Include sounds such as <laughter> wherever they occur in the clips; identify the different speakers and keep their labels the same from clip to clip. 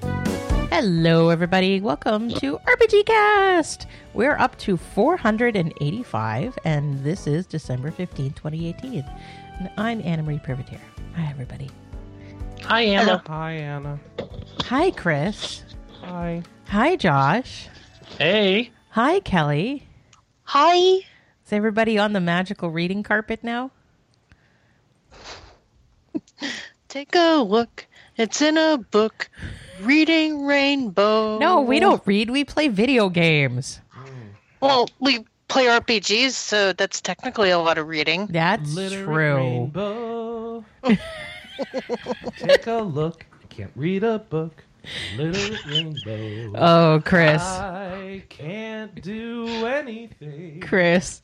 Speaker 1: Hello, everybody. Welcome to RPG Cast. We're up to 485, and this is December 15, 2018. And I'm Anna Marie Privateer. Hi, everybody.
Speaker 2: Hi, Anna.
Speaker 3: Hi, Anna.
Speaker 1: Hi, Chris.
Speaker 3: Hi.
Speaker 1: Hi, Josh.
Speaker 2: Hey.
Speaker 1: Hi, Kelly.
Speaker 4: Hi.
Speaker 1: Is everybody on the magical reading carpet now?
Speaker 4: Take a look. It's in a book. Reading Rainbow.
Speaker 1: No, we don't read. We play video games.
Speaker 4: Well, we play RPGs, so that's technically a lot of reading.
Speaker 1: That's
Speaker 3: Literate
Speaker 1: true. <laughs>
Speaker 3: Rainbow. Take a look. Can't read a book. Little rainbow.
Speaker 1: Oh, Chris.
Speaker 3: Ah. I can't do anything.
Speaker 1: Chris.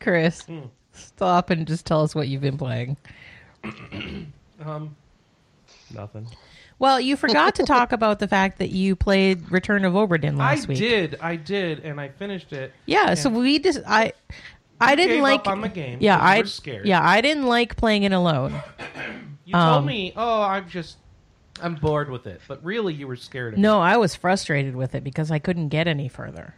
Speaker 1: Chris. Stop and just tell us what you've been playing.
Speaker 3: Um, nothing.
Speaker 1: Well, you forgot to
Speaker 3: <laughs>
Speaker 1: talk about the fact that you played Return of Oberdin last
Speaker 3: I
Speaker 1: week.
Speaker 3: did. I did, and I finished it.
Speaker 1: Yeah, so we just I I didn't
Speaker 3: gave
Speaker 1: like
Speaker 3: up on the game
Speaker 1: Yeah,
Speaker 3: 'cause you
Speaker 1: I
Speaker 3: were scared.
Speaker 1: Yeah, I didn't like playing it alone.
Speaker 3: You told
Speaker 1: Um,
Speaker 3: me, oh, I'm just, I'm bored with it. But really, you were scared of
Speaker 1: No, I was frustrated with it because I couldn't get any further.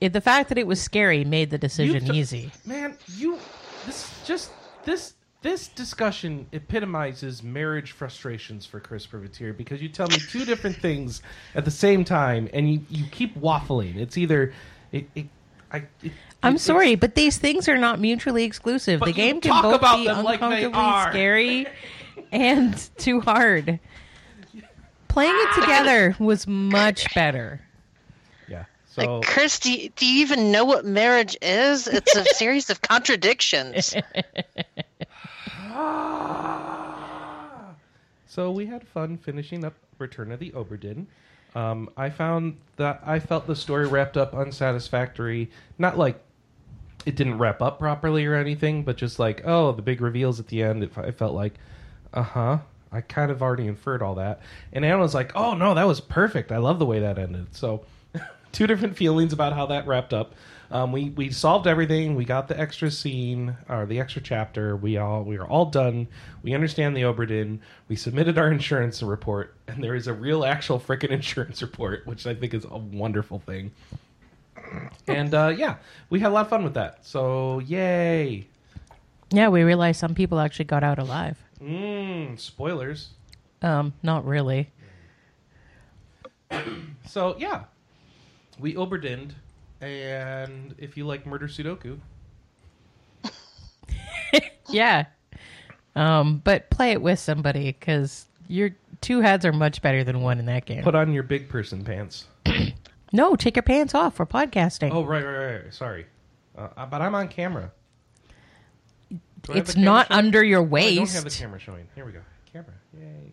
Speaker 1: It, the fact that it was scary made the decision
Speaker 3: t-
Speaker 1: easy.
Speaker 3: it. Man, you, this just this this discussion epitomizes marriage frustrations for Chris Privateer because you tell me two different things at the same time and you you keep waffling. It's either it. it I, it
Speaker 1: I'm
Speaker 3: it-
Speaker 1: sorry, but these things are not mutually exclusive.
Speaker 3: But
Speaker 1: The
Speaker 3: you
Speaker 1: game can
Speaker 3: talk
Speaker 1: both
Speaker 3: about
Speaker 1: be
Speaker 3: them like they
Speaker 1: uncomfortably
Speaker 3: are.
Speaker 1: scary
Speaker 3: <laughs>
Speaker 1: and too hard. Playing
Speaker 3: <laughs>
Speaker 1: it together was much better.
Speaker 3: it's- Yeah. So
Speaker 1: Oh.
Speaker 4: Like, Chris, do you, do you even know what marriage is?
Speaker 3: <laughs>
Speaker 4: It's a series
Speaker 1: <laughs>
Speaker 4: of contradictions.
Speaker 3: so we had fun finishing up Return of the Oberdin. Um, I found that I felt the story wrapped up unsatisfactory. Not like it didn't wrap up properly or anything, but just like, oh, the big reveals at the end. It, I felt like, uh huh. I kind of already inferred all that. And Anna was like, oh, no, that was perfect. I love the way that ended. So, <laughs> two different feelings about how that wrapped up. Um, we, we solved everything. We got the extra scene or the extra chapter. We all we are all done. We understand the Oberdin. We submitted our insurance report, and there is a real, actual frickin' <laughs> insurance report, which I think is a wonderful thing and uh, yeah, we had a lot of fun with that. So yay!
Speaker 1: Yeah, we realized some people actually got out alive.
Speaker 3: Mm, spoilers.
Speaker 1: Um, not really.
Speaker 3: So yeah, we Oberdined, and if you like murder Sudoku,
Speaker 1: Yeah. Um, but play it with somebody because your two heads are much better than one in that game.
Speaker 3: put on your big person pants.
Speaker 1: no, take your pants off. We're podcasting.
Speaker 3: Oh right, right, right. right. Sorry, uh, uh, but I'm on camera. Do I have
Speaker 1: it's
Speaker 3: the camera
Speaker 1: not
Speaker 3: showing?
Speaker 1: under your
Speaker 3: Oh, I
Speaker 1: waist.
Speaker 3: don't have the camera showing. Here we go. Camera. Yay.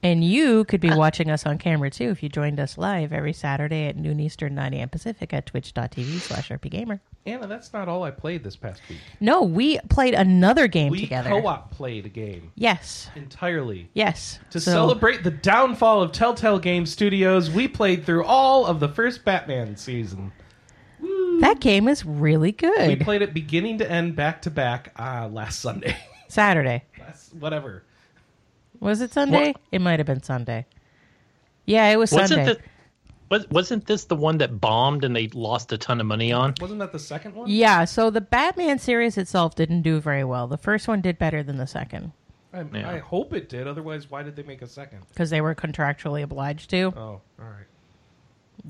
Speaker 1: And you could
Speaker 3: Ah.
Speaker 1: be watching us on camera too if you joined us live every Saturday at noon Eastern, 9 a.m. Pacific at twitch.tv slash rpgamer.
Speaker 3: Anna, that's not all I played this past week.
Speaker 1: No, we played another game
Speaker 3: We
Speaker 1: together.
Speaker 3: co-op played a game
Speaker 1: Yes.
Speaker 3: entirely.
Speaker 1: Yes.
Speaker 3: To
Speaker 1: So-
Speaker 3: celebrate the downfall of Telltale Game Studios, we played through all of the first Batman season.
Speaker 1: That game is really
Speaker 3: We
Speaker 1: good.
Speaker 3: played it beginning to end, back to back, uh, last Sunday. <laughs>
Speaker 1: Saturday.
Speaker 3: last, whatever.
Speaker 1: Was it Sunday? It might have been Sunday. Yeah, it was
Speaker 2: Wasn't
Speaker 1: Sunday.
Speaker 2: this, was, wasn't this the one that bombed and they lost a ton of money on?
Speaker 3: Wasn't that the second one?
Speaker 1: Yeah, so the Batman series itself didn't do very well. The first one did better than the second
Speaker 3: I,
Speaker 2: Yeah.
Speaker 3: I hope it did. Otherwise, why did they make a second?
Speaker 1: because they were contractually obliged to.
Speaker 3: Oh, all right.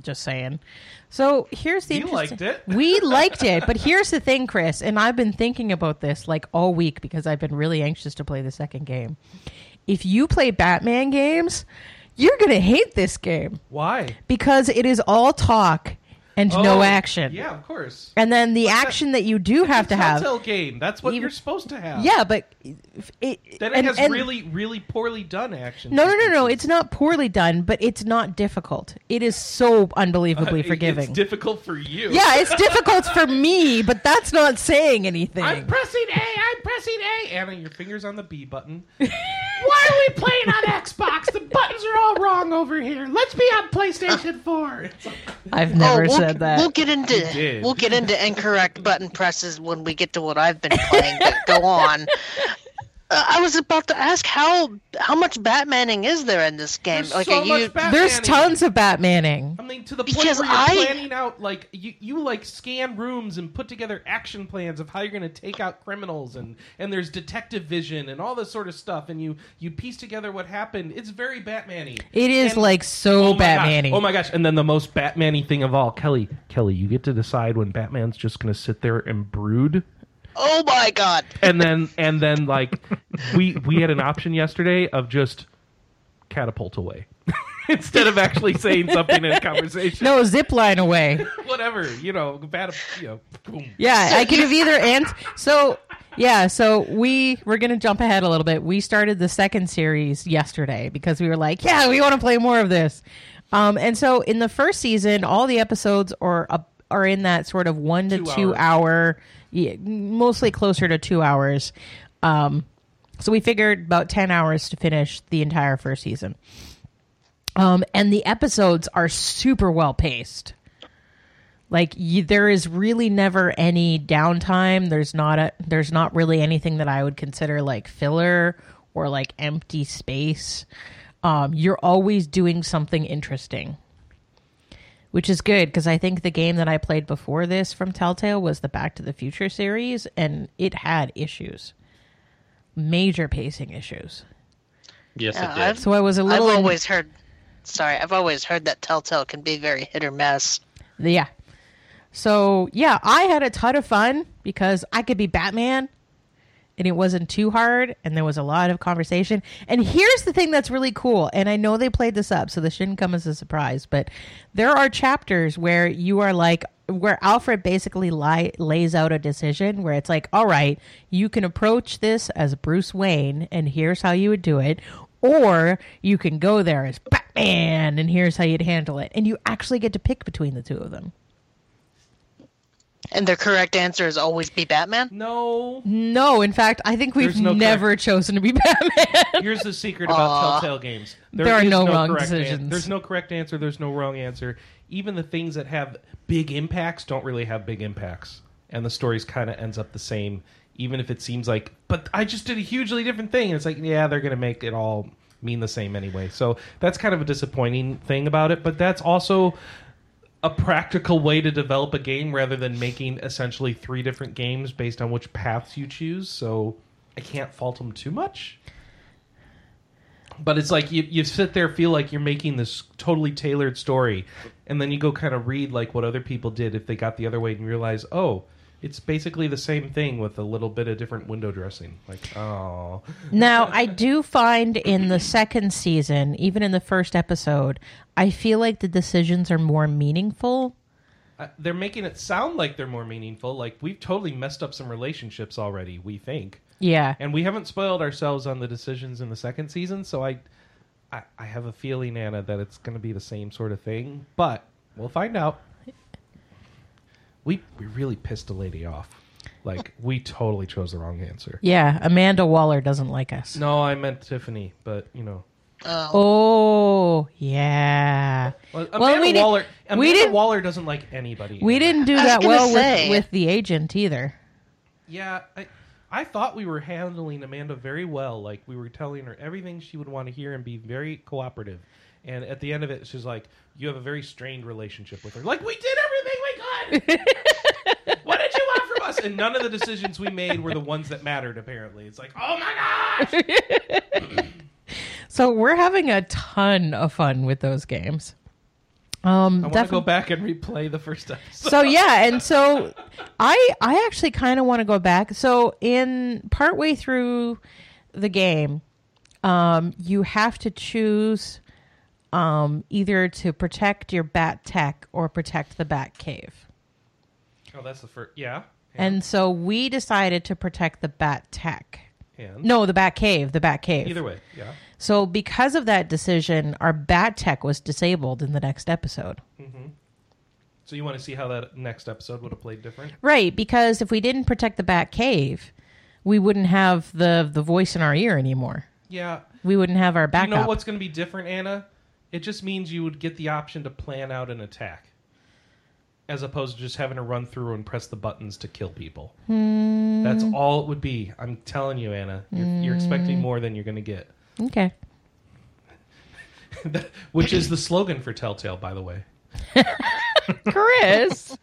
Speaker 1: Just saying. So here's the
Speaker 3: We
Speaker 1: interesting-
Speaker 3: liked it.
Speaker 1: we liked it, but here's the thing, Chris, and I've been thinking about this like all week because I've been really anxious to play the second game. If you play Batman games, you're gonna hate this game
Speaker 3: Why?
Speaker 1: because it is all talk and
Speaker 3: Oh,
Speaker 1: no action.
Speaker 3: Yeah, of course.
Speaker 1: And then the action that, you do have to have,
Speaker 3: Telltale game. That's what
Speaker 1: Even-
Speaker 3: you're supposed to have.
Speaker 1: yeah, but if it,
Speaker 3: Then it
Speaker 1: and-
Speaker 3: has
Speaker 1: and-
Speaker 3: really, really poorly done action.
Speaker 1: No, no, no, no.
Speaker 3: sequences.
Speaker 1: It's not poorly done, but it's not difficult. It is so unbelievably
Speaker 3: It-
Speaker 1: forgiving.
Speaker 3: Uh, It's difficult for you.
Speaker 1: yeah, it's difficult for me, but that's not saying anything.
Speaker 4: <laughs>
Speaker 3: I'm pressing A. I'm pressing A. Anna, your fingers on the B button.
Speaker 5: Why are we playing on Xbox? The buttons are all wrong over here. Let's be on
Speaker 4: <laughs>
Speaker 5: PlayStation 4.
Speaker 1: I've
Speaker 3: Oh,
Speaker 1: never
Speaker 4: Oh, we'll,
Speaker 1: said that.
Speaker 4: We'll get into
Speaker 3: did.
Speaker 4: we'll get into incorrect button presses when we get to what I've been playing. but
Speaker 3: <laughs>
Speaker 4: go on. Uh, I was about to ask how how much Batmaning is there in this game?
Speaker 3: There's
Speaker 4: like,
Speaker 3: so
Speaker 4: are
Speaker 3: much
Speaker 4: you
Speaker 3: Batmaning.
Speaker 1: There's tons of Batmaning.
Speaker 3: I mean, to the point
Speaker 4: Because
Speaker 3: where you're
Speaker 4: I-
Speaker 3: planning out like you, you like scan rooms and put together action plans of how you're going to take out criminals and and there's detective vision and all this sort of stuff and you you piece together what happened. It's very Batman-y.
Speaker 1: It is
Speaker 3: And-
Speaker 1: like so
Speaker 3: my gosh.
Speaker 1: Batman-y.
Speaker 3: Oh my gosh! And then the most Batman-y thing of all, Kelly. Kelly, you get to decide when Batman's just going to sit there and brood
Speaker 4: oh my god!
Speaker 3: and then and then like we we had an option yesterday of just catapult away <laughs> instead of actually saying something in a conversation
Speaker 1: No, zip line away.
Speaker 3: whatever you know bat you know boom.
Speaker 1: Yeah, I could have either and so yeah, so we we're gonna jump ahead a little bit. We started the second series yesterday because we were like, yeah, we want to play more of this. Um, and so in the first season, all the episodes are up, are in that sort of one to
Speaker 3: Two
Speaker 1: two,
Speaker 3: hours.
Speaker 1: hour, yeah, mostly closer to two hours. Um, so we figured about ten hours to finish the entire first season. Um, and the episodes are super well paced. Like you, there is really never any downtime. There's not a there's not really anything that I would consider like filler or like empty space. Um, you're always doing something interesting, which is good because I think the game that I played before this from Telltale was the Back to the Future series, and it had issues, major pacing issues.
Speaker 2: Yes,
Speaker 4: Yeah,
Speaker 2: it
Speaker 4: I've-
Speaker 2: did.
Speaker 1: So I was a
Speaker 4: I've
Speaker 1: little
Speaker 4: always heard. Sorry, I've always heard that Telltale can be very hit or miss.
Speaker 1: Yeah. So yeah, I had a ton of fun because I could be Batman and it wasn't too hard and there was a lot of conversation. And here's the thing that's really cool, and I know they played this up, so this shouldn't come as a surprise, but there are chapters where you are like where Alfred basically li- lays out a decision where it's like, all right, you can approach this as Bruce Wayne, and here's how you would do it, or you can go there as Batman, and here's how you'd handle it. And you actually get to pick between the two of them.
Speaker 4: And the correct answer is always be Batman.
Speaker 3: no
Speaker 1: No, in fact, I think we've
Speaker 3: There's no
Speaker 1: never chosen to be <laughs> Batman.
Speaker 3: here's the secret about telltale games
Speaker 1: There are
Speaker 3: is
Speaker 1: no wrong
Speaker 3: correct an-
Speaker 1: decisions.
Speaker 3: there's no correct answer there's no wrong answer even the things that have big impacts don't really have big impacts and the stories kind of ends up the same even if it seems like but i just did a hugely different thing and it's like yeah they're gonna make it all mean the same anyway so that's kind of a disappointing thing about it but that's also a practical way to develop a game rather than making essentially three different games based on which paths you choose. So I can't fault them too much. But it's like you, you sit there, feel like you're making this totally tailored story, and then you go kind of read like what other people did if they got the other way and realize, oh, it's basically the same thing with a little bit of different window dressing. Like, oh,
Speaker 1: Now, I do find in the second season, even in the first episode, I feel like the decisions are more meaningful.
Speaker 3: Uh, they're making it sound like they're more meaningful. Like we've totally messed up some relationships already. We think.
Speaker 1: Yeah.
Speaker 3: and we haven't spoiled ourselves on the decisions in the second season so i i, I have a feeling anna that it's going to be the same sort of thing but we'll find out we we really pissed a lady off like we totally chose the wrong answer
Speaker 1: Yeah. Amanda Waller doesn't like us.
Speaker 3: no i meant tiffany but you know
Speaker 4: Oh,
Speaker 1: Oh, yeah.
Speaker 3: well, amanda
Speaker 1: Well, we did-
Speaker 3: waller
Speaker 1: we
Speaker 3: amanda
Speaker 1: didn't-
Speaker 3: waller doesn't like anybody
Speaker 1: We didn't do
Speaker 4: was
Speaker 1: that
Speaker 4: gonna
Speaker 1: well with,
Speaker 4: say.
Speaker 1: with the agent either.
Speaker 3: yeah I, I thought we were handling Amanda very well. Like we were telling her everything she would want to hear and be very cooperative. And at the end of it, she's like, "You have a very strained relationship with her." Like we did everything we
Speaker 1: <laughs>
Speaker 3: could. what did you want from us? And none of the decisions we made were the ones that mattered. Apparently, it's like, "Oh my gosh!"
Speaker 1: So we're having a ton of fun with those games. Um,
Speaker 3: I want to
Speaker 1: definitely.
Speaker 3: go back and replay the first episode.
Speaker 1: so yeah and so i i actually kind of want to go back so in partway through the game um you have to choose um either to protect your bat tech or protect the bat cave
Speaker 3: Oh, that's the first. Yeah.
Speaker 1: and so we decided to protect the bat tech
Speaker 3: and
Speaker 1: no the bat cave the bat cave
Speaker 3: either way, yeah.
Speaker 1: so because of that decision our bat tech was disabled in the next episode
Speaker 3: So you want to see how that next episode would have played different?
Speaker 1: Right, because if we didn't protect the Bat Cave, we wouldn't have the the voice in our ear anymore.
Speaker 3: Yeah.
Speaker 1: We wouldn't have our backup.
Speaker 3: You know what's going to be different, Anna? It just means you would get the option to plan out an attack, as opposed to just having to run through and press the buttons to kill people. That's all it would be. I'm telling you, Anna. You're, you're expecting more than you're going to get, <laughs>
Speaker 1: okay.
Speaker 3: which is the slogan for Telltale, by the way.
Speaker 1: Chris,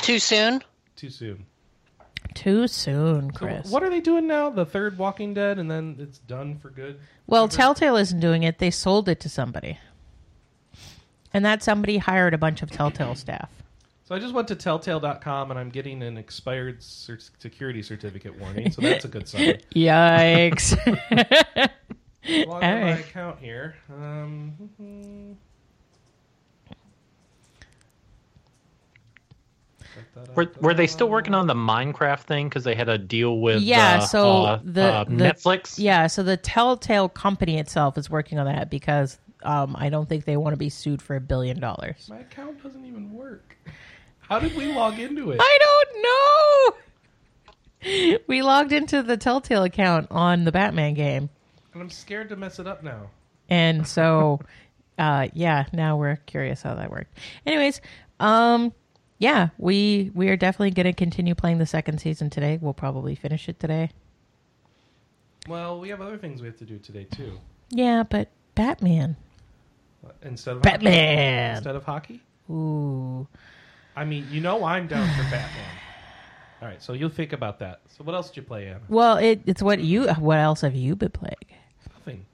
Speaker 4: Too soon?
Speaker 3: Too soon.
Speaker 1: <laughs> too soon, Chris.
Speaker 3: What are they doing now? The third Walking Dead, and then it's done for good.
Speaker 1: Well, Telltale isn't doing it. They sold it to somebody. And that somebody hired a bunch of Telltale staff.
Speaker 3: So I just went to Telltale.com, and I'm getting an expired cer- security certificate warning. So that's a good sign.
Speaker 1: <laughs> Yikes.
Speaker 3: Log into my
Speaker 1: Alright.
Speaker 3: account here. Um,
Speaker 2: Were, were they still working on the Minecraft thing because they had a deal with
Speaker 1: Yeah,
Speaker 2: uh,
Speaker 1: so
Speaker 2: uh,
Speaker 1: the-
Speaker 2: uh,
Speaker 1: the-
Speaker 2: Netflix?
Speaker 1: yeah, so the Telltale company itself is working on that because um, I don't think they want to be sued for a billion dollars.
Speaker 3: My account doesn't even work. How did we log into it?
Speaker 1: I don't know. We logged into the Telltale account on the Batman game.
Speaker 3: And I'm scared to mess it up now.
Speaker 1: And <laughs> so, uh, yeah, now we're curious how that worked. Anyways, um, yeah, we we are definitely going to continue playing the second season today. We'll probably finish it today.
Speaker 3: Well, we have other things we have to do today too. Uh,
Speaker 1: Yeah, but Batman,
Speaker 3: Instead of hockey?
Speaker 1: Batman.
Speaker 3: instead of hockey.
Speaker 1: Ooh,
Speaker 3: I mean, you know, I'm down for Batman. All right, so you'll think about that. So what else did you play, Anna?
Speaker 1: well, it, it's what you. What else have you been playing?
Speaker 3: Nothing.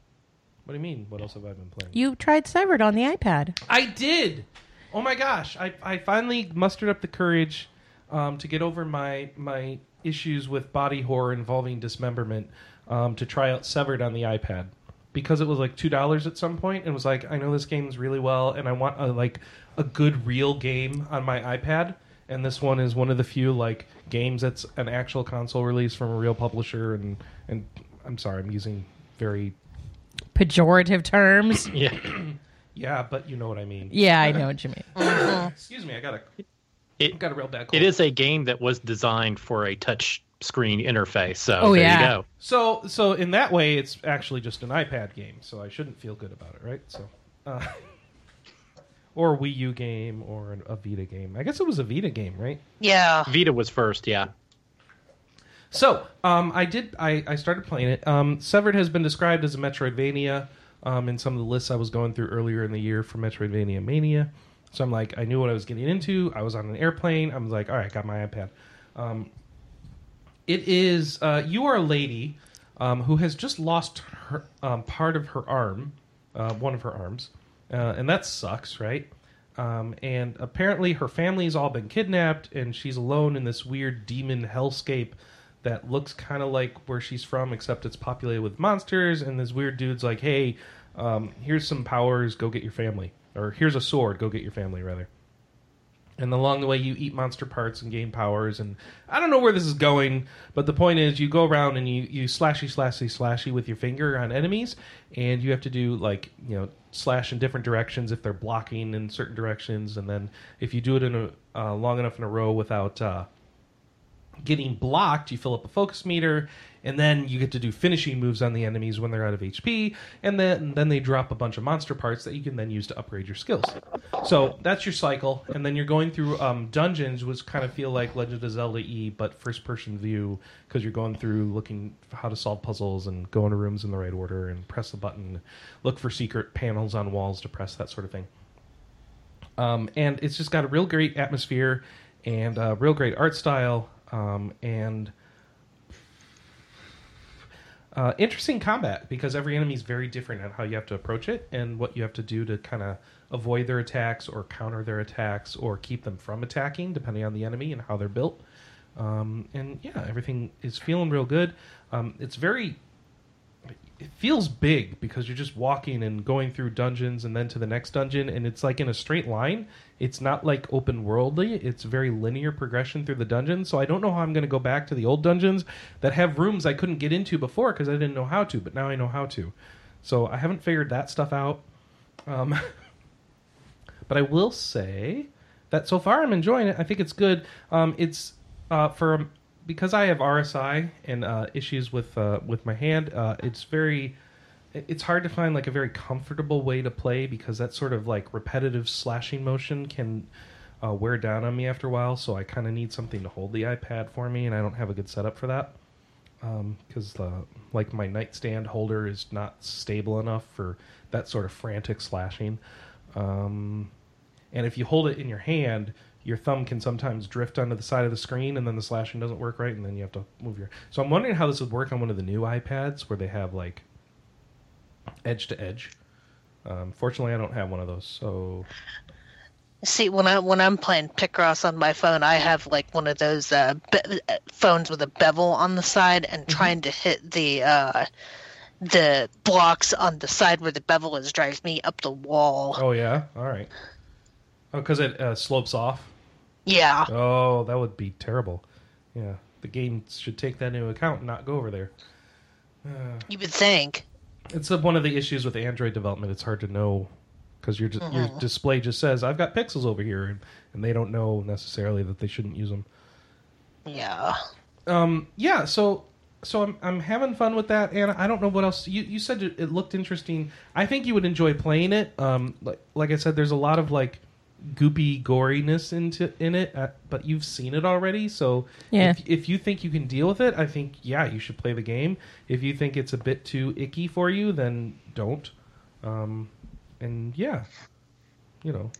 Speaker 3: What do you mean? What else have I been playing?
Speaker 1: You tried Severed on the iPad.
Speaker 3: I did. Oh my gosh! I, I finally mustered up the courage um, to get over my my issues with body horror involving dismemberment um, to try out Severed on the iPad because it was like two dollars at some point and was like I know this game's really well and I want a, like a good real game on my iPad and this one is one of the few like games that's an actual console release from a real publisher and and I'm sorry I'm using very
Speaker 1: Pejorative terms.
Speaker 2: Yeah.
Speaker 3: yeah but you know what I mean
Speaker 1: <laughs> Yeah, I know what you mean.
Speaker 3: excuse me I got a
Speaker 2: It,
Speaker 3: got a real bad cold.
Speaker 2: it is a game that was designed for a touch screen interface. So
Speaker 1: Oh,
Speaker 2: there
Speaker 1: yeah.
Speaker 2: you go.
Speaker 3: So, so in that way, it's actually just an iPad game, so I shouldn't feel good about it, right? So, uh, <laughs> or a Wii U game, or an, a Vita game. I guess it was a Vita game, right?
Speaker 4: Yeah.
Speaker 2: Vita was first, yeah.
Speaker 3: So, um, I did. I, I started playing it. Um, Severed has been described as a Metroidvania um, in some of the lists I was going through earlier in the year for Metroidvania Mania. So I'm like, I knew what I was getting into. I was on an airplane. I was like, all right, got my iPad. Um, it is uh, you are a lady um, who has just lost her, um, part of her arm, uh, one of her arms, uh, and that sucks, right? Um, and apparently, her family's all been kidnapped, and she's alone in this weird demon hellscape that looks kind of like where she's from, except it's populated with monsters. And this weird dude's like, "Hey, um, here's some powers. Go get your family, or here's a sword. Go get your family, rather." and along the way you eat monster parts and gain powers and i don't know where this is going but the point is you go around and you, you slashy slashy slashy with your finger on enemies and you have to do like you know slash in different directions if they're blocking in certain directions and then if you do it in a uh, long enough in a row without uh, getting blocked, you fill up a focus meter, and then you get to do finishing moves on the enemies when they're out of HP, and then then they drop a bunch of monster parts that you can then use to upgrade your skills. So that's your cycle, and then you're going through um, dungeons, which kind of feel like Legend of Zelda E, but first person view because you're going through looking for how to solve puzzles and go into rooms in the right order and press the button, look for secret panels on walls to press that sort of thing um, and it's just got a real great atmosphere and a real great art style um, and uh, interesting combat because every enemy is very different on how you have to approach it and what you have to do to kind of avoid their attacks or counter their attacks or keep them from attacking depending on the enemy and how they're built um, and yeah everything is feeling real good um, it's very it feels big because you're just walking and going through dungeons and then to the next dungeon and it's like in a straight line it's not like open worldly it's very linear progression through the dungeons so i don't know how i'm going to go back to the old dungeons that have rooms i couldn't get into before because i didn't know how to but now i know how to so i haven't figured that stuff out um, but I will say that so far I'm enjoying it. I think it's good. Um, it's uh, for because I have RSI and uh, issues with uh, with my hand, uh, it's very it's hard to find like a very comfortable way to play because that sort of like repetitive slashing motion can uh, wear down on me after a while. So I kind of need something to hold the iPad for me, and I don't have a good setup for that because uh, like my nightstand holder is not stable enough for that sort of frantic slashing. Um, and if you hold it in your hand, your thumb can sometimes drift onto the side of the screen, and then the slashing doesn't work right, and then you have to move your. So I'm wondering how this would work on one of the new iPads where they have like edge to edge. Um, fortunately, I don't have one of those, so
Speaker 4: See, when I when I'm playing Picross on my phone, I have like one of those uh, be- uh, phones with a bevel on the side, and
Speaker 1: Mm-hmm.
Speaker 4: trying to hit the uh, the blocks on the side where the bevel is drives me up the wall.
Speaker 3: oh yeah, all right. Oh, because it uh, slopes off.
Speaker 4: Yeah,
Speaker 3: Oh, that would be terrible. Yeah, the game should take that into account and not go over there.
Speaker 4: you would think.
Speaker 3: It's uh, one of the issues with Android development. It's hard to know because your your display just says I've got pixels over here, and, and they don't know necessarily that they shouldn't use them.
Speaker 4: Yeah,
Speaker 3: Um, yeah. So so I'm I'm having fun with that, and I don't know what else. You you said it, it looked interesting. I think you would enjoy playing it. Um, like like I said, there's a lot of like goopy goriness into in it, uh, but you've seen it already. So
Speaker 1: Yeah.
Speaker 3: if, if you think you can deal with it, I think yeah, you should play the game. If you think it's a bit too icky for you, then don't. Um, and yeah, you know,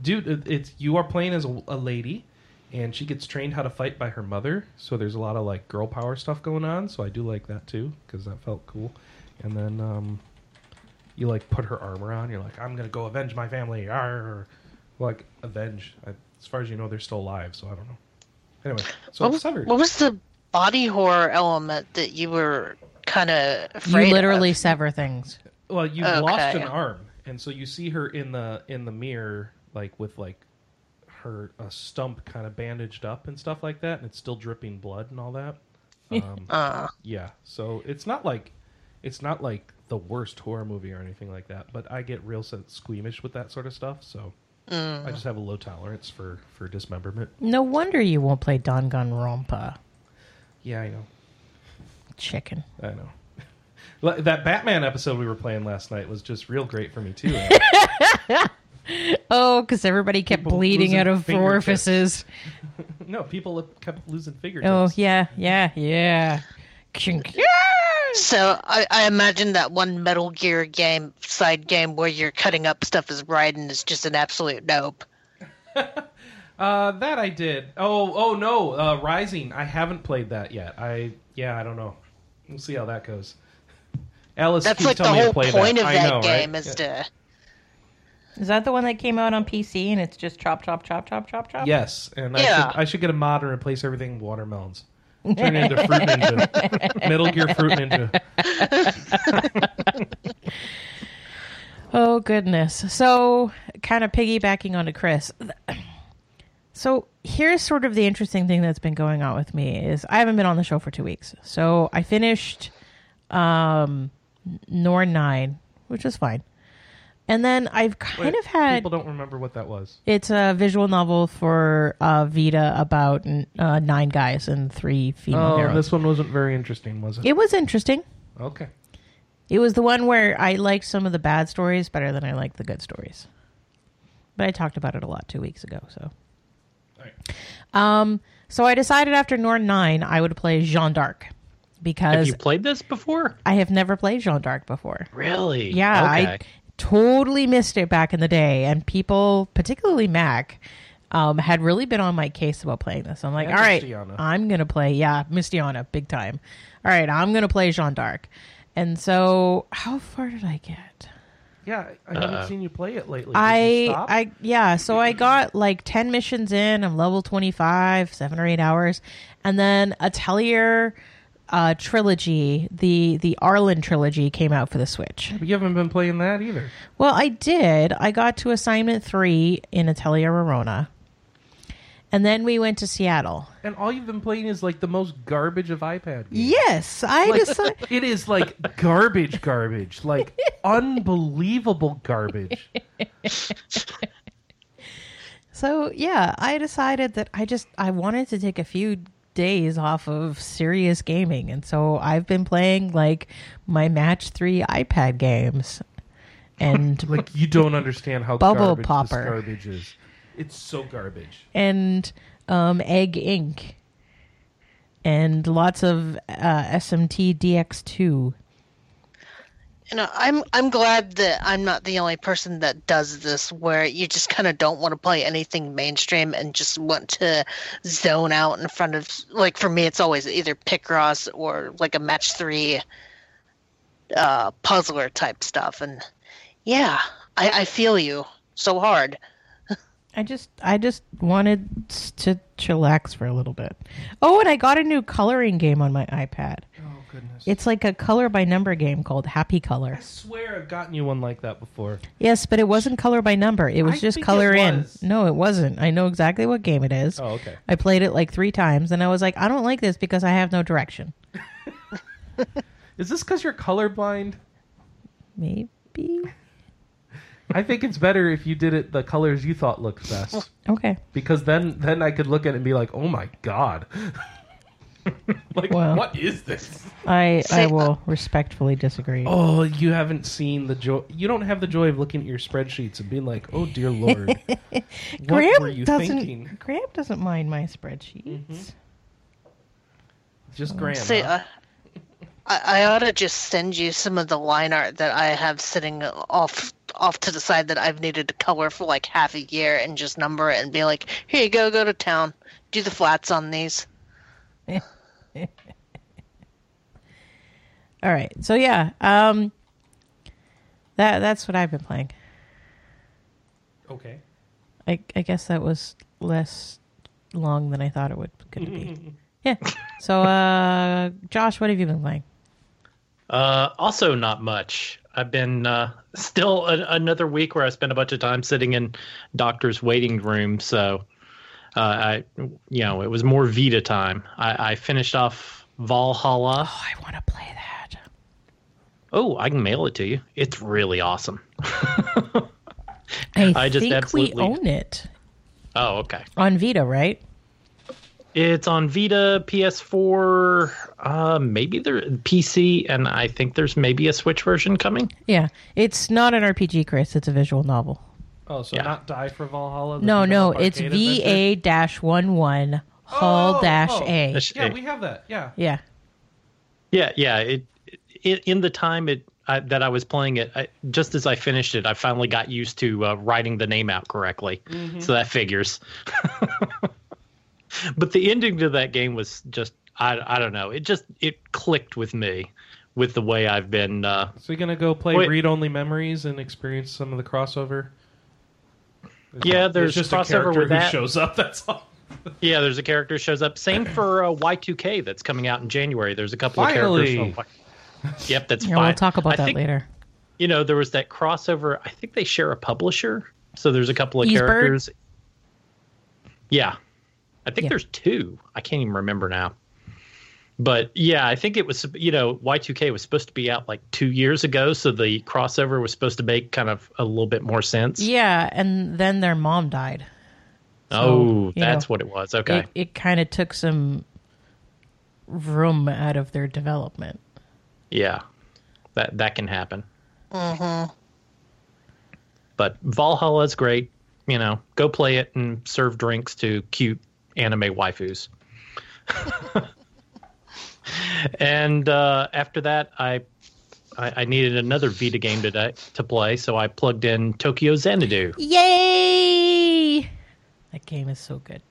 Speaker 3: dude, it- it's you are playing as a, a lady, and she gets trained how to fight by her mother. So there's a lot of like girl power stuff going on. So I do like that too because that felt cool. And then um, you like put her armor on. You're like, I'm gonna go avenge my family. Arr. Like avenge. I, as far as you know, they're still alive. So I don't know. Anyway, so
Speaker 4: what
Speaker 3: it's
Speaker 4: was,
Speaker 3: severed.
Speaker 4: what was the body horror element that you were kind of afraid?
Speaker 1: you literally
Speaker 4: of?
Speaker 1: sever things.
Speaker 3: Well, you've
Speaker 4: Okay,
Speaker 3: lost an
Speaker 4: yeah.
Speaker 3: arm, and so you see her in the in the mirror, like with like her a stump kind of bandaged up and stuff like that, and it's still dripping blood and all that. Um,
Speaker 4: Uh,
Speaker 3: yeah, so it's not like it's not like the worst horror movie or anything like that, but I get real sen- squeamish with that sort of stuff, so
Speaker 4: Mm.
Speaker 3: I just have a low tolerance for for dismemberment.
Speaker 1: No wonder you won't play Danganronpa.
Speaker 3: Yeah, I know.
Speaker 1: Chicken.
Speaker 3: I know. <laughs> Like, That Batman episode we were playing last night was just real great for me
Speaker 4: <laughs>
Speaker 3: too.
Speaker 1: Oh, because everybody kept
Speaker 3: People
Speaker 1: bleeding
Speaker 3: losing
Speaker 1: out of
Speaker 3: fingertips.
Speaker 1: orifices.
Speaker 3: no, people kept losing figurines.
Speaker 1: Oh, yeah, yeah, yeah. Chink. Yeah!
Speaker 4: so I, I imagine that one Metal Gear game side game where you're cutting up stuff as Raiden is just an absolute nope.
Speaker 3: Uh, that I did. Oh, oh no, uh, Rising. I haven't played that yet. I yeah, I don't know. We'll see how that goes. Alice
Speaker 4: That's
Speaker 3: keeps
Speaker 4: like the
Speaker 3: telling me
Speaker 4: whole
Speaker 3: to play
Speaker 4: point
Speaker 3: that.
Speaker 4: of
Speaker 3: I
Speaker 4: that
Speaker 3: know,
Speaker 4: game
Speaker 3: right?
Speaker 4: is
Speaker 3: Yeah.
Speaker 4: to.
Speaker 1: Is that the one that came out on PC and it's just chop, chop, chop, chop, chop, chop?
Speaker 3: Yes, and I
Speaker 4: Yeah.
Speaker 3: should I should get a mod and replace everything
Speaker 1: <laughs>
Speaker 3: with watermelons. Turn it into fruit ninja, Metal Gear Fruit Ninja.
Speaker 1: Oh goodness. So, kind of piggybacking onto Chris. So, here's sort of the interesting thing that's been going on with me is I haven't been on the show for 2 weeks. So, I finished um Nor 9, which is fine. And then I've kind
Speaker 3: Wait,
Speaker 1: of had
Speaker 3: people don't remember what that was.
Speaker 1: it's a visual novel for uh, Vita about uh, nine guys and three female
Speaker 3: Oh,
Speaker 1: heroes.
Speaker 3: this one wasn't very interesting, was it?
Speaker 1: It was interesting.
Speaker 3: Okay.
Speaker 1: It was the one where I liked some of the bad stories better than I liked the good stories. But I talked about it a lot two weeks ago, so.
Speaker 3: All right.
Speaker 1: Um, so I decided after Norn 9, I would play Jean d'Arc
Speaker 2: Have
Speaker 1: because
Speaker 2: you played this before?
Speaker 1: I have never played Jean d'Arc before.
Speaker 2: Really?
Speaker 1: Yeah, I
Speaker 2: Okay.
Speaker 1: totally missed it back in the day, and people, particularly Mac, um, had really been on my case about playing this. I'm like,
Speaker 3: And
Speaker 1: all right,
Speaker 3: Mistiana.
Speaker 1: I'm gonna play. Yeah, Mistiana, big time. All right, I'm gonna play Jean d'Arc. And so, how far did I get?
Speaker 3: Yeah, I I haven't seen you play it lately. Did you
Speaker 1: I,
Speaker 3: stop?
Speaker 1: I, yeah. So I got like ten missions in. I'm level twenty five, seven or eight hours, and then Atelier uh, trilogy, the the Arlen trilogy came out for the Switch.
Speaker 3: But you haven't been playing that either.
Speaker 1: Well, I did. I got to assignment three in Atelier Arona. And then we went to Seattle.
Speaker 3: And all you've been playing is like the most garbage of iPad games.
Speaker 1: Yes, I
Speaker 3: Like,
Speaker 1: <laughs> decided.
Speaker 3: it is like garbage, garbage, like
Speaker 1: <laughs>
Speaker 3: unbelievable garbage.
Speaker 1: So yeah, I decided that I just I wanted to take a few days off of serious gaming, and so I've been playing like my match three iPad games, <laughs> and
Speaker 3: Like you don't understand how
Speaker 1: Bubble
Speaker 3: garbage
Speaker 1: popper.
Speaker 3: This garbage is. It's so garbage.
Speaker 1: and um, Egg Inc. and lots of uh, SMT DX2.
Speaker 4: You know, I'm I'm glad that I'm not the only person that does this where you just kind of don't want to play anything mainstream and just want to zone out in front of like for me it's always either Picross or like a match 3 uh puzzler type stuff and yeah, I I feel you so hard.
Speaker 1: I just I just wanted s- to chillax for a little bit. Oh, and I got a new coloring game on my iPad.
Speaker 3: Oh goodness.
Speaker 1: It's like a color by number game called Happy Color.
Speaker 3: I swear I've gotten you one like that before.
Speaker 1: Yes, but it wasn't color by number. It was
Speaker 3: I
Speaker 1: just
Speaker 3: think
Speaker 1: color
Speaker 3: it
Speaker 1: in.
Speaker 3: was.
Speaker 1: No, it wasn't. I know exactly what game it is.
Speaker 3: Oh, okay.
Speaker 1: I played it like 3 times and I was like, I don't like this because I have no direction.
Speaker 3: Is this because you're colorblind?
Speaker 1: Maybe.
Speaker 3: I think it's better if you did it the colors you thought looked
Speaker 1: <laughs>
Speaker 3: best,
Speaker 1: Okay.
Speaker 3: because then then I could look at it and be like, oh my god, <laughs> like
Speaker 1: Well.
Speaker 3: what is this?
Speaker 1: I I
Speaker 4: Say-
Speaker 1: will respectfully disagree.
Speaker 3: Oh, you haven't seen the joy. You don't have the joy of looking at your spreadsheets and being like,
Speaker 1: <laughs>
Speaker 3: oh dear lord, what
Speaker 1: Graham
Speaker 3: were you
Speaker 1: doesn't
Speaker 3: thinking? Mm-hmm.
Speaker 1: Graham doesn't mind my spreadsheets. Oh.
Speaker 3: Just Graham.
Speaker 4: See,
Speaker 3: huh?
Speaker 4: uh, I, I ought to just send you some of the line art that I have sitting off off to the side that I've needed to color for like half a year and just number it and be like, here you go, go to town, do the flats on these.
Speaker 1: All right. So yeah, um that that's what I've been playing.
Speaker 3: okay.
Speaker 1: I I guess that was less long than I thought it would going to be. yeah. So uh Josh, what have you been playing?
Speaker 2: Uh, also, not much. I've been uh, still a- another week where I spent a bunch of time sitting in doctors' waiting room. So, uh, I, you know, it was more Vita time. I, I finished off Valhalla.
Speaker 1: Oh, I want to play that.
Speaker 2: Oh, I can mail it to you. It's really awesome.
Speaker 1: I,
Speaker 2: I just
Speaker 1: think we
Speaker 2: absolutely-
Speaker 1: own it
Speaker 2: Oh, okay.
Speaker 1: on Vita, right?
Speaker 2: It's on Vita, PS4, uh, maybe there PC, and I think there's maybe a Switch version coming.
Speaker 1: Yeah. It's not an RPG, Chris. It's a visual novel.
Speaker 3: Oh, so
Speaker 2: Yeah.
Speaker 3: not die for Valhalla. the
Speaker 1: No,
Speaker 3: beat 'em
Speaker 1: no,
Speaker 3: up
Speaker 1: it's
Speaker 3: arcade adventure?
Speaker 1: VA dash one one Hall
Speaker 3: Oh,
Speaker 1: dash
Speaker 3: oh.
Speaker 1: A.
Speaker 2: That's-
Speaker 3: Yeah, we have that. Yeah.
Speaker 1: Yeah.
Speaker 2: Yeah, yeah. It, it in the time it I, that I was playing it, I, just as I finished it, I finally got used to uh, writing the name out correctly. So that figures. <laughs> but the ending to that game was just I I don't know. It just it clicked with me with the way I've been. Uh,
Speaker 3: So you're gonna go play
Speaker 2: Wait.
Speaker 3: read only memories and experience some of the crossover.
Speaker 2: yeah, there's,
Speaker 3: just a
Speaker 2: crossover
Speaker 3: character
Speaker 2: with
Speaker 3: who
Speaker 2: that.
Speaker 3: shows up. <laughs> That's all.
Speaker 2: Yeah, there's a character who shows up.
Speaker 3: <clears throat>
Speaker 2: Same for uh, Y2K that's coming out in January. There's a couple
Speaker 3: Finally.
Speaker 2: of characters. from- Yep, that's
Speaker 1: Yeah,
Speaker 2: fine.
Speaker 1: we'll talk about
Speaker 2: I
Speaker 1: that
Speaker 2: think,
Speaker 1: later.
Speaker 2: You know, there was that crossover. I think they share a publisher, so there's a couple of
Speaker 1: Eastburg?
Speaker 2: characters. Yeah, I think
Speaker 1: Yeah.
Speaker 2: there's two. I can't even remember now. But yeah, I think it was you know Y2K was supposed to be out like two years ago, so the crossover was supposed to make kind of a little bit more sense.
Speaker 1: Yeah, and then their mom died.
Speaker 2: oh,
Speaker 1: you
Speaker 2: that's
Speaker 1: know,
Speaker 2: what it was. Okay.
Speaker 1: It it kind of took some room out of their development.
Speaker 2: Yeah, that that can happen. Mm-hmm. But Valhalla is great. You know, go play it and serve drinks to cute anime waifus. <laughs> and uh, after that, I, I I needed another Vita game today to play, so I plugged in Tokyo Xanadu.
Speaker 1: Yay! That game is so good.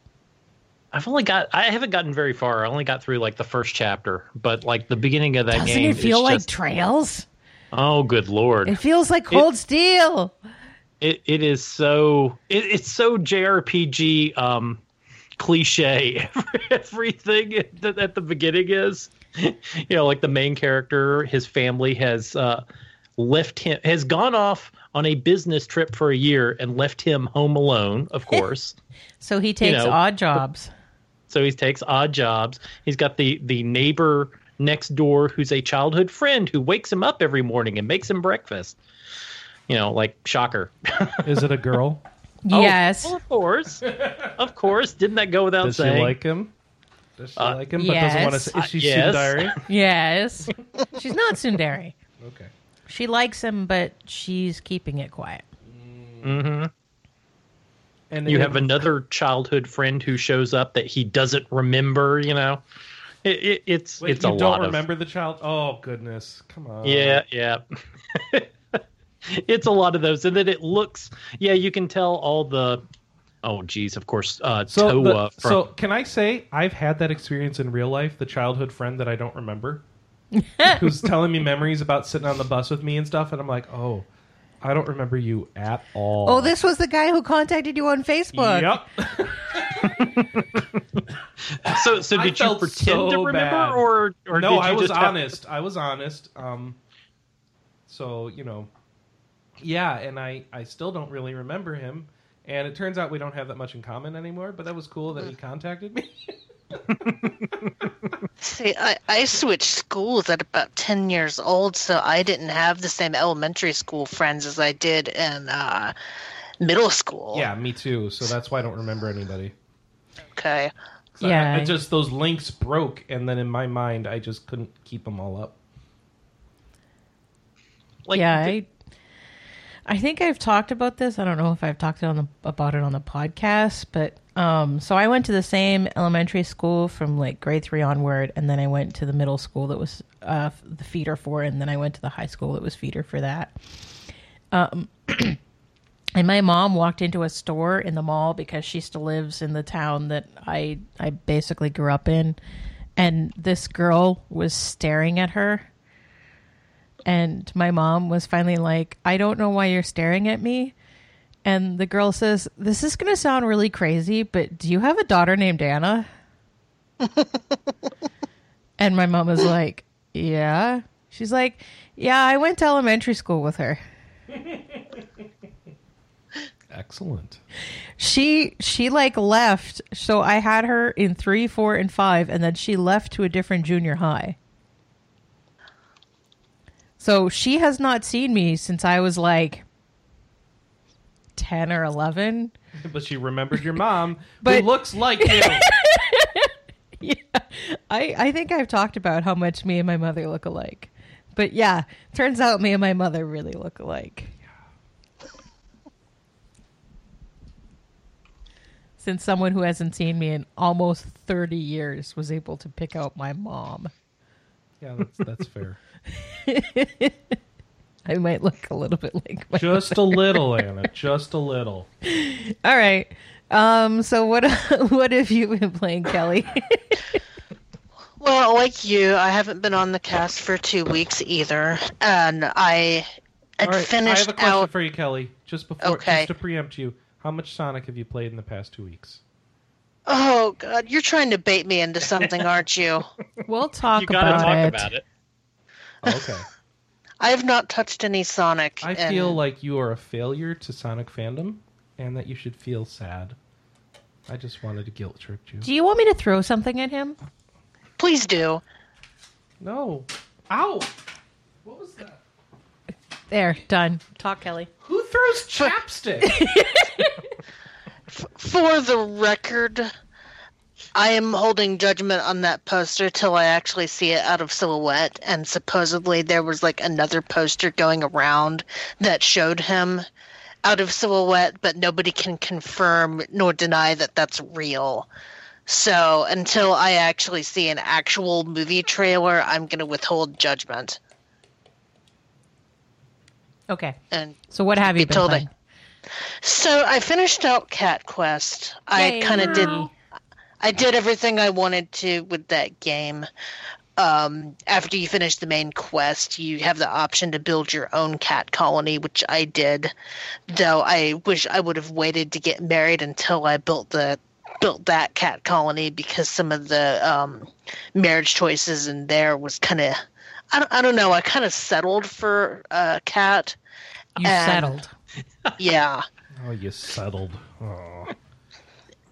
Speaker 2: I've only got I haven't gotten very far. I only got through like the first chapter, but like the beginning of that
Speaker 1: Doesn't
Speaker 2: game
Speaker 1: it feel
Speaker 2: is
Speaker 1: like
Speaker 2: just,
Speaker 1: Trails?
Speaker 2: oh good lord.
Speaker 1: It feels like Cold Steel.
Speaker 2: it, it is so it, it's so JRPG um cliche <laughs> everything that at the beginning is you know like the main character his family has uh left him has gone off on a business trip for a year and left him home alone of course
Speaker 1: So he takes
Speaker 2: know,
Speaker 1: odd jobs.
Speaker 2: so he takes odd jobs. He's got the the neighbor next door who's a childhood friend who wakes him up every morning and makes him breakfast. You know, like shocker.
Speaker 3: Is it a girl?
Speaker 2: <laughs>
Speaker 1: yes.
Speaker 3: <laughs>
Speaker 2: Well, Oh, of course. of course. Didn't that go without
Speaker 3: Does she
Speaker 2: saying?
Speaker 3: like him? Does she
Speaker 2: Uh,
Speaker 3: like him, but doesn't want to?
Speaker 1: yes.
Speaker 3: Say, is she
Speaker 2: Uh, yes. <laughs>
Speaker 3: Sundari?
Speaker 1: Yes. She's not Sundari.
Speaker 3: Okay.
Speaker 1: She likes him, but she's keeping it quiet.
Speaker 3: And
Speaker 2: You
Speaker 3: in-
Speaker 2: have another childhood friend who shows up that he doesn't remember. You know, it, it, it's
Speaker 3: Wait,
Speaker 2: it's
Speaker 3: you
Speaker 2: a
Speaker 3: don't
Speaker 2: lot of
Speaker 3: remember the child? Oh goodness, come on.
Speaker 2: Yeah, yeah. <laughs> it's a lot of those, and then it looks. Yeah, you can tell all the. Oh, geez, of course, uh,
Speaker 3: So,
Speaker 2: Toa.
Speaker 3: the-
Speaker 2: from,
Speaker 3: so can I say I've had that experience in real life? The childhood friend that I
Speaker 2: <laughs>
Speaker 3: don't remember, who's telling me memories about sitting on the bus with me and stuff, and I'm like, oh, I don't remember you at all.
Speaker 1: Oh, this was the guy who contacted you on Facebook.
Speaker 3: Yep.
Speaker 2: so, so
Speaker 3: I
Speaker 2: did you
Speaker 3: felt
Speaker 2: pretend
Speaker 3: so
Speaker 2: to remember,
Speaker 3: bad.
Speaker 2: or or
Speaker 3: no,
Speaker 2: did you
Speaker 3: I was
Speaker 2: just have-
Speaker 3: honest. I was honest. Um, so you know, yeah, and I I still don't really remember him. And it turns out we don't have that much in common anymore. But that was cool that he contacted me.
Speaker 4: See, I, I switched schools at about 10 years old, so I didn't have the same elementary school friends as I did in uh, middle school.
Speaker 3: yeah, me too. So that's why I don't remember anybody.
Speaker 4: Okay.
Speaker 3: 'Cause I-
Speaker 1: Yeah.
Speaker 3: I, just those links broke, and then in my mind, I just couldn't keep them all up.
Speaker 2: Like,
Speaker 1: yeah,
Speaker 2: did-
Speaker 1: I, I think I've talked about this. I don't know if I've talked it on the, about it on the podcast, but um, so I went to the same elementary school from like grade three onward, and then I went to the middle school that was uh, f- the feeder for, and then I went to the high school that was feeder for that. Um, <clears throat> and my mom walked into a store in the mall because she still lives in the town that I I basically grew up in, and this girl was staring at her and my mom was finally like, I don't know why you're staring at me. And the girl says, This is going to sound really crazy, but do you have a daughter named Anna? and my mom was like, Yeah. She's like, Yeah, I went to elementary school with her.
Speaker 3: Excellent.
Speaker 1: She she like left, so I had her in three, four, and five, and then she left to a different junior high. So she has not seen me since I was like ten or eleven.
Speaker 3: But she remembered your mom,
Speaker 1: But-
Speaker 3: who looks like you.
Speaker 1: <laughs> yeah. I, I think I've talked about how much me and my mother look alike. But yeah, turns out me and my mother really look alike. <laughs> Since someone who hasn't seen me in almost 30 years was able to pick out my mom, <laughs>
Speaker 3: yeah, that's, that's fair.
Speaker 1: I might look a little bit like my.
Speaker 3: Just a little, Anna. Just a little.
Speaker 1: All right. Um, so what <laughs> what have you been playing, Kelly?
Speaker 4: Well, like you, I haven't been on the cast for two weeks either, and I
Speaker 3: All
Speaker 4: had
Speaker 3: right, I have
Speaker 4: finished
Speaker 3: a question
Speaker 4: out.
Speaker 3: for you, Kelly. Just before,
Speaker 4: Okay.
Speaker 3: just to preempt you, how much Sonic have you played in the past two weeks?
Speaker 4: Oh, God, you're trying to bait me into
Speaker 3: <laughs>
Speaker 4: something, aren't you?
Speaker 1: <laughs> We'll talk,
Speaker 2: you gotta
Speaker 1: about,
Speaker 2: talk
Speaker 1: it.
Speaker 2: about it.
Speaker 3: Oh, okay.
Speaker 4: I have not touched any Sonic.
Speaker 3: I
Speaker 4: and-
Speaker 3: feel like you are a failure to Sonic fandom, and that you should feel sad. I just wanted to guilt trip you.
Speaker 1: Do you want me to throw something at him?
Speaker 4: Please do.
Speaker 3: No. Ow. What was that?
Speaker 1: There, done. Talk, Kelly.
Speaker 3: Who throws chapstick?
Speaker 4: For the record, I am holding judgment on that poster till I actually see it out of silhouette. And supposedly there was like another poster going around that showed him out of silhouette, but nobody can confirm nor deny that that's real. So until I actually see an actual movie trailer, I'm going to withhold judgment.
Speaker 1: Okay.
Speaker 4: And
Speaker 1: So what have you been
Speaker 4: told
Speaker 1: playing?
Speaker 4: so I finished out Cat Quest. I
Speaker 1: Yay.
Speaker 4: kind of did. I did everything I wanted to with that game. Um, after you finish the main quest, you have the option to build your own cat colony, which I did. Though I wish I would have waited to get married until I built the built that cat colony because some of the um, marriage choices in there was kind of I don't, I don't know. I kind of settled for a cat.
Speaker 1: You
Speaker 4: And-
Speaker 1: settled.
Speaker 4: Yeah.
Speaker 3: oh, you settled. Oh.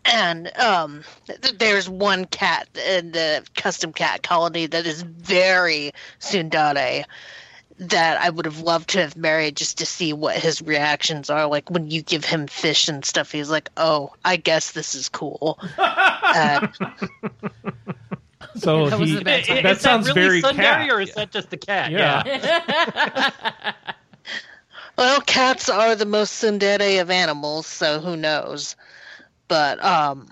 Speaker 4: and um, th- there's one cat in the custom cat colony that is very Sundare that I would have loved to have married just to see what his reactions are. Like when you give him fish and stuff, he's like, "Oh, I guess this is cool." Uh,
Speaker 3: So
Speaker 6: That was
Speaker 3: he
Speaker 6: the bad time.
Speaker 2: Is
Speaker 3: that sounds
Speaker 2: really
Speaker 3: very
Speaker 2: Sundowny,
Speaker 3: cat.
Speaker 2: or is that just the cat?
Speaker 3: Yeah.
Speaker 4: Well, cats are the most tsundere of animals, so who knows? But um,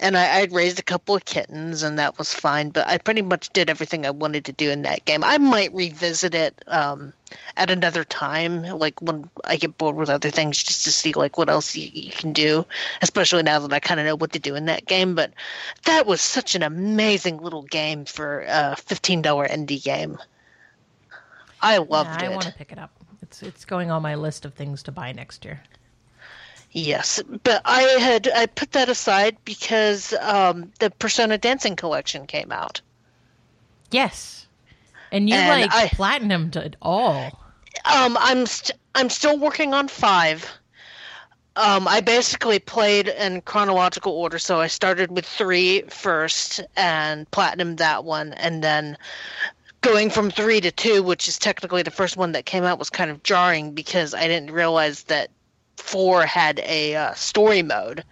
Speaker 4: and I, I raised a couple of kittens, and that was fine. But I pretty much did everything I wanted to do in that game. I might revisit it um, at another time, like when I get bored with other things, just to see like what else you, you can do. Especially now that I kind of know what to do in that game. But that was such an amazing little game for a fifteen dollar indie game. I loved
Speaker 1: I
Speaker 4: it.
Speaker 1: want to pick it up. It's it's going on my list of things to buy next year.
Speaker 4: Yes, but I had I put that aside because um, the Persona Dancing Collection came out.
Speaker 1: Yes, and you
Speaker 4: And
Speaker 1: like
Speaker 4: I-
Speaker 1: platinumed it all.
Speaker 4: Um, I'm st- I'm still working on five. Um, I basically played in chronological order, so I started with three first and platinum that one, and then going from three to two, which is technically the first one that came out, was kind of jarring because I didn't realize that four had a uh, story mode.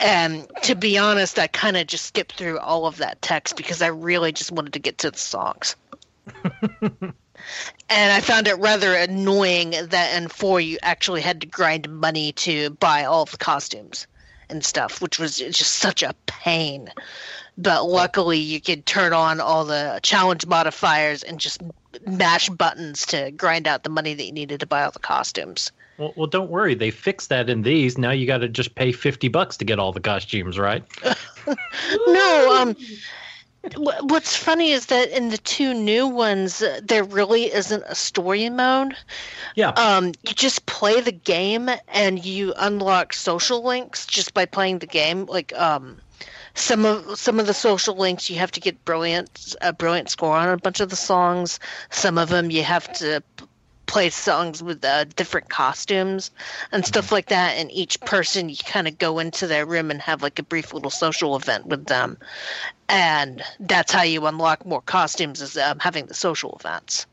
Speaker 4: And to be honest, I kind of just skipped through all of that text because I really just wanted to get to the songs. and I found it rather annoying that in four you actually had to grind money to buy all of the costumes and stuff, which was just such a pain. But luckily, you could turn on all the challenge modifiers and just mash buttons to grind out the money that you needed to buy all the costumes.
Speaker 2: Well, well, don't worry. They fixed that in these. Now you got to just pay fifty bucks to get all the costumes, right?
Speaker 4: No, um, wh- what's funny is that in the two new ones, uh, there really isn't a story mode.
Speaker 2: Yeah.
Speaker 4: Um, you just play the game and you unlock social links just by playing the game. Like, um, some of some of the social links you have to get brilliant a brilliant score on a bunch of the songs. Some of them you have to p- play songs with uh, different costumes
Speaker 3: Mm-hmm.
Speaker 4: and stuff like that. And each person you kind of go into their room and have like a brief little social event with them, and that's how you unlock more costumes is um, having the social events.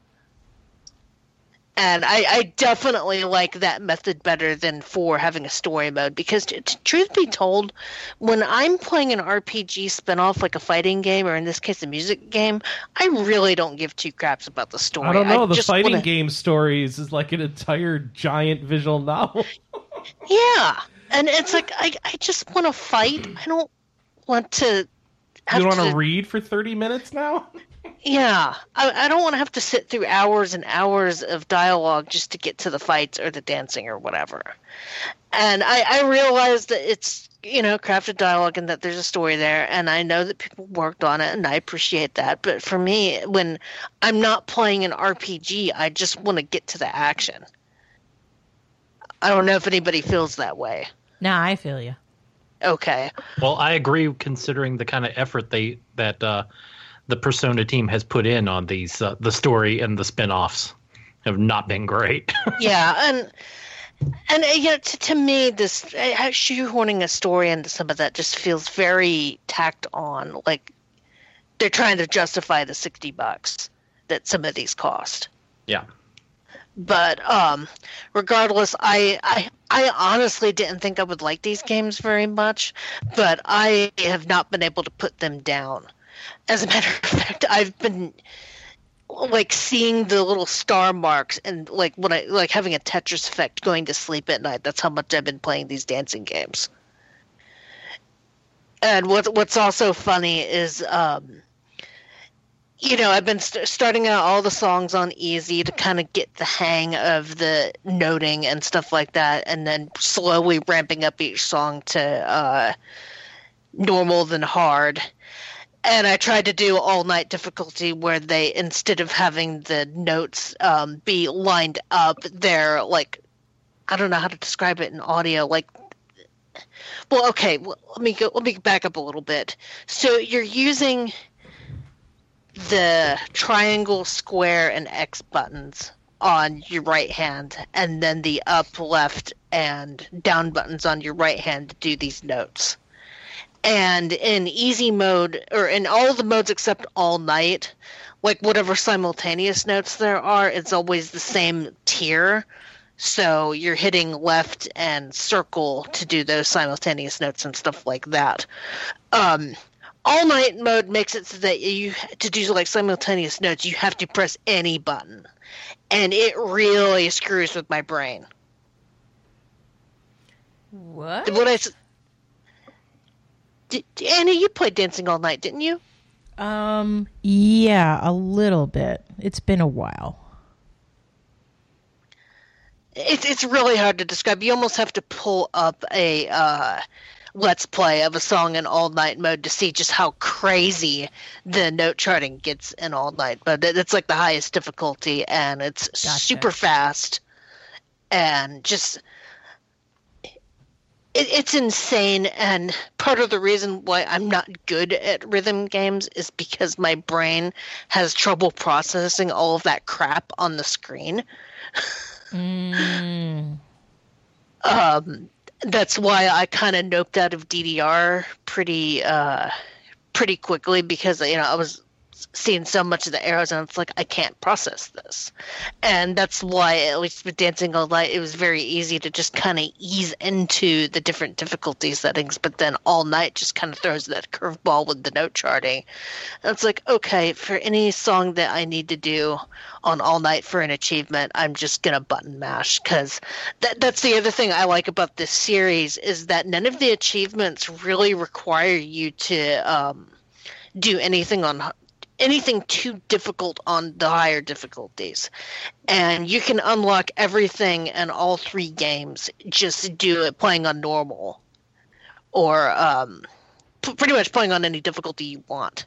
Speaker 4: And I, I definitely like that method better than for having a story mode because, t- t- truth be told, when I'm playing an RPG spin-off like a fighting game or in this case a music game, I really don't give two craps about the story.
Speaker 3: I don't know. the
Speaker 4: just
Speaker 3: fighting
Speaker 4: wanna-
Speaker 3: game stories is like an entire giant visual novel.
Speaker 4: Yeah, and it's like I, I just want to fight. I don't want to.
Speaker 3: you
Speaker 4: Have
Speaker 3: don't want
Speaker 4: to-
Speaker 3: to read for 30 minutes now? <laughs>
Speaker 4: Yeah, I, I don't want to have to sit through hours and hours of dialogue just to get to the fights or the dancing or whatever. And I, I realize that it's you know crafted dialogue and that there's a story there, and I know that people worked on it, and I appreciate that. But for me, when I'm not playing an RPG, I just want to get to the action. I don't know if anybody feels that way.
Speaker 1: Now I feel you.
Speaker 4: Okay.
Speaker 2: Well, I agree. Considering the kind of effort they that uh, the Persona team has put in on these, uh, the story and the spin-offs have not been great. <laughs>
Speaker 4: yeah and and uh, you know, to, to me this uh, uh, shoehorning a story into some of that just feels very tacked on like they're trying to justify the 60 bucks that some of these cost
Speaker 2: yeah.
Speaker 4: but um regardless I, I i honestly didn't think i would like these games very much but i have not been able to put them down as a matter of fact i've been like seeing the little star marks and like when i like having a tetris effect going to sleep at night that's how much i've been playing these dancing games and what what's also funny is um you know, I've been st- starting out all the songs on easy to kind of get the hang of the noting and stuff like that, and then slowly ramping up each song to uh, normal then hard. And I tried to do all night difficulty where they, instead of having the notes um, be lined up, they're like, I don't know how to describe it in audio, like well okay well, let me go let me back up a little bit so you're using the triangle square and x buttons on your right hand and then the up left and down buttons on your right hand to do these notes and in easy mode or in all the modes except all night like whatever simultaneous notes there are it's always the same tier so you're hitting left and circle to do those simultaneous notes and stuff like that. Um, all night mode makes it so that you to do like simultaneous notes, you have to press any button, and it really screws with my brain.
Speaker 1: What?
Speaker 4: What I s- Did- Anna, you played Dancing All Night, didn't you?
Speaker 1: Um. Yeah, a little bit. It's been a while.
Speaker 4: It's it's really hard to describe. You almost have to pull up a uh, let's play of a song in all night mode to see just how crazy the note charting gets in all night. But that- that's like the highest difficulty, and it's super fast, and just it, it's insane. And part of the reason why I'm not good at rhythm games is because my brain has trouble processing all of that crap on the screen.
Speaker 1: Mm.
Speaker 4: Um, that's why I kind of noped out of DDR pretty uh, pretty quickly because you know I was seeing so much of the arrows and it's like I can't process this, and that's why at least with Dancing All Night it was very easy to just kind of ease into the different difficulty settings. But then All Night just kind of throws that curveball with the note charting. And it's like okay, for any song that I need to do on All Night for an achievement, I'm just gonna button mash because that that's the other thing I like about this series is that none of the achievements really require you to um, do anything on anything too difficult on the higher difficulties, and you can unlock everything in all three games. Just do it playing on normal, or um, p- pretty much playing on any difficulty you want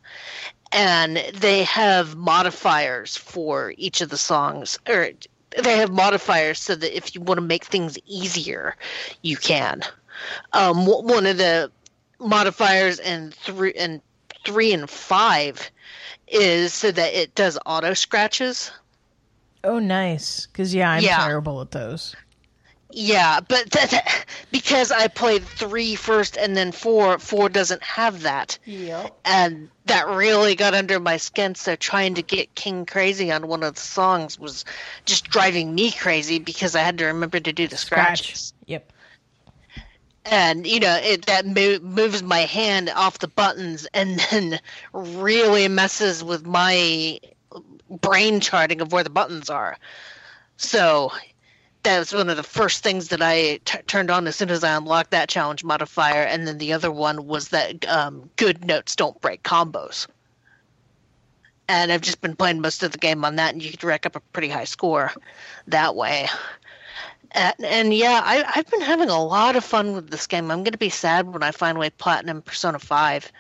Speaker 4: and they have modifiers for each of the songs or they have modifiers so that if you want to make things easier you can um, wh- one of the modifiers in three and three and five is so that it does auto scratches
Speaker 1: Oh, nice. Because yeah, I'm
Speaker 4: Yeah.
Speaker 1: terrible at those.
Speaker 4: Yeah, but <laughs> that, that- because I played three first and then four, four doesn't have that. Yep. And that really got under my skin. So trying to get King Crazy on one of the songs was just driving me crazy because I had to remember to do the scratches
Speaker 1: Yep.
Speaker 4: and you know it that mo- moves my hand off the buttons and <laughs> then really messes with my brain charting of where the buttons are so that was one of the first things that I t- turned on as soon as I unlocked that challenge modifier, and then the other one was that um, good notes don't break combos. And I've just been playing most of the game on that, and you could rack up a pretty high score that way. And, and yeah, I, I've been having a lot of fun with this game. I'm going to be sad when I finally platinum Persona Five.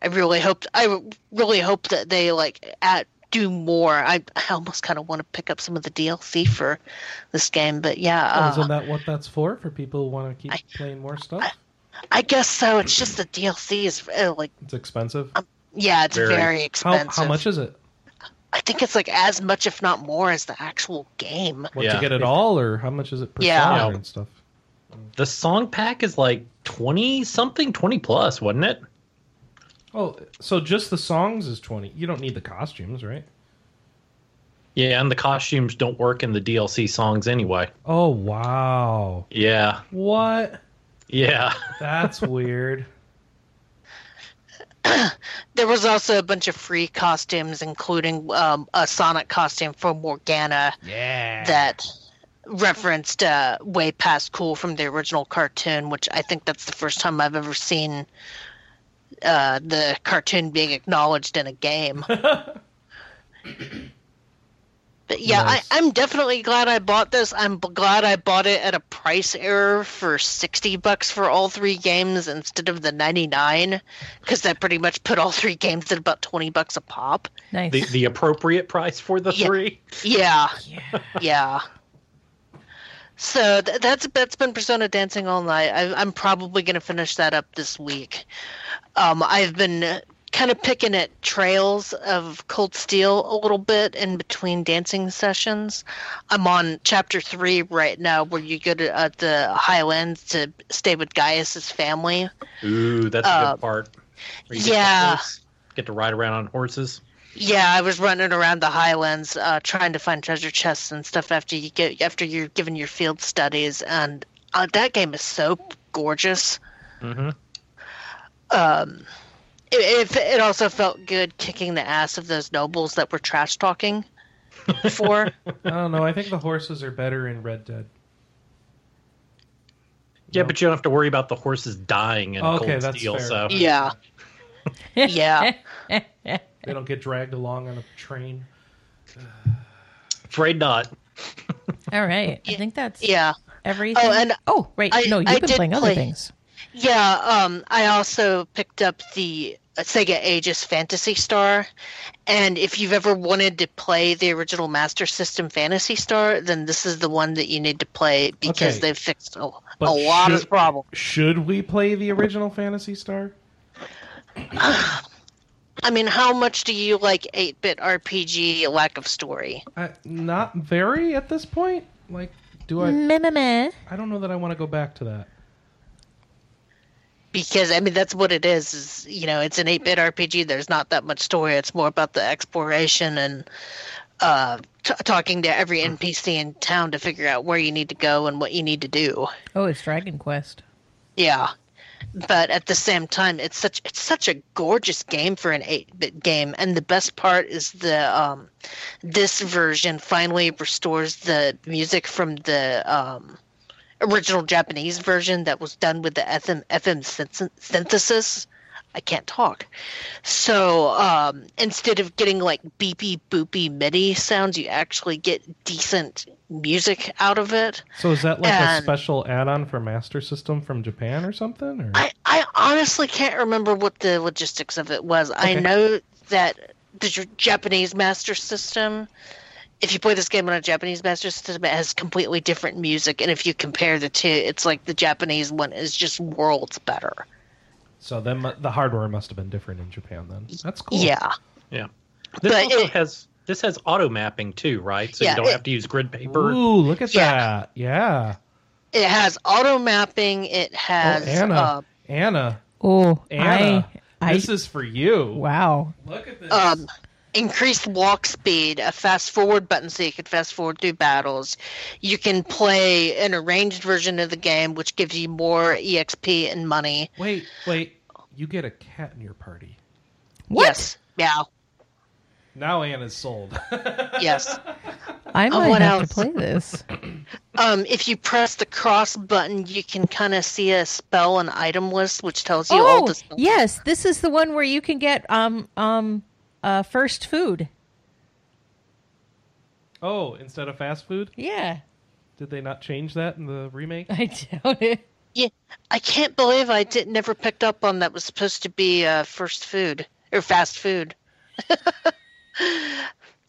Speaker 4: I really hope I really hope that they like at do more. I, I almost kind of want to pick up some of the DLC for this game, but yeah,
Speaker 3: Oh,
Speaker 4: uh,
Speaker 3: isn't that what that's for? For people who want to keep playing more stuff?
Speaker 4: I guess so. It's just the DLC is uh, like
Speaker 3: It's expensive.
Speaker 4: yeah, it's
Speaker 2: Very.
Speaker 4: very,
Speaker 3: How,
Speaker 4: expensive.
Speaker 3: how much is it?
Speaker 4: I think it's like as much, if not more, as the actual game.
Speaker 3: What
Speaker 2: Yeah.
Speaker 3: you get it all, or how much is it per
Speaker 4: Yeah.
Speaker 3: dollar
Speaker 2: Yeah.
Speaker 3: and stuff?
Speaker 2: The song pack is like twenty something, twenty plus, wasn't it?
Speaker 3: Oh, so just the songs is twenty. You don't need the costumes, right?
Speaker 2: Yeah, and the costumes don't work in the DLC songs anyway.
Speaker 3: Oh wow,
Speaker 2: Yeah,
Speaker 3: what?
Speaker 2: yeah.
Speaker 3: That's weird.
Speaker 4: There was also a bunch of free costumes, including um, a Sonic costume for Morgana
Speaker 3: Yeah.
Speaker 4: that referenced uh, Way Past Cool from the original cartoon, which I think that's the first time I've ever seen uh, the cartoon being acknowledged in a game. But yeah,
Speaker 3: Nice.
Speaker 4: I, I'm definitely glad I bought this. I'm b- glad I bought it at a price error for sixty bucks for all three games instead of the ninety nine, because that pretty much put all three games at about twenty bucks a pop.
Speaker 1: Nice.
Speaker 2: The the appropriate price for the
Speaker 4: Yeah.
Speaker 2: three.
Speaker 4: Yeah,
Speaker 1: yeah.
Speaker 4: yeah. So th- that's that's been Persona Dancing all night. I, I'm probably gonna finish that up this week. Um, I've been kind of picking at trails of Cold Steel a little bit in between dancing sessions. I'm on chapter three right now, where you go to uh, the Highlands to stay with Gaius's family.
Speaker 2: Ooh, that's a
Speaker 4: Uh,
Speaker 2: good part. Where you Get
Speaker 4: yeah.
Speaker 2: to, horse, get to ride around on horses.
Speaker 4: Yeah, I was running around the highlands uh, trying to find treasure chests and stuff after you get after you're given your field studies, and uh, that game is so gorgeous.
Speaker 2: Mhm.
Speaker 4: um, it, it, it also felt good kicking the ass of those nobles that were trash talking
Speaker 1: <laughs>
Speaker 4: before.
Speaker 3: I don't know. I think the horses are better in Red Dead.
Speaker 2: Yeah, but you don't have to worry about the horses dying in
Speaker 3: Okay,
Speaker 2: Cold
Speaker 3: that's
Speaker 2: Steel.
Speaker 3: fair.
Speaker 2: So
Speaker 4: yeah. yeah.
Speaker 3: They don't get dragged along on a train.
Speaker 2: afraid not.
Speaker 1: <laughs> All right. I think that's
Speaker 4: Yeah.
Speaker 1: everything.
Speaker 4: Oh, and
Speaker 1: oh, right.
Speaker 4: I-
Speaker 1: no, you've
Speaker 4: I
Speaker 1: been
Speaker 4: did
Speaker 1: playing other
Speaker 4: play-
Speaker 1: things.
Speaker 4: Yeah, um, I also picked up the Sega Aegis Fantasy Star, and if you've ever wanted to play the original Master System Fantasy Star, then this is the one that you need to play because
Speaker 3: Okay.
Speaker 4: they've fixed a, a
Speaker 3: But
Speaker 4: lot
Speaker 3: should-
Speaker 4: of problems.
Speaker 3: Should we play the original Fantasy Star?
Speaker 4: I mean, how much do you like 8 bit RPG, lack of story?
Speaker 3: Uh, not very at this point. Like, do I?
Speaker 1: Meh, meh, meh.
Speaker 3: I don't know that I want to go back to that.
Speaker 4: Because, I mean, that's what it is, is you know, it's an 8 bit RPG. There's not that much story. It's more about the exploration and uh, t- talking to every NPC in town to figure out where you need to go and what you need to do.
Speaker 1: Oh, it's Dragon Quest.
Speaker 4: Yeah. But at the same time, it's such it's such a gorgeous game for an 8-bit game, and the best part is the um, this version finally restores the music from the um, original Japanese version that was done with the FM, FM synth- synthesis. I can't talk. So um, instead of getting like beepy boopy MIDI sounds, you actually get decent music out of it.
Speaker 3: So is that like a
Speaker 4: And-
Speaker 3: special add-on for Master System from Japan or something? Or
Speaker 4: I, I honestly can't remember what the logistics of it was. I
Speaker 3: Okay.
Speaker 4: know that the J- Japanese Master System, if you play this game on a Japanese Master System, it has completely different music. And if you compare the two, it's like the Japanese one is just worlds better.
Speaker 3: so then mu- the hardware must have been different in Japan then. That's cool.
Speaker 4: Yeah.
Speaker 2: Yeah. This
Speaker 4: But
Speaker 2: also
Speaker 4: it-
Speaker 2: has this has auto mapping too, right? So
Speaker 4: Yeah,
Speaker 2: you don't
Speaker 4: it-
Speaker 2: have to use grid paper.
Speaker 3: Ooh, look at
Speaker 4: Yeah.
Speaker 3: that. Yeah.
Speaker 4: It has auto mapping, it
Speaker 3: Oh,
Speaker 4: has.
Speaker 3: Anna.
Speaker 4: uh,
Speaker 3: Anna.
Speaker 1: Oh,
Speaker 3: Anna.
Speaker 1: I, I,
Speaker 3: this is for you.
Speaker 1: wow.
Speaker 3: Look at this.
Speaker 4: um, increased walk speed, a fast forward button so you can fast forward through battles. You can play an arranged version of the game, which gives you more EXP and money.
Speaker 3: wait, wait. You get a cat in your party.
Speaker 1: What?
Speaker 4: Yes. Yeah.
Speaker 3: Now Anna's sold. <laughs>
Speaker 4: Yes.
Speaker 1: I might
Speaker 4: what
Speaker 1: have
Speaker 4: else?
Speaker 1: to play this.
Speaker 4: um, if you press the cross button, you can kind of see a spell and item list, which tells you all
Speaker 1: oh,
Speaker 4: <laughs> the spells.
Speaker 1: yes. This is the one where you can get um um uh first food.
Speaker 3: oh, instead of fast food,
Speaker 1: Yeah, <laughs>
Speaker 3: did they not change that in the remake?
Speaker 1: I doubt it.
Speaker 4: Yeah, I can't believe I did never picked up on that was supposed to be uh, first food or fast food. <laughs>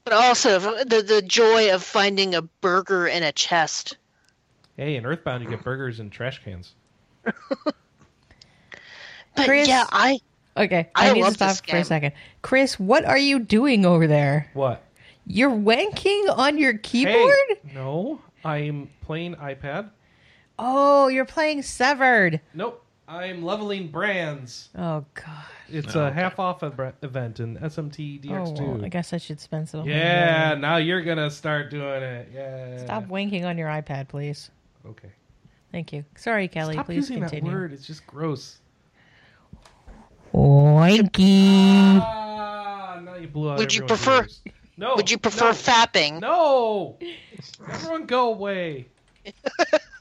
Speaker 4: but also the the joy of finding a burger in a chest.
Speaker 3: Hey, in Earthbound you get burgers in trash cans.
Speaker 4: But
Speaker 1: Chris-
Speaker 4: yeah, I
Speaker 1: Okay, I,
Speaker 4: I
Speaker 1: need to
Speaker 4: love
Speaker 1: stop
Speaker 4: this
Speaker 1: for a
Speaker 4: game.
Speaker 1: second. Chris, what are you doing over there?
Speaker 3: What?
Speaker 1: You're wanking on your keyboard?
Speaker 3: Hey, no, I'm playing iPad.
Speaker 1: Oh, you're playing Severed.
Speaker 3: Nope, I'm leveling brands.
Speaker 1: Oh God.
Speaker 3: It's a half off ev- event in SMT
Speaker 1: Oh,
Speaker 3: DX2.
Speaker 1: well, I guess I should spend some.
Speaker 3: yeah, now you're gonna start doing it. Yeah.
Speaker 1: Stop wanking on your iPad, please.
Speaker 3: Okay.
Speaker 1: Thank you. Sorry, Kelly.
Speaker 3: Stop
Speaker 1: please
Speaker 3: using
Speaker 1: continue.
Speaker 3: that word. It's just gross.
Speaker 1: Wanking.
Speaker 3: Ah, now you blew out.
Speaker 4: Would you
Speaker 3: everyone's
Speaker 4: prefer-
Speaker 3: ears. No.
Speaker 4: would you prefer
Speaker 3: Oh, no,
Speaker 4: fapping?
Speaker 3: No. Everyone, go away.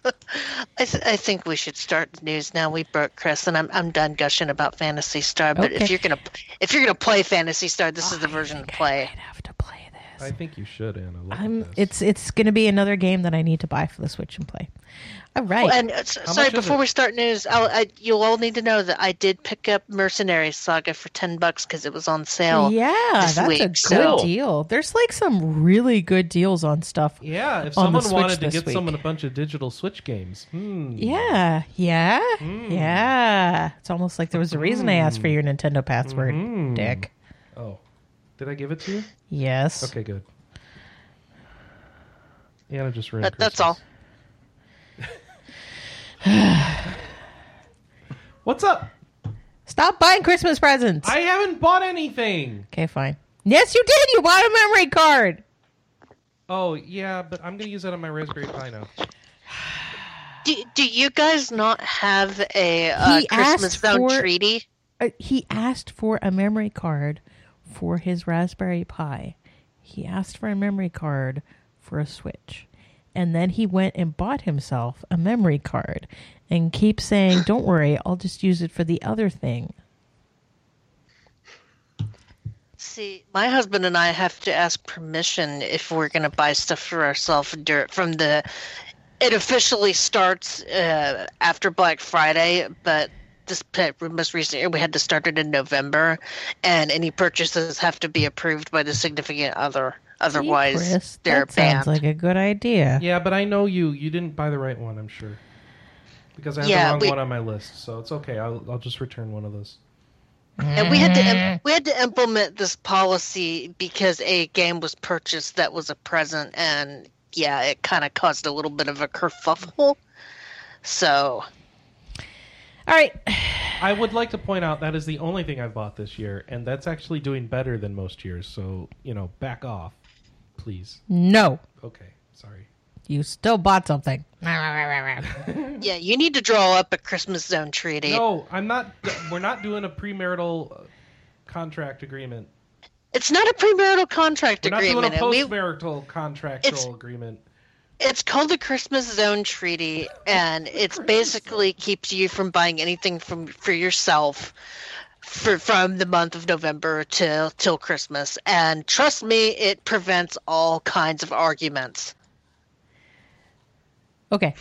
Speaker 4: I, th- I think we should start the news now. We broke Chris, and I'm I'm done gushing about Fantasy Star. But
Speaker 1: Okay.
Speaker 4: if you're gonna if you're gonna play Fantasy Star, this is the version to play.
Speaker 1: I'd have to play this.
Speaker 3: I think you should, Anna. Look
Speaker 1: I'm.
Speaker 3: at this.
Speaker 1: It's it's going to be another game that I need to buy for the Switch and play. All right.
Speaker 4: Well, and uh, s-
Speaker 3: How
Speaker 4: sorry,
Speaker 3: much is
Speaker 4: before
Speaker 3: it?
Speaker 4: we start news, I'll, I, you'll all need to know that I did pick up Mercenary Saga for ten bucks because it was on sale.
Speaker 1: yeah,
Speaker 4: this
Speaker 1: that's a
Speaker 4: week,
Speaker 1: good
Speaker 4: so-
Speaker 1: deal. There's like some really good deals on stuff.
Speaker 3: Yeah, if
Speaker 1: on the
Speaker 3: someone
Speaker 1: Switch
Speaker 3: wanted to
Speaker 1: this
Speaker 3: get
Speaker 1: week.
Speaker 3: someone a bunch of digital Switch games, hmm.
Speaker 1: Yeah, yeah, yeah. It's almost like there was a reason I asked for
Speaker 3: Hmm.
Speaker 1: your Nintendo password, Dick.
Speaker 3: Oh, did I give it to you?
Speaker 1: Yes.
Speaker 3: Okay, good. Anna just ruined.
Speaker 4: That, that's all.
Speaker 3: Christmas. What's up?
Speaker 1: Stop buying Christmas presents.
Speaker 3: I haven't bought anything.
Speaker 1: Okay, fine. Yes, you did. You bought a memory card.
Speaker 3: Oh yeah, but I'm gonna use that on my Raspberry Pi <laughs> now.
Speaker 4: Do, do you guys not have a uh,
Speaker 1: He
Speaker 4: Christmas
Speaker 1: asked
Speaker 4: Zone
Speaker 1: for-
Speaker 4: treaty?
Speaker 1: uh, he asked for a memory card for his Raspberry Pi. He asked for a memory card for a Switch. And then he went and bought himself a memory card and keeps saying, Don't worry, I'll just use it for the other thing.
Speaker 4: See, my husband and I have to ask permission if we're going to buy stuff for ourselves dur- from the. It officially starts uh, after Black Friday, but this pe- most recent year we had to start it in November, and any purchases have to be approved by the significant other. Otherwise,
Speaker 1: See, Chris,
Speaker 4: they're
Speaker 1: that
Speaker 4: banned.
Speaker 1: sounds like a good idea.
Speaker 3: Yeah, but I know you. You didn't buy the right one, I'm sure. Because I have
Speaker 4: Yeah,
Speaker 3: the wrong
Speaker 4: we-
Speaker 3: one on my list, so it's okay. I'll, I'll just return one of those.
Speaker 4: And we had to im- we had to implement this policy because a game was purchased that was a present, and yeah, it kind of caused a little bit of a kerfuffle. So
Speaker 1: All right.
Speaker 3: I would like to point out that is the only thing I've bought this year, and that's actually doing better than most years. So you know, back off, please.
Speaker 1: No,
Speaker 3: Okay, sorry.
Speaker 1: you still bought something. <laughs>
Speaker 4: yeah, you need to draw up a Christmas zone treaty.
Speaker 3: No, I'm not. We're not doing a premarital uh, contract agreement.
Speaker 4: It's not a premarital contract
Speaker 3: We're not doing a
Speaker 4: agreement. and we-
Speaker 3: postmarital contractual agreement.
Speaker 4: it's called the Christmas Zone <laughs> Treaty, and it's basically keeps you from buying anything from for yourself for from the month of November till till Christmas. And trust me, it prevents all kinds of arguments.
Speaker 1: Okay,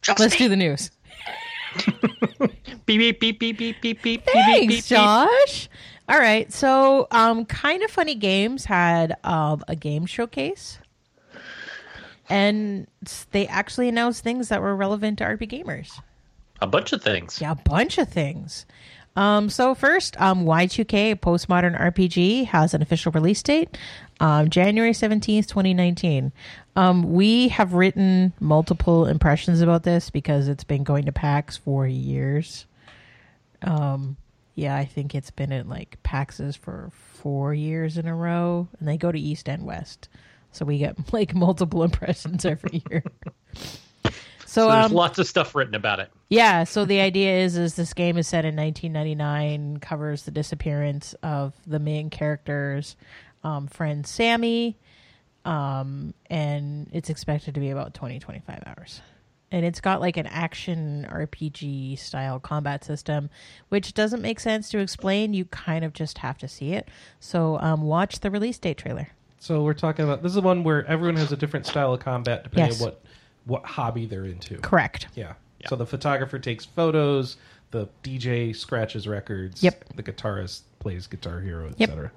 Speaker 4: Trust
Speaker 1: let's
Speaker 4: me.
Speaker 1: do the news.
Speaker 2: Beep, beep, beep, beep, beep, beep, beep, beep, beep,
Speaker 1: Thanks,
Speaker 2: beep.
Speaker 1: Josh. All right, so um, kind of funny games had um, a game showcase, and s- they actually announced things that were relevant to RP gamers.
Speaker 2: A bunch of things.
Speaker 1: Yeah, a bunch of things. Um, so first, um, Y2K Postmodern RPG has an official release date, um, January seventeenth, twenty nineteen. Um, we have written multiple impressions about this because it's been going to PAX for years. Um, yeah, I think it's been at like PAXs for four years in a row, and they go to East and West, so we get <laughs> like multiple impressions every year. So,
Speaker 2: So there's
Speaker 1: um,
Speaker 2: lots of stuff written about it.
Speaker 1: yeah, so the idea is is this game is set in 1999, covers the disappearance of the main character's um, friend Sammy, um, and it's expected to be about 20 25 hours. And it's got like an action RPG style combat system, which doesn't make sense to explain. You kind of just have to see it. So um, watch the release date trailer.
Speaker 3: So we're talking about this is one where everyone has a different style of combat depending
Speaker 1: Yes.
Speaker 3: on what what hobby they're into.
Speaker 1: Correct.
Speaker 3: Yeah. So the photographer takes photos, the DJ scratches records,
Speaker 1: Yep.
Speaker 3: the guitarist plays Guitar Hero,
Speaker 1: Yep.
Speaker 3: etc.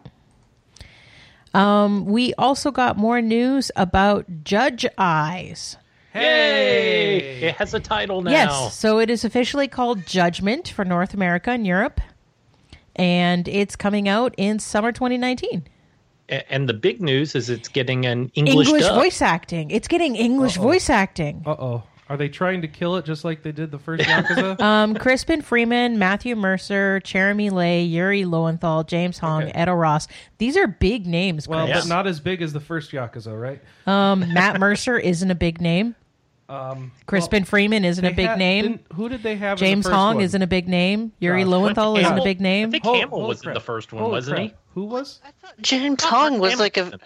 Speaker 1: Um, we also got more news about Judge Eyes.
Speaker 2: Yay! It has a title now.
Speaker 1: Yes, so it is officially called Judgment for North America and Europe, and it's coming out in summer 2019.
Speaker 2: A- And the big news is it's getting an English,
Speaker 1: English,
Speaker 2: dub.
Speaker 1: voice acting. It's getting English voice acting.
Speaker 3: Uh-oh. Are they trying to kill it just like they did
Speaker 1: <laughs>
Speaker 3: the first Yakuza?
Speaker 1: Um, Crispin Freeman, Matthew Mercer, Jeremy Lay, Yuri Lowenthal, James Hong,
Speaker 3: Okay.
Speaker 1: Edo Ross. These are big names.
Speaker 3: well,
Speaker 1: Chris.
Speaker 3: but not as big as the first Yakuza, right?
Speaker 1: um, Matt Mercer isn't a big name.
Speaker 3: Um
Speaker 1: Crispin Freeman isn't a
Speaker 3: they
Speaker 1: big
Speaker 3: had-
Speaker 1: name.
Speaker 3: didn't- Who did they have? in the
Speaker 1: James
Speaker 3: first
Speaker 1: Hong
Speaker 3: one?
Speaker 1: isn't a big name. Yuri
Speaker 3: Gosh.
Speaker 1: Lowenthal isn't a
Speaker 2: Hamill-
Speaker 1: big name.
Speaker 2: I think
Speaker 3: Hol-
Speaker 2: Hamill
Speaker 3: holy
Speaker 2: was in
Speaker 3: crap.
Speaker 2: the first one,
Speaker 3: Holy
Speaker 2: wasn't
Speaker 3: crap.
Speaker 2: he?
Speaker 3: Who was?
Speaker 4: James Hong was like a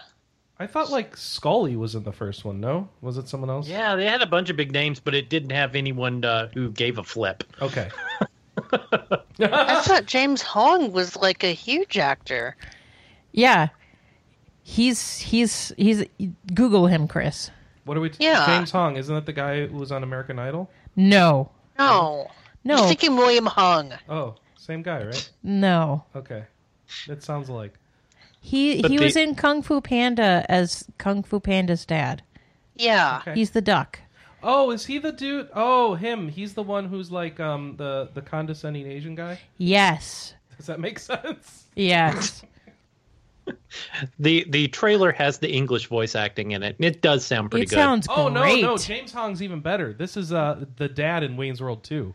Speaker 3: I thought like Scully was in the first one. No, was it someone else?
Speaker 2: Yeah, they had a bunch of big names, but it didn't have anyone uh, who gave a flip.
Speaker 3: Okay.
Speaker 4: I thought James Hong was like a huge actor.
Speaker 1: Yeah. He's he's he's Google him, Chris.
Speaker 3: What are we? T-
Speaker 4: Yeah.
Speaker 3: James Hong isn't that the guy who was on American Idol?
Speaker 1: No.
Speaker 4: No.
Speaker 1: No.
Speaker 4: You're thinking William Hung.
Speaker 3: Oh, same guy, right?
Speaker 1: No.
Speaker 3: Okay. That sounds like.
Speaker 1: He
Speaker 2: But
Speaker 1: he
Speaker 2: the-
Speaker 1: was in Kung Fu Panda as Kung Fu Panda's dad.
Speaker 4: Yeah.
Speaker 3: Okay.
Speaker 1: He's the duck.
Speaker 3: Oh, is he the dude? Oh, him. He's the one who's like um the the condescending Asian guy.
Speaker 1: Yes.
Speaker 3: Does that make <laughs> sense?
Speaker 1: Yes.
Speaker 2: the The trailer has the English voice acting in it, and it does sound pretty
Speaker 1: it
Speaker 2: good.
Speaker 1: sounds
Speaker 3: Oh
Speaker 1: great.
Speaker 3: no, no. James Hong's even better. This is uh the dad in Wayne's World 2.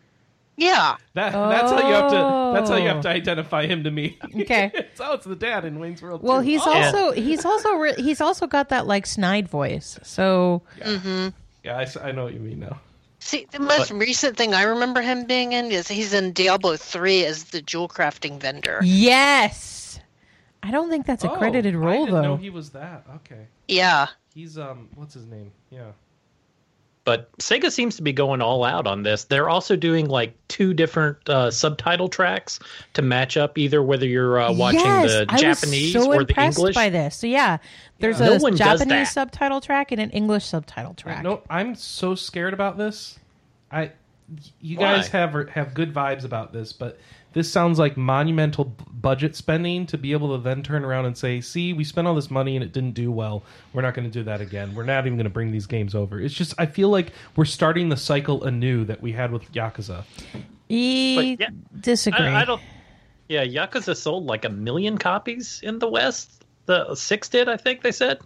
Speaker 4: Yeah.
Speaker 3: That that's how you have to. That's how you
Speaker 1: Oh.
Speaker 3: have to identify him to me.
Speaker 1: Okay.
Speaker 3: so <laughs> it's the dad in Wayne's World.
Speaker 1: Well,
Speaker 3: 2.
Speaker 1: he's
Speaker 3: Oh,
Speaker 1: also he's also re- he's also got that like snide voice. So
Speaker 3: yeah. I, s- I know what you mean now.
Speaker 4: See, the most recent thing I remember him being in is he's in Diablo 3 as the jewel crafting vendor.
Speaker 1: Yes. I don't think that's a
Speaker 3: Oh,
Speaker 1: credited
Speaker 3: I
Speaker 1: role
Speaker 3: didn't
Speaker 1: though.
Speaker 3: know he was that. Okay.
Speaker 4: Yeah.
Speaker 3: He's um, what's his name? Yeah.
Speaker 2: But Sega seems to be going all out on this. They're also doing like two different uh, subtitle tracks to match up either whether you're uh, watching
Speaker 1: yes,
Speaker 2: the
Speaker 1: I
Speaker 2: Japanese
Speaker 1: was so
Speaker 2: or the
Speaker 1: impressed
Speaker 2: English.
Speaker 1: by this. So yeah, there's
Speaker 2: No
Speaker 1: a
Speaker 2: one does that.
Speaker 1: Japanese subtitle track and an English subtitle track.
Speaker 3: No, I'm so scared about this. I, you
Speaker 2: Why?
Speaker 3: guys have have good vibes about this, but this sounds like monumental b- budget spending to be able to then turn around and say, "See, we spent all this money and it didn't do well. We're not going to do that again. We're not even going to bring these games over." It's just I feel like we're starting the cycle anew that we had with Yakuza.
Speaker 1: E-
Speaker 2: But, yeah,
Speaker 1: disagree.
Speaker 2: I, I don't. Yeah, Yakuza sold like a million copies in the West. The six did, I think they said.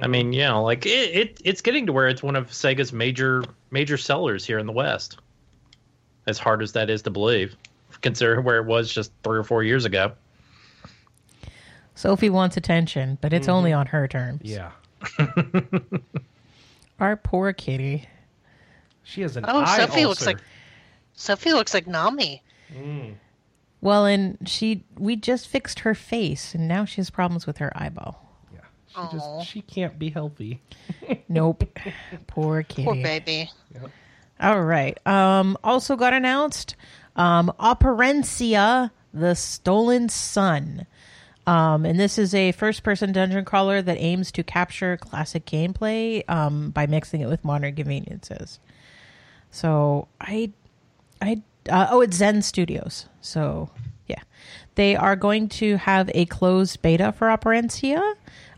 Speaker 2: I mean, you know, like it, it, it's getting to where it's one of Sega's major major sellers here in the West. As hard as that is to believe, considering where it was just three or four years ago.
Speaker 1: Sophie wants attention, but it's only
Speaker 2: Mm-hmm.
Speaker 1: on her terms.
Speaker 3: Yeah,
Speaker 1: Our poor kitty.
Speaker 3: she has an
Speaker 4: Oh,
Speaker 3: eye
Speaker 4: Sophie looks
Speaker 3: ulcer.
Speaker 4: like Sophie looks like Nami.
Speaker 1: Well, and she we just fixed her face, and now she has problems with her eyeball.
Speaker 3: yeah. She
Speaker 4: Aw.
Speaker 3: just she can't be healthy.
Speaker 1: Nope. <laughs> poor kitty.
Speaker 4: Poor baby.
Speaker 1: All right. Um, also got announced um, Operencia, the Stolen Sun. Um, and this is a first person dungeon crawler that aims to capture classic gameplay um, by mixing it with modern conveniences. So I, I, uh, oh, it's Zen Studios. So yeah, they are going to have a closed beta for Operencia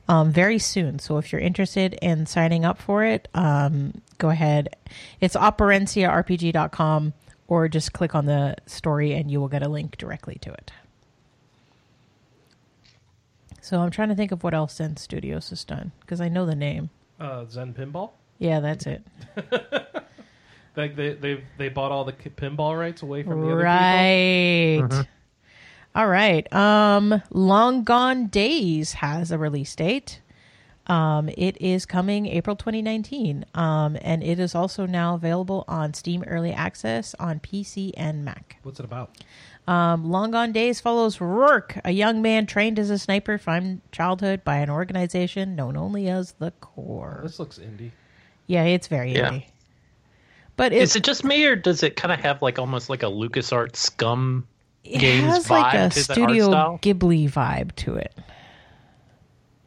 Speaker 1: um, very soon. So if you're interested in signing up for it, um, go ahead. It's operenciarpg.com or just click on the story and you will get a link directly to it. So I'm trying to think of what else Zen Studios has done because I know the name.
Speaker 3: Uh, Zen pinball.
Speaker 1: Yeah, that's it.
Speaker 3: Like they they they bought all the ki- pinball rights away from the other people.
Speaker 1: Right.
Speaker 2: Mm-hmm.
Speaker 1: All right. Um, Long Gone Days has a release date. Um, it is coming April 2019. Um, and it is also now available on Steam Early Access on PC and Mac.
Speaker 3: What's it about?
Speaker 1: Um, Long Gone Days follows Rourke, a young man trained as a sniper from childhood by an organization known only as the Corps.
Speaker 3: This looks indie.
Speaker 1: Yeah, it's very
Speaker 2: Yeah.
Speaker 1: indie. But it's,
Speaker 2: Is it just me, or does it kind of have like almost like a LucasArts scum
Speaker 1: it
Speaker 2: games
Speaker 1: has like
Speaker 2: vibe
Speaker 1: a
Speaker 2: to the art
Speaker 1: Studio
Speaker 2: style?
Speaker 1: Ghibli vibe to it.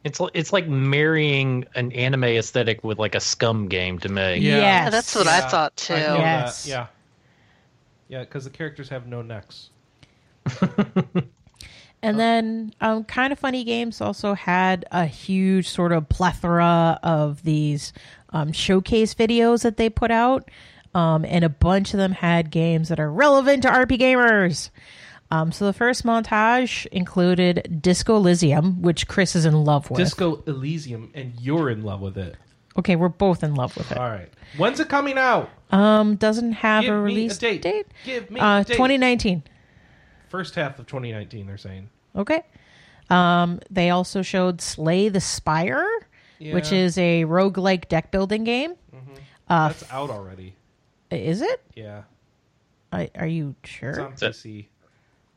Speaker 2: It's li- it's like marrying an anime aesthetic with like a scum game to me.
Speaker 1: Yeah.
Speaker 4: Yeah, that's what I thought too.
Speaker 3: know
Speaker 1: Oh, Yeah.
Speaker 3: that.
Speaker 1: Yes.
Speaker 3: Yeah. Yeah, because the characters have no necks.
Speaker 1: And then, um, kind of funny games also had a huge sort of plethora of these um, showcase videos that they put out, um, and a bunch of them had games that are relevant to RP gamers. Um, so the first montage included Disco Elysium, which Chris is in love with.
Speaker 3: Disco Elysium, and you're in love with it.
Speaker 1: okay, we're both in love with it.
Speaker 3: All right. When's it coming out?
Speaker 1: Um, doesn't have
Speaker 3: Uh, Give
Speaker 1: a
Speaker 3: me a
Speaker 1: release
Speaker 3: date. Give me a
Speaker 1: uh,
Speaker 3: date.
Speaker 1: 2019.
Speaker 3: First half of 2019, they're saying.
Speaker 1: Okay. Um, they also showed Slay the Spire, which
Speaker 3: Yeah.
Speaker 1: is a roguelike deck building game. Uh,
Speaker 3: That's out already.
Speaker 1: Is it?
Speaker 3: Yeah.
Speaker 1: I, are you
Speaker 3: It's
Speaker 1: sure?
Speaker 3: on PC.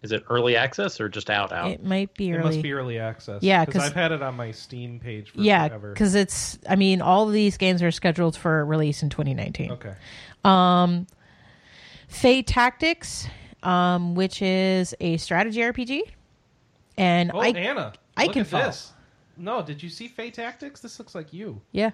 Speaker 2: Is it early access or just out out?
Speaker 1: It might be
Speaker 3: It
Speaker 1: early.
Speaker 3: must be early access.
Speaker 1: Yeah, 'cause-
Speaker 3: because I've had it on my Steam page for
Speaker 1: yeah,
Speaker 3: forever.
Speaker 1: because it's. I mean, all of these games are scheduled for release in 2019.
Speaker 3: Okay.
Speaker 1: Fey Tactics, um, which is a strategy RPG, and
Speaker 3: Oh,
Speaker 1: I
Speaker 3: Anna.
Speaker 1: I
Speaker 3: look
Speaker 1: can
Speaker 3: at
Speaker 1: follow.
Speaker 3: this. No, did you see Faye Tactics? This looks like you.
Speaker 1: yeah.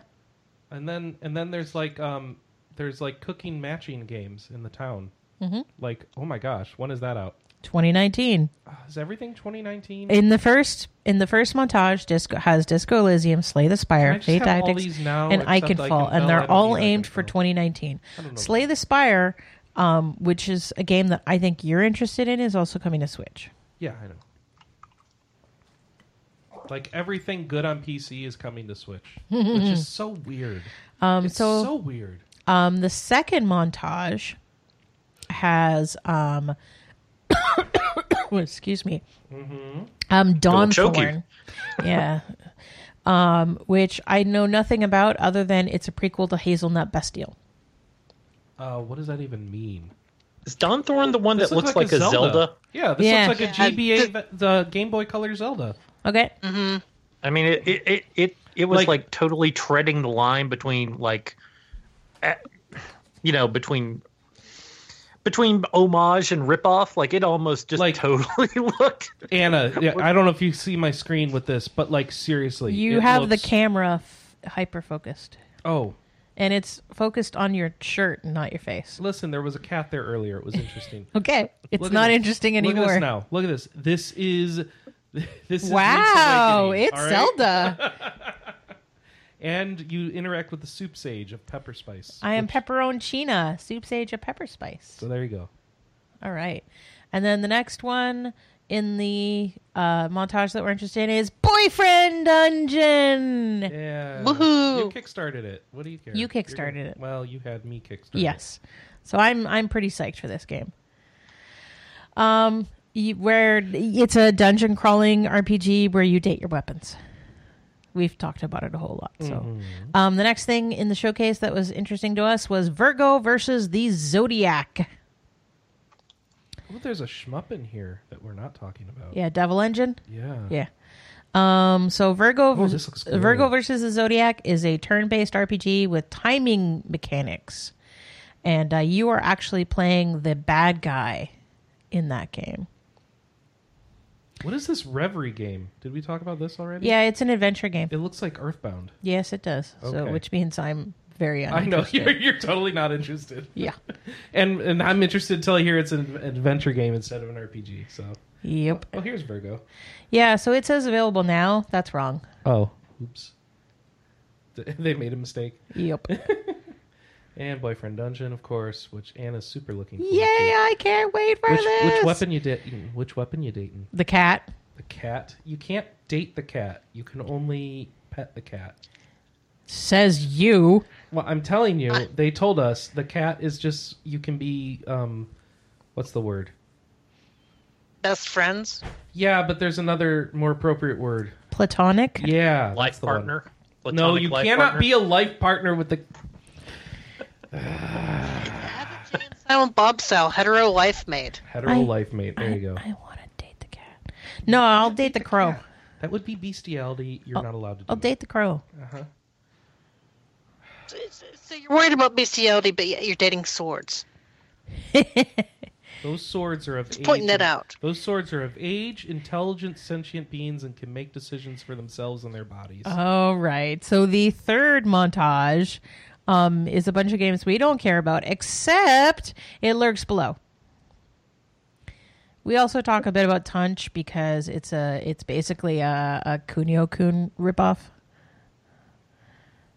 Speaker 3: And then and then there's like um there's like cooking matching games in the town. Mm-hmm. Like oh my gosh, when is that out? Uh,
Speaker 1: 2019.
Speaker 3: Is everything 2019?
Speaker 1: In the first in the first montage, disco has Disco Elysium, Slay the
Speaker 3: Can I
Speaker 1: Spire,
Speaker 3: just
Speaker 1: Fate
Speaker 3: have all
Speaker 1: Tactics,
Speaker 3: these now
Speaker 1: and I
Speaker 3: except
Speaker 1: Can
Speaker 3: I Can
Speaker 1: Fall,
Speaker 3: Fall?
Speaker 1: and
Speaker 3: I
Speaker 1: they're
Speaker 3: don't
Speaker 1: all
Speaker 3: need I Can
Speaker 1: aimed for
Speaker 3: Fall.
Speaker 1: 2019.
Speaker 3: don't know
Speaker 1: Slay the Spire, um, which is a game that I think you're interested in, is also coming to Switch.
Speaker 3: yeah, I know. Like everything good on PC is coming
Speaker 1: <laughs>
Speaker 3: to Switch, which is so weird. Um, it's
Speaker 1: so-
Speaker 3: so, weird.
Speaker 1: Um, the second montage has, um, <coughs> excuse me,
Speaker 3: Mm-hmm.
Speaker 1: um, Dawn
Speaker 2: choke you.
Speaker 1: Thorn.
Speaker 3: <laughs>
Speaker 1: yeah. Um, which I know nothing about other than it's a prequel to Hazelnut Bastille.
Speaker 3: Uh, what does that even mean?
Speaker 2: Is Don Thorn the one
Speaker 3: This
Speaker 2: that looks like, a Zelda?
Speaker 3: Yeah, this
Speaker 1: Yeah.
Speaker 3: looks like a
Speaker 4: Yeah.
Speaker 3: GBA, ve- the Game Boy Color Zelda.
Speaker 1: Okay.
Speaker 2: I mean, it it it it, it was
Speaker 3: Like-
Speaker 2: like, totally treading the line between like, eh, you know, between between homage and ripoff. Like it almost just
Speaker 3: Like-
Speaker 2: like totally <laughs> looked.
Speaker 3: Anna, yeah, I don't know if you see my screen with this, but like seriously,
Speaker 1: You
Speaker 3: it
Speaker 1: have
Speaker 3: looks-
Speaker 1: the camera f- hyper focused,
Speaker 3: Oh,
Speaker 1: and it's focused on your shirt and not your face.
Speaker 3: listen, there was a cat there
Speaker 1: <laughs>
Speaker 3: earlier. It was interesting.
Speaker 1: Okay, it's
Speaker 3: Look at
Speaker 1: not
Speaker 3: this.
Speaker 1: interesting anymore.
Speaker 3: Look at this now. Look at this. This is <laughs> this. Is
Speaker 1: Wow,
Speaker 3: Link's Awakening,
Speaker 1: it's
Speaker 3: all right? <laughs>
Speaker 1: Zelda.
Speaker 3: And you interact with the soup sage of pepper spice.
Speaker 1: I am
Speaker 3: which-
Speaker 1: pepperoncina, soup sage of pepper spice.
Speaker 3: So there you go.
Speaker 1: All right. And then the next one in the uh, montage that we're interested in is Boyfriend Dungeon.
Speaker 3: Yeah.
Speaker 4: Woohoo.
Speaker 3: You kickstarted it. What do you care?
Speaker 1: You
Speaker 3: You're gonna-
Speaker 1: kickstarted it.
Speaker 3: Well, you had me kickstart.
Speaker 1: Yes. So I'm I'm pretty psyched for this game. Um you, where it's a dungeon crawling RPG where you date your weapons. We've talked about it a whole lot. So um the next thing in the showcase that was interesting to us was Virgo versus the Zodiac.
Speaker 3: Well, there's a shmup in here that we're not talking about.
Speaker 1: Yeah, Devil Engine.
Speaker 3: Yeah.
Speaker 1: Yeah. Um, so Virgo,
Speaker 3: Oh, this looks cool.
Speaker 1: Virgo versus the Zodiac is a turn-based RPG with timing mechanics, and uh, you are actually playing the bad guy in that game.
Speaker 3: What is this Reverie game? Did we talk about this already?
Speaker 1: Yeah, it's an adventure game.
Speaker 3: It looks like Earthbound.
Speaker 1: Yes, it does. So,
Speaker 3: Okay.
Speaker 1: which means I'm very
Speaker 3: I know <laughs>
Speaker 1: uninterested.
Speaker 3: you're, you're totally not interested.
Speaker 1: Yeah.
Speaker 3: <laughs> And and I'm interested until I hear it's an adventure game instead of an RPG. So,
Speaker 1: Yep.
Speaker 3: oh, here's Virgo.
Speaker 1: Yeah. So it says available now. That's wrong.
Speaker 3: Oh, oops. Th- <laughs> They made a mistake. <laughs>
Speaker 1: Yep.
Speaker 3: And Boyfriend Dungeon, of course, which Anna's super looking for.
Speaker 1: Yay! I can't wait for
Speaker 3: Which,
Speaker 1: this.
Speaker 3: which weapon you dating? Which weapon you dating?
Speaker 1: The cat.
Speaker 3: The cat. You can't date the cat. You can only pet the cat.
Speaker 1: Says you.
Speaker 3: Well, I'm telling you, they told us the cat is just you can be um what's the word?
Speaker 4: Best friends?
Speaker 3: Yeah, but there's another more appropriate word.
Speaker 1: Platonic.
Speaker 3: Yeah, that's
Speaker 2: Life
Speaker 3: the one.
Speaker 2: partner.
Speaker 3: No,
Speaker 2: Platonic
Speaker 3: you
Speaker 2: life
Speaker 3: cannot
Speaker 2: partner.
Speaker 3: be a life partner with the
Speaker 4: Silent Bob style hetero life mate.
Speaker 3: hetero
Speaker 1: I-
Speaker 3: life mate. There you go.
Speaker 1: I want to date the cat. No, I'll date the crow.
Speaker 3: That would be bestiality. You're
Speaker 1: Oh,
Speaker 3: not allowed to do.
Speaker 1: I'll date the crow. <laughs>
Speaker 4: So, so you're worried about bestiality, but yet you're dating swords.
Speaker 3: that. Those swords are of age.
Speaker 4: pointing that
Speaker 3: and-
Speaker 4: out.
Speaker 3: Those swords are of age, intelligent, sentient beings, and can make decisions for themselves and their bodies.
Speaker 1: All right. So the third montage um, is a bunch of games we don't care about, except it lurks below. We also talk a bit about Tunch because it's a it's basically a, a Kunio Kun ripoff.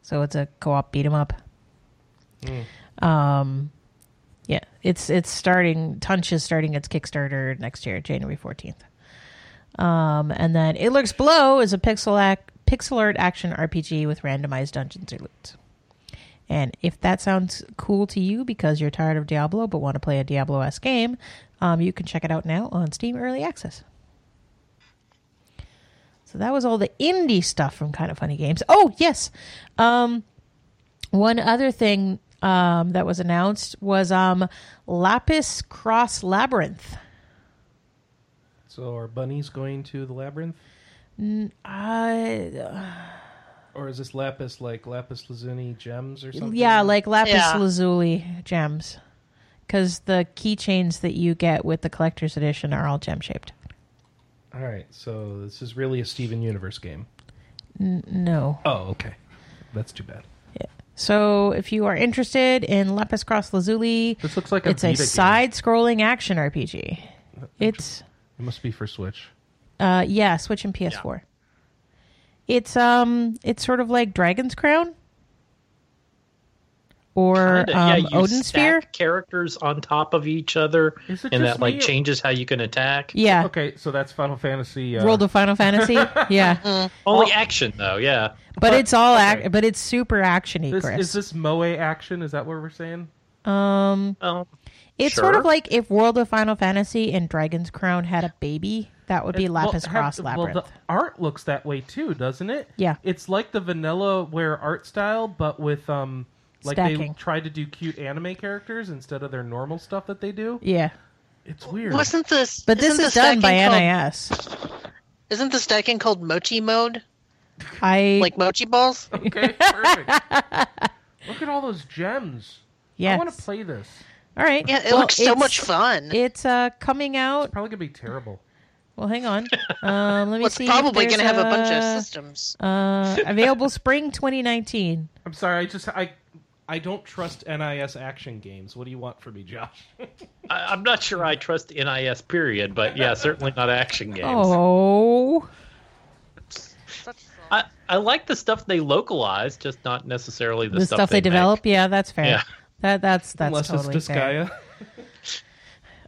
Speaker 1: So it's a co-op beat 'em up. Um, yeah, it's it's starting. Tunch is starting its Kickstarter next year, January fourteenth. Um, and then It Lurks Below is a pixel act, pixel art action RPG with randomized dungeons or loot. And if that sounds cool to you because you're tired of Diablo but want to play a Diablo esque game, um, you can check it out now on Steam Early Access. So that was all the indie stuff from Kind of Funny Games. Oh, yes. Um, one other thing um, that was announced was um, Lapis Cross Labyrinth.
Speaker 3: So are bunnies going to the labyrinth,
Speaker 1: Uh,
Speaker 3: or is this lapis like lapis lazuli gems or something?
Speaker 1: Yeah, like lapis
Speaker 4: Yeah.
Speaker 1: lazuli gems. Because the keychains that you get with the collector's edition are all gem shaped.
Speaker 3: All right, so this is really a Steven Universe game.
Speaker 1: No.
Speaker 3: Oh, okay. That's too bad.
Speaker 1: So if you are interested in Lapis Cross Lazuli,
Speaker 3: This looks like a
Speaker 1: it's a
Speaker 3: Vita game.
Speaker 1: side scrolling action RPG. It's,
Speaker 3: It must be for Switch.
Speaker 1: uh, yeah, Switch and PS4. It's um, it's sort of like Dragon's Crown or
Speaker 2: Kinda, yeah,
Speaker 1: um,
Speaker 2: you
Speaker 1: Odin
Speaker 2: stack
Speaker 1: Sphere.
Speaker 2: characters on top of each other,
Speaker 3: Is it
Speaker 2: and
Speaker 3: just
Speaker 2: that like
Speaker 3: me or-
Speaker 2: changes how you can attack.
Speaker 1: Yeah,
Speaker 3: Okay, so that's Final Fantasy. Uh,
Speaker 1: World of Final Fantasy.
Speaker 3: <laughs>
Speaker 1: yeah,
Speaker 2: Only action though, yeah.
Speaker 1: but it's all
Speaker 3: Okay.
Speaker 1: ac- but it's super actiony.
Speaker 3: this,
Speaker 1: Chris.
Speaker 3: is this moe action? Is that what we're saying?
Speaker 1: Oh.
Speaker 2: Well,
Speaker 1: It's sort of
Speaker 2: Sure.
Speaker 1: like if World of Final Fantasy and Dragon's Crown had a baby, that would be
Speaker 3: It-
Speaker 1: Lapis
Speaker 3: well,
Speaker 1: Cross
Speaker 3: have-
Speaker 1: Labyrinth.
Speaker 3: Well, the art looks that way too, doesn't it?
Speaker 1: Yeah.
Speaker 3: It's like the vanilla ware art style, but with um Like they
Speaker 1: Stacking.
Speaker 3: tried to do cute anime characters instead of their normal stuff that they do.
Speaker 1: Yeah.
Speaker 3: It's weird.
Speaker 4: Wasn't this?
Speaker 1: But this
Speaker 4: isn't
Speaker 1: is
Speaker 4: the
Speaker 1: done by
Speaker 4: stacking called-
Speaker 1: NIS.
Speaker 4: Isn't the stacking called mochi mode?
Speaker 1: I
Speaker 4: Like
Speaker 1: <laughs>
Speaker 4: mochi balls?
Speaker 3: Okay, perfect. Look at all those gems. I
Speaker 1: yes.
Speaker 3: want to play this.
Speaker 1: All right.
Speaker 4: Yeah, it
Speaker 1: Well,
Speaker 4: looks so
Speaker 1: it's-
Speaker 4: much fun.
Speaker 1: It's uh, coming out.
Speaker 3: Probably gonna be terrible.
Speaker 1: Well, hang on. Um, let me
Speaker 4: Well, it's
Speaker 1: see. if
Speaker 4: probably
Speaker 1: there's
Speaker 4: going to have a bunch of
Speaker 1: a-
Speaker 4: systems.
Speaker 1: Uh, available spring 2019.
Speaker 3: I'm sorry. I just I I don't trust NIS action games. What do you want from me, Josh?
Speaker 2: I, I'm not sure I trust NIS period,
Speaker 1: <laughs>
Speaker 2: but yeah, certainly not action games.
Speaker 1: Oh,
Speaker 2: I, I like the stuff they localize, just not necessarily the,
Speaker 1: the stuff they,
Speaker 2: make.
Speaker 1: develop. Yeah, that's fair.
Speaker 2: Yeah.
Speaker 1: That that's that's
Speaker 3: Unless
Speaker 1: totally
Speaker 3: it's
Speaker 1: fair.
Speaker 3: Disgaea.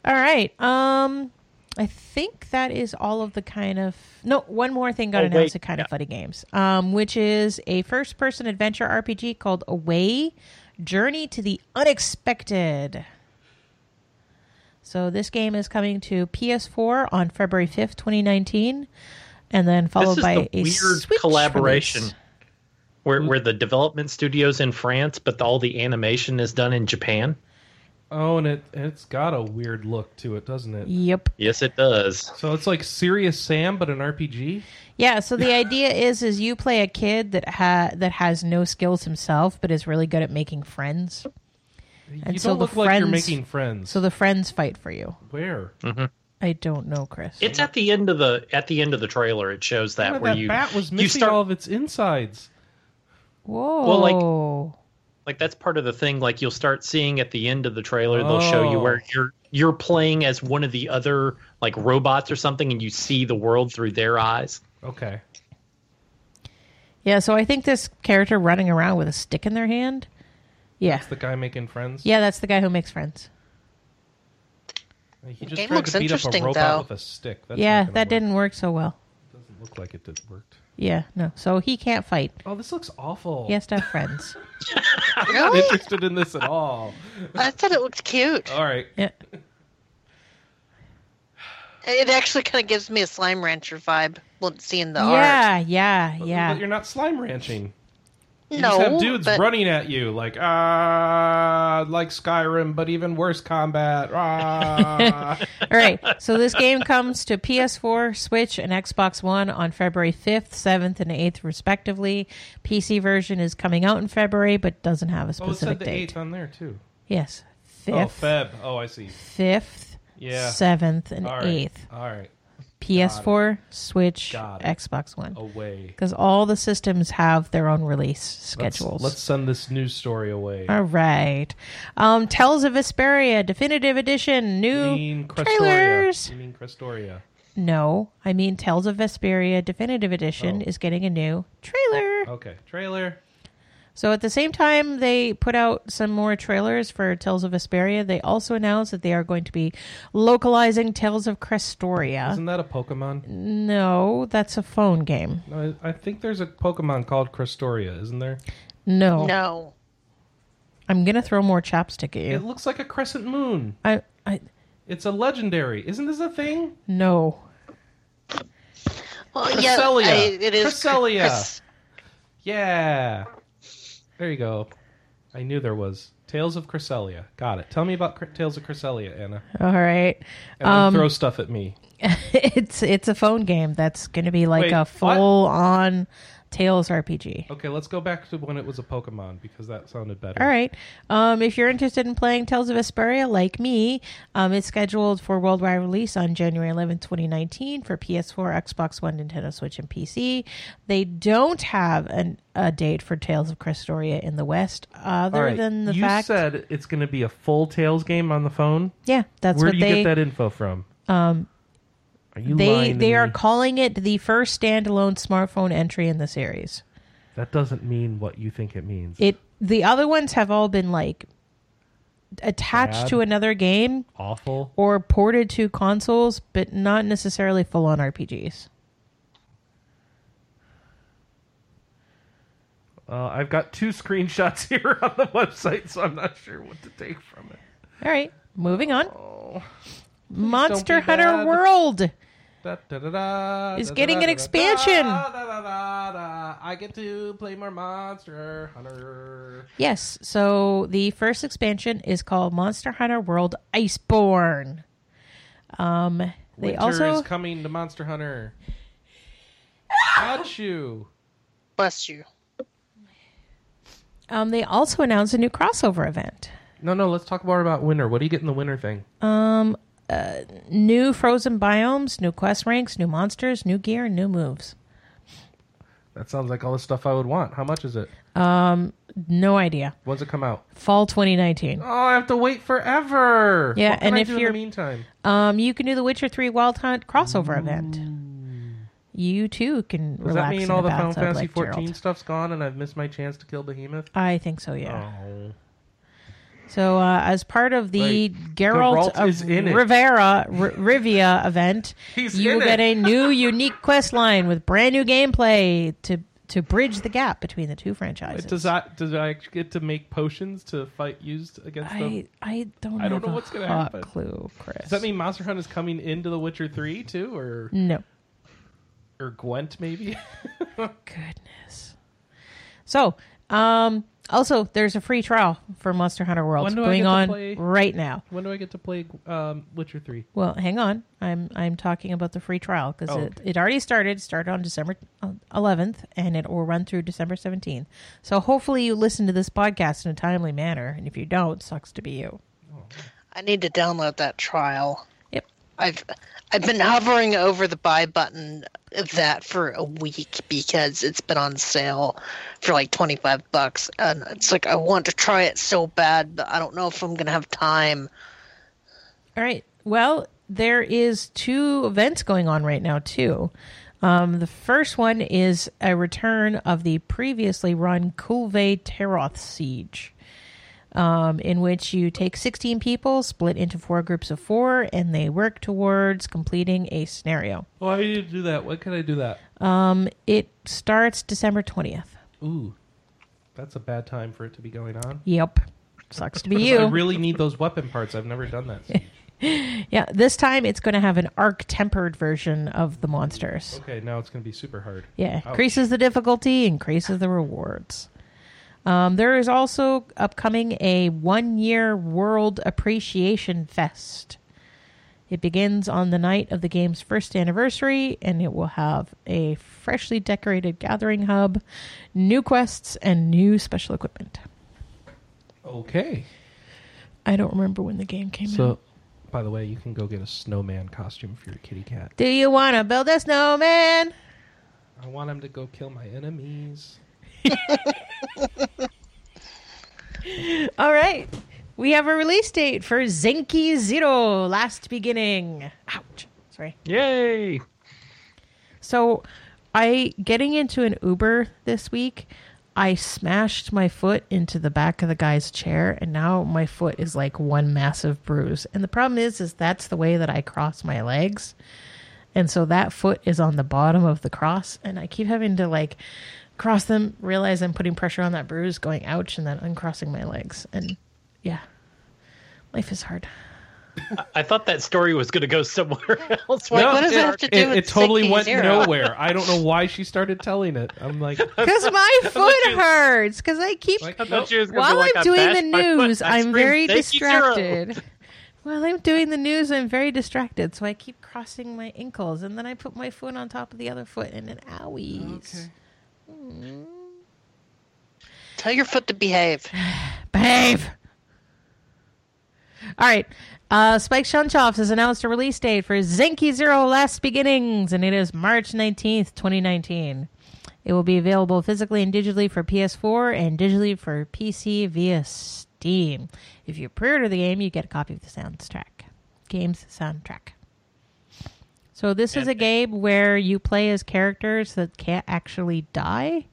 Speaker 1: All right. Um, I think that is all of the kind of no. One more thing got
Speaker 2: Oh,
Speaker 1: announced at
Speaker 2: wait.
Speaker 1: Kind of Funny Games, um, which is a first-person adventure RPG called Away: Journey to the Unexpected. So this game is coming to PS4 on February fifth, twenty nineteen, and then
Speaker 2: This
Speaker 1: followed
Speaker 2: is
Speaker 1: by
Speaker 2: the
Speaker 1: a
Speaker 2: weird
Speaker 1: Switch
Speaker 2: collaboration
Speaker 1: release.
Speaker 2: where
Speaker 1: Mm.
Speaker 2: where the development studios in France, but all the animation is done in Japan.
Speaker 3: Oh, and it and it's got a weird look to it, doesn't it?
Speaker 1: Yep.
Speaker 2: Yes, it does.
Speaker 3: So it's like Serious Sam, but an RPG.
Speaker 1: Yeah, so the idea is is you play a kid that ha- that has no skills himself but is really good at making friends. And
Speaker 3: you
Speaker 1: so
Speaker 3: don't
Speaker 1: the
Speaker 3: look like you're
Speaker 1: friends-
Speaker 3: making friends.
Speaker 1: So the friends fight for you.
Speaker 3: Where?
Speaker 4: Mm,
Speaker 1: I don't know, Chris.
Speaker 2: It's at the end of the at the end of the trailer. It shows that
Speaker 3: Remember
Speaker 2: where
Speaker 3: that
Speaker 2: you
Speaker 3: bat was missing
Speaker 2: you start
Speaker 3: all of its insides.
Speaker 1: Whoa.
Speaker 2: like- like that's part of the thing. Like you'll start seeing at the end of the trailer, they'll show you
Speaker 3: Oh.
Speaker 2: where you're you're playing as one of the other like robots or something, and you see the world through their eyes.
Speaker 3: Okay.
Speaker 1: yeah, so I think this character running around with a stick in their hand. Yeah.
Speaker 3: It's the guy making friends.
Speaker 1: Yeah, that's the guy who makes friends.
Speaker 3: He just
Speaker 4: Game
Speaker 3: tried
Speaker 4: looks
Speaker 3: to beat up a
Speaker 4: interesting,
Speaker 3: robot
Speaker 4: though.
Speaker 3: with a stick. That's
Speaker 1: yeah,
Speaker 3: not gonna
Speaker 1: that
Speaker 3: work.
Speaker 1: didn't work so well.
Speaker 3: Doesn't look like it did worked.
Speaker 1: Yeah, no. So he can't fight.
Speaker 3: Oh, this looks awful.
Speaker 1: He has to have friends.
Speaker 3: I'm
Speaker 4: Really?
Speaker 3: not <laughs> interested in this at all.
Speaker 4: I thought it looked cute.
Speaker 3: All right.
Speaker 1: <laughs> Yeah.
Speaker 4: It actually kind of gives me a Slime Rancher vibe. Well, seeing the art.
Speaker 1: yeah, yeah,
Speaker 3: But
Speaker 1: yeah.
Speaker 3: you're not slime ranching. You
Speaker 4: No,
Speaker 3: just have dudes
Speaker 4: but
Speaker 3: running at you like ah, like Skyrim, but even
Speaker 1: <laughs>
Speaker 3: worse combat. Ah. <laughs>
Speaker 1: All right. So this game comes to PS4, Switch, and Xbox One on February 5th, 7th, and 8th, respectively. PC version is coming out in February, but doesn't have a
Speaker 3: oh, it
Speaker 1: specific
Speaker 3: said the
Speaker 1: date.
Speaker 3: eighth on there too.
Speaker 1: Yes.
Speaker 3: Oh,
Speaker 1: 5th,
Speaker 3: Feb. Oh, I see.
Speaker 1: 5th,
Speaker 3: Yeah.
Speaker 1: 7th, and
Speaker 3: All right.
Speaker 1: 8th.
Speaker 3: All right.
Speaker 1: PS4, Switch,
Speaker 3: Got it. Oh.
Speaker 1: Xbox One.
Speaker 3: Away.
Speaker 1: Because all the systems have their own release schedules.
Speaker 3: Let's, let's send this news story away.
Speaker 1: All right. Um, Tales of Vesperia Definitive Edition.
Speaker 3: You
Speaker 1: New
Speaker 3: mean Crestoria.
Speaker 1: trailers.
Speaker 3: You mean Crestoria.
Speaker 1: No, I mean Tales of Vesperia Definitive Edition
Speaker 3: Oh.
Speaker 1: is getting a new trailer.
Speaker 3: Okay. Trailer.
Speaker 1: So at the same time they put out some more trailers for Tales of Vesperia, they also announced that they are going to be localizing Tales of Crestoria.
Speaker 3: Isn't that a Pokemon?
Speaker 1: No, that's a phone game.
Speaker 3: No, I I think there's a Pokemon called Crestoria, isn't there?
Speaker 1: No.
Speaker 4: no.
Speaker 1: I'm going to throw more chapstick at
Speaker 3: It
Speaker 1: you.
Speaker 3: looks like a crescent moon.
Speaker 1: I I
Speaker 3: It's a legendary. Isn't this a thing?
Speaker 1: no.
Speaker 4: Well, yeah,
Speaker 3: Cresselia.
Speaker 4: I- it is.
Speaker 3: Cresselia.
Speaker 4: Cress-
Speaker 3: Yeah. There you go. I knew there was. Tales of Cresselia. Got it. Tell me about Cre- Tales of Cresselia, Anna.
Speaker 1: All right. <laughs>
Speaker 3: And
Speaker 1: Um,
Speaker 3: then throw stuff at me.
Speaker 1: it's it's a phone game that's going to be like
Speaker 3: Wait,
Speaker 1: a
Speaker 3: what?
Speaker 1: full-on Tales RPG.
Speaker 3: Okay, let's go back to when it was a Pokemon because that sounded better.
Speaker 1: All right. Um, if you're interested in playing Tales of Vesperia, like me, um, it's scheduled for worldwide release on January 11, 2019 for PS4, Xbox One, Nintendo Switch, and PC. They don't have an, a date for Tales of Crestoria in the West, other than the
Speaker 3: you
Speaker 1: fact.
Speaker 3: said it's going to be a full Tales game on the phone.
Speaker 1: yeah, that's
Speaker 3: Where
Speaker 1: what
Speaker 3: do you
Speaker 1: they.
Speaker 3: get that info from? Um, are you
Speaker 1: they
Speaker 3: lying to
Speaker 1: they are
Speaker 3: me?
Speaker 1: calling it the first standalone smartphone entry in the series.
Speaker 3: that doesn't mean what you think it means.
Speaker 1: It the other ones have all been like attached
Speaker 3: Bad.
Speaker 1: to another game
Speaker 3: Awful.
Speaker 1: or ported to consoles, but not necessarily full on RPGs.
Speaker 3: Uh, I've got two screenshots <laughs> here on the website, so I'm not sure what to take from it.
Speaker 1: All right, moving on.
Speaker 3: Oh. don't
Speaker 1: Monster
Speaker 3: be
Speaker 1: Hunter
Speaker 3: bad.
Speaker 1: World.
Speaker 3: Da, da, da, da,
Speaker 1: Is
Speaker 3: da,
Speaker 1: getting
Speaker 3: da,
Speaker 1: an
Speaker 3: da,
Speaker 1: expansion.
Speaker 3: da, da, da, da, da. I get to play more Monster Hunter.
Speaker 1: Yes. So the first expansion is called Monster Hunter World Iceborne. Um, they
Speaker 3: Winter
Speaker 1: also
Speaker 3: is coming to Monster Hunter. Got you.
Speaker 4: Bless you.
Speaker 1: um, they also announced a new crossover event.
Speaker 3: No, no. Let's talk more about winter. What do you get in the winter thing?
Speaker 1: New frozen biomes, new quest ranks, new monsters, new gear, and new moves.
Speaker 3: That sounds like all the stuff I would want. How much is it?
Speaker 1: No idea.
Speaker 3: When's it come out?
Speaker 1: Fall 2019.
Speaker 3: Oh, I have to wait forever.
Speaker 1: Yeah,
Speaker 3: What can
Speaker 1: and
Speaker 3: I
Speaker 1: if
Speaker 3: do in
Speaker 1: you're-
Speaker 3: the meantime,
Speaker 1: Um, you can do the Witcher 3 Wild Hunt crossover event. You too can
Speaker 3: Mm. does
Speaker 1: relax
Speaker 3: that mean
Speaker 1: in
Speaker 3: all the Final
Speaker 1: baths of
Speaker 3: Fantasy
Speaker 1: Lake
Speaker 3: fourteen
Speaker 1: Geralt.
Speaker 3: stuff's gone and I've missed my chance to kill Behemoth?
Speaker 1: I think so, yeah.
Speaker 3: Oh,
Speaker 1: So, uh, as part of the Geralt
Speaker 3: Geralt
Speaker 1: of
Speaker 3: is in it.
Speaker 1: Rivera R- Rivia event,
Speaker 3: He's
Speaker 1: you
Speaker 3: in
Speaker 1: get
Speaker 3: it.
Speaker 1: a new unique quest line with brand new gameplay to to bridge the gap between the two franchises.
Speaker 3: does that? Does I get to make potions to fight used against them?
Speaker 1: I I don't
Speaker 3: I don't
Speaker 1: have
Speaker 3: know
Speaker 1: a
Speaker 3: what's gonna
Speaker 1: hot
Speaker 3: happen.
Speaker 1: clue, Chris.
Speaker 3: Does that mean Monster Hunt is coming into The Witcher Three too, or
Speaker 1: no?
Speaker 3: or Gwent maybe? <laughs>
Speaker 1: Goodness. So, um, also there's a free trial for Monster Hunter World
Speaker 3: When do I
Speaker 1: going
Speaker 3: get to
Speaker 1: on
Speaker 3: play-
Speaker 1: right now.
Speaker 3: when do I get to play um, Witcher Three?
Speaker 1: Well, hang on. I'm I'm talking about the free trial because
Speaker 3: Oh,
Speaker 1: it,
Speaker 3: okay.
Speaker 1: it already started. Started on December uh, 11th, and it will run through December 17th. So hopefully you listen to this podcast in a timely manner, and if you don't, sucks to be you.
Speaker 4: I need to download that trial.
Speaker 1: Yep.
Speaker 4: I've I've been hovering over the buy button of that for a week because it's been on sale for like 25 bucks and it's like I want to try it so bad but I don't know if I'm going to have time.
Speaker 1: All right. Well, there is two events going on right now too. Um, the first one is a return of the previously run Kulve Teroth siege, um, in which you take 16 people, split into four groups of four, and they work towards completing a scenario. Um,
Speaker 3: Oh, I need to do that. When can I do that?
Speaker 1: It starts December 20th.
Speaker 3: Ooh, that's a bad time for it to be going on.
Speaker 1: Yep. Sucks
Speaker 3: <laughs>
Speaker 1: to be you.
Speaker 3: I really need those weapon parts. I've never done that.
Speaker 1: <laughs> yeah, this time it's going to have an arc tempered version of the monsters.
Speaker 3: Okay, now it's going to be super hard.
Speaker 1: Yeah,
Speaker 3: Ouch.
Speaker 1: increases the difficulty, increases the rewards. Um, there is also upcoming a one year World Appreciation Fest. It begins on the night of the game's first anniversary, and it will have a freshly decorated gathering hub, new quests, and new special equipment.
Speaker 3: Okay.
Speaker 1: I don't remember when the game came out.
Speaker 3: So, by the way, you can go get a snowman costume for your kitty cat.
Speaker 1: Do you want to build a snowman?
Speaker 3: I want him to go kill my enemies.
Speaker 1: All right. We have a release date for Zenki Zero Last Beginning. Ouch. Sorry.
Speaker 2: Yay!
Speaker 1: So, I getting into an Uber this week, I smashed my foot into the back of the guy's chair and now my foot is like one massive bruise. And the problem is is that's the way that I cross my legs. And so that foot is on the bottom of the cross and I keep having to like cross them, realize I'm putting pressure on that bruise, going ouch and then uncrossing my legs. And yeah. Life is hard.
Speaker 2: I thought that story was going to go somewhere <laughs> else.
Speaker 4: Like, what does it have to do
Speaker 3: it,
Speaker 4: with
Speaker 3: it totally
Speaker 4: Zinky
Speaker 3: went
Speaker 4: Zero?
Speaker 3: nowhere. I don't know why she started telling it. I'm
Speaker 4: <laughs>
Speaker 1: <laughs>
Speaker 3: like,
Speaker 1: Because my foot hurts. Because I keep
Speaker 3: like
Speaker 2: I thought you was gonna be
Speaker 1: While
Speaker 2: like,
Speaker 1: I'm
Speaker 2: "I
Speaker 1: doing the
Speaker 2: bashed my foot,
Speaker 1: news,
Speaker 2: I
Speaker 1: I'm
Speaker 2: screamed,
Speaker 1: very
Speaker 2: "Thank you, Zero."
Speaker 1: distracted. <laughs> While I'm doing the news, I'm very distracted, so I keep crossing my ankles, and then I put my foot on top of the other foot, and an owies.
Speaker 4: Tell your foot
Speaker 1: <laughs>
Speaker 4: to behave.
Speaker 1: Behave. All right. Uh, Spike Shunchoff has announced a release date for Zenki Zero Last Beginnings, and it is March 19th, 2019. It will be available physically and digitally for PS4 and digitally for PC via Steam. If you pre order the game, you get a copy of the soundtrack. Game's soundtrack. So, this is a game where you play as characters that can't actually die.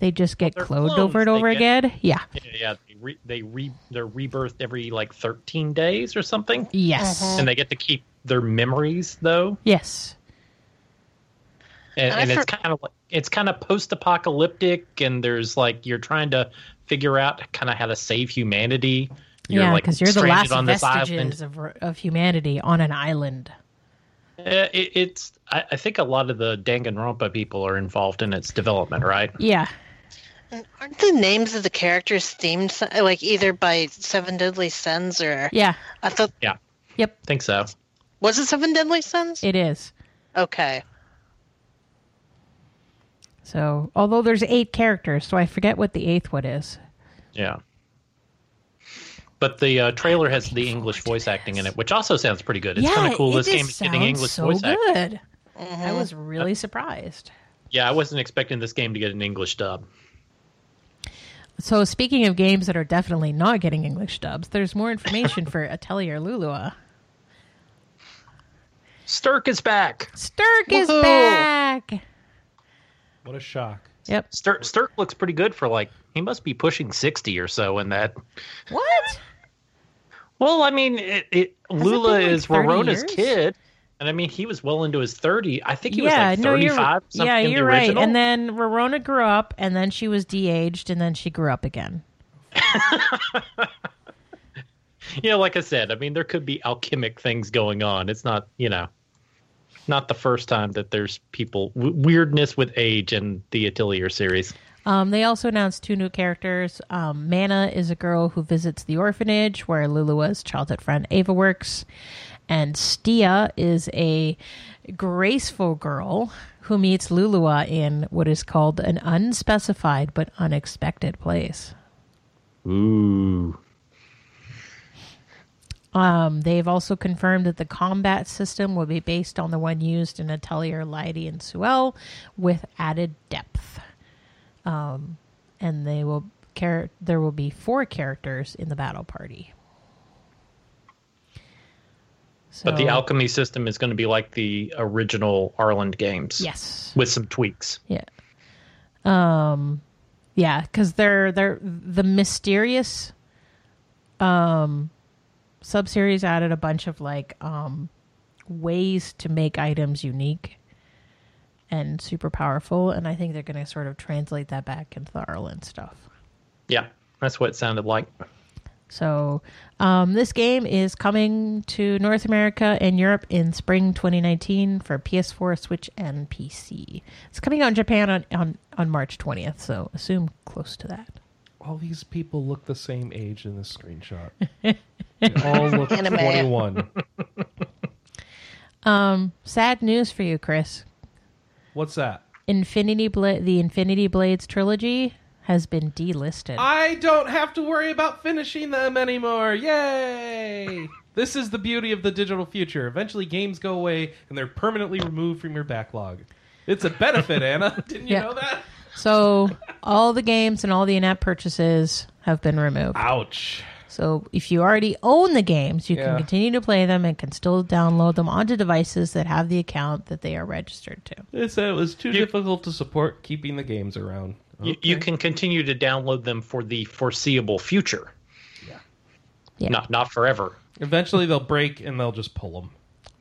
Speaker 1: They just get
Speaker 2: they're
Speaker 1: cloned
Speaker 2: clones.
Speaker 1: over and
Speaker 2: They
Speaker 1: over
Speaker 2: get-
Speaker 1: again. Yeah.
Speaker 2: Yeah, yeah, they re, they re they're rebirthed every like 13 days or something,
Speaker 1: Yes.
Speaker 2: and they get to keep their memories though,
Speaker 1: Yes.
Speaker 2: and,
Speaker 4: I
Speaker 2: and it's
Speaker 4: for-
Speaker 2: kind of like it's kind of post-apocalyptic, and there's like you're trying to figure out kind of how to save humanity. You're
Speaker 1: yeah,
Speaker 2: like
Speaker 1: because you're the
Speaker 2: stranded
Speaker 1: last
Speaker 2: on this island.
Speaker 1: vestiges of, of humanity on an island.
Speaker 2: Eh, It, it's. I, I think a lot of the Danganronpa people are involved in its development, right?
Speaker 1: Yeah.
Speaker 4: And aren't the names of the characters themed so- like either by Seven Deadly Sins or
Speaker 1: Yeah.
Speaker 4: I thought
Speaker 2: Yeah.
Speaker 1: Yep.
Speaker 2: think so.
Speaker 4: was it Seven Deadly Sins?
Speaker 1: It is.
Speaker 4: Okay.
Speaker 1: So, although there's eight characters, so I forget what the eighth one is.
Speaker 2: Yeah. But the uh, trailer has the English voice acting in it, which also sounds pretty good. It's
Speaker 1: yeah,
Speaker 2: kind of cool.
Speaker 1: it
Speaker 2: This
Speaker 1: just
Speaker 2: game is getting
Speaker 1: sounds
Speaker 2: English
Speaker 1: so
Speaker 2: voice acting.
Speaker 1: good. I was really surprised.
Speaker 2: Yeah, I wasn't expecting this game to get an English dub.
Speaker 1: So, speaking of games that are definitely not getting English dubs, there's more information for <laughs> Atelier Lulua.
Speaker 2: Sturk is back.
Speaker 1: Sturk is
Speaker 4: Woohoo!
Speaker 1: back.
Speaker 3: What a shock.
Speaker 1: Yep.
Speaker 2: Sturk, Sturk looks pretty good for like he must be pushing sixty or so in that.
Speaker 1: What?
Speaker 2: Well, I mean, it, it Lula
Speaker 1: been, like,
Speaker 2: is
Speaker 1: 30
Speaker 2: Rorona's
Speaker 1: years?
Speaker 2: kid, and I mean he was well into his thirty. I think he
Speaker 1: yeah,
Speaker 2: was like
Speaker 1: no, you're,
Speaker 2: thirty-five. something
Speaker 1: yeah,
Speaker 2: in the
Speaker 1: you're right.
Speaker 2: original.
Speaker 1: And then Rorona grew up, and then she was de-aged, and then she grew up again.
Speaker 2: you know, like I said, I mean, there could be alchemic things going on. It's not, you know, not the first time that there's people w- weirdness with age in the Atelier series.
Speaker 1: Um, they also announced two new characters. Um, Mana is a girl who visits the orphanage where Lulua's childhood friend Ava works, and Stia is a graceful girl who meets Lulua in what is called an unspecified but unexpected place.
Speaker 2: Ooh.
Speaker 1: Um, they've also confirmed that the combat system will be based on the one used in Atelier Leidy and Suel with added depth. Um, and they will char- there will be four characters in the battle party. So,
Speaker 2: But the
Speaker 3: Oh.
Speaker 2: alchemy system is going to be like the original Arland games.
Speaker 1: yes,
Speaker 2: With some tweaks.
Speaker 1: yeah, um, yeah, because they're they're the mysterious um subseries added a bunch of like um ways to make items unique and super powerful, and I think they're going to sort of translate that back into the Arlen stuff.
Speaker 2: Yeah, that's what it sounded like.
Speaker 1: So, um, this game is coming to North America and Europe in spring 2019 for PS4, Switch, and PC. It's coming out in Japan on, on, on March 20th, so assume close to that.
Speaker 3: All these people look the same age in this
Speaker 1: <laughs>
Speaker 3: screenshot. They all look
Speaker 4: Anime.
Speaker 3: 21.
Speaker 1: Sad news for you, Chris.
Speaker 3: What's that?
Speaker 1: Infinity Bla- the Infinity Blades trilogy has been delisted.
Speaker 3: I don't have to worry about finishing them anymore. Yay! This is the beauty of the digital future. Eventually, games go away and they're permanently removed from your backlog. It's
Speaker 2: <laughs>
Speaker 3: a benefit, Anna. Didn't you
Speaker 1: Yeah.
Speaker 3: know that?
Speaker 1: So, all the games and all the in app purchases have been removed.
Speaker 3: Ouch.
Speaker 1: So if you already own the games, you can
Speaker 3: Yeah.
Speaker 1: continue to play them and can still download them onto devices that have the account that they are registered to.
Speaker 3: They said it was too difficult to support keeping the games around.
Speaker 2: You, you can continue to download them for the foreseeable future.
Speaker 3: Yeah.
Speaker 1: Yeah.
Speaker 2: Not not forever.
Speaker 3: Eventually, they'll break and they'll just pull them.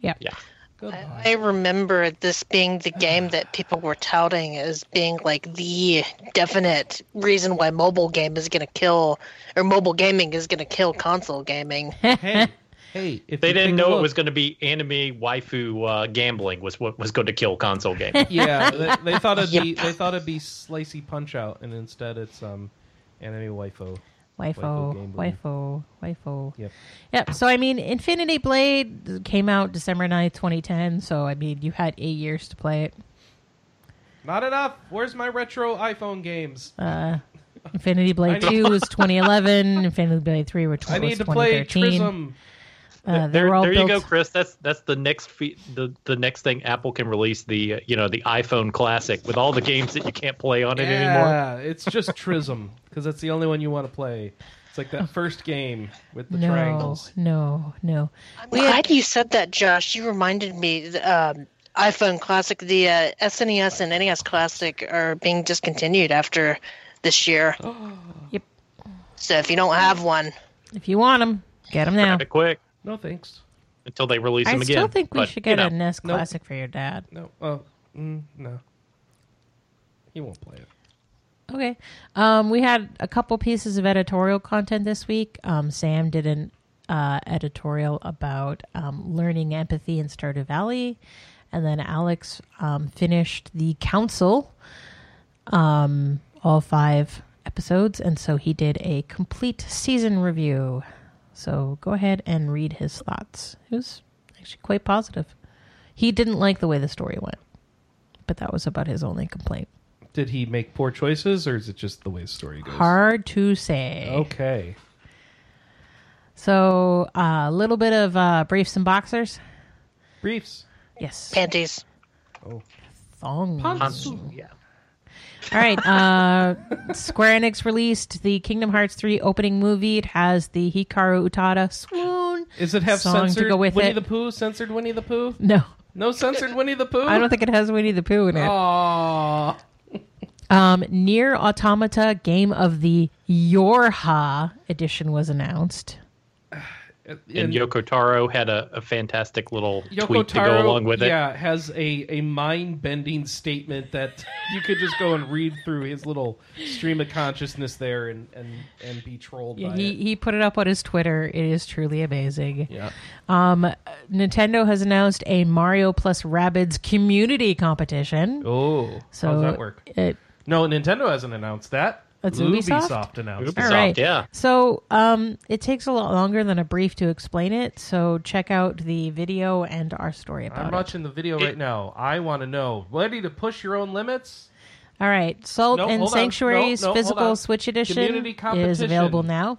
Speaker 1: Yeah.
Speaker 2: Yeah.
Speaker 3: Goodbye.
Speaker 4: I remember this being the game that people were touting as being like the definite reason why mobile game is going to kill or mobile gaming is going to kill console
Speaker 3: <laughs>
Speaker 4: gaming.
Speaker 3: hey, hey! If
Speaker 2: They
Speaker 3: you take
Speaker 2: didn't
Speaker 3: a
Speaker 2: know it
Speaker 3: look-
Speaker 2: was going to be anime waifu uh, gambling was what was going to kill console gaming.
Speaker 3: yeah,
Speaker 2: <laughs>
Speaker 3: they, they thought it'd be they thought it'd be slicey punch out, and instead it's um anime waifu. Waifu
Speaker 1: Waifu,
Speaker 3: gambling.
Speaker 1: waifu, waifu.
Speaker 3: Yep.
Speaker 1: Yep. So I mean, Infinity Blade came out December 9th, 2010. So I mean, you had eight years to play it.
Speaker 3: Not enough. Where's my retro iPhone games?
Speaker 1: Uh, Infinity Blade
Speaker 3: I know.
Speaker 1: 2 was
Speaker 3: <laughs>
Speaker 1: 2011. Infinity Blade 3 were tw-
Speaker 3: I
Speaker 1: was
Speaker 3: need to play
Speaker 1: 2013.
Speaker 3: Trism.
Speaker 1: Uh, they
Speaker 2: there,
Speaker 1: were all
Speaker 2: there you
Speaker 1: built.
Speaker 2: go, Chris. That's that's the next fe- the the next thing Apple can release the uh, you know the iPhone Classic with all the games that you can't play on it anymore.
Speaker 3: Yeah, it's just <laughs> Trism because that's the only one you want to play. It's like that first game with the
Speaker 1: no,
Speaker 3: triangles.
Speaker 1: no, no.
Speaker 4: I'm glad you said that, Josh. You reminded me the, um, iPhone Classic, the uh, SNES and NES Classic are being discontinued after
Speaker 3: <gasps>
Speaker 4: this year.
Speaker 1: Yep.
Speaker 4: So if you don't have one,
Speaker 1: If you want them, get them now.
Speaker 2: Kinda quick
Speaker 3: No thanks.
Speaker 2: until they release
Speaker 1: I
Speaker 2: them again.
Speaker 1: still think we
Speaker 2: But,
Speaker 1: should
Speaker 2: you
Speaker 1: get
Speaker 2: know,
Speaker 1: a NES
Speaker 3: Nope.
Speaker 1: Classic for your dad.
Speaker 3: No. Oh, mm, no. He won't play it.
Speaker 1: Okay. Um, we had a couple pieces of editorial content this week. Um, Sam did an uh, editorial about um, learning empathy in Stardew Valley, and then Alex um, finished the Council, um, all five episodes, and so he did a complete season review. So go ahead and read his thoughts. It was actually quite positive. He didn't like the way the story went, but that was about his only complaint.
Speaker 3: Did he make poor choices, or is it just the way the story goes?
Speaker 1: Hard to say.
Speaker 3: Okay.
Speaker 1: So a little bit of uh, briefs and boxers.
Speaker 3: Briefs.
Speaker 1: Yes.
Speaker 4: Panties.
Speaker 1: Thongs.
Speaker 2: Yeah.
Speaker 1: All right. Uh, Square Enix released the Kingdom Hearts 3 opening movie. It has the Hikaru Utada swoon.
Speaker 3: Is it have
Speaker 1: song
Speaker 3: censored
Speaker 1: to go with
Speaker 3: Winnie
Speaker 1: it.
Speaker 3: the Pooh? Censored Winnie the Pooh?
Speaker 1: no,
Speaker 3: No censored Winnie the Pooh?
Speaker 1: I don't think it has Winnie the Pooh in it.
Speaker 3: Oh. Aw.
Speaker 1: Um, Near Automata Game of the Yorha edition was announced.
Speaker 2: And, Yoko Taro had a, a fantastic little
Speaker 3: Yoko
Speaker 2: tweet to
Speaker 3: Taro,
Speaker 2: go along with it.
Speaker 3: Yeah, has a, a mind bending statement that you could just go and read through his little stream of consciousness there and, and, and be trolled by
Speaker 1: He,
Speaker 3: it.
Speaker 1: he put it up on his Twitter. It is truly amazing.
Speaker 3: Yeah.
Speaker 1: Um, Nintendo has announced a Mario plus Rabbids community competition.
Speaker 3: Oh,
Speaker 1: So
Speaker 3: how's that work?
Speaker 1: It,
Speaker 3: No, Nintendo hasn't announced that.
Speaker 1: That's
Speaker 3: Ubisoft,
Speaker 1: Ubisoft?
Speaker 3: announced.
Speaker 2: Ubisoft,
Speaker 1: All right.
Speaker 2: yeah.
Speaker 1: So um, it takes a lot longer than a brief to explain it. So check out the video and our story
Speaker 3: I'm
Speaker 1: about it.
Speaker 3: watching the video right now. I want to know. Ready to push your own limits?
Speaker 1: All right. Salt
Speaker 3: No,
Speaker 1: and
Speaker 3: hold on.
Speaker 1: Sanctuaries
Speaker 3: No, no, hold
Speaker 1: physical
Speaker 3: on.
Speaker 1: Switch edition
Speaker 3: Community
Speaker 1: is
Speaker 3: competition.
Speaker 1: available now.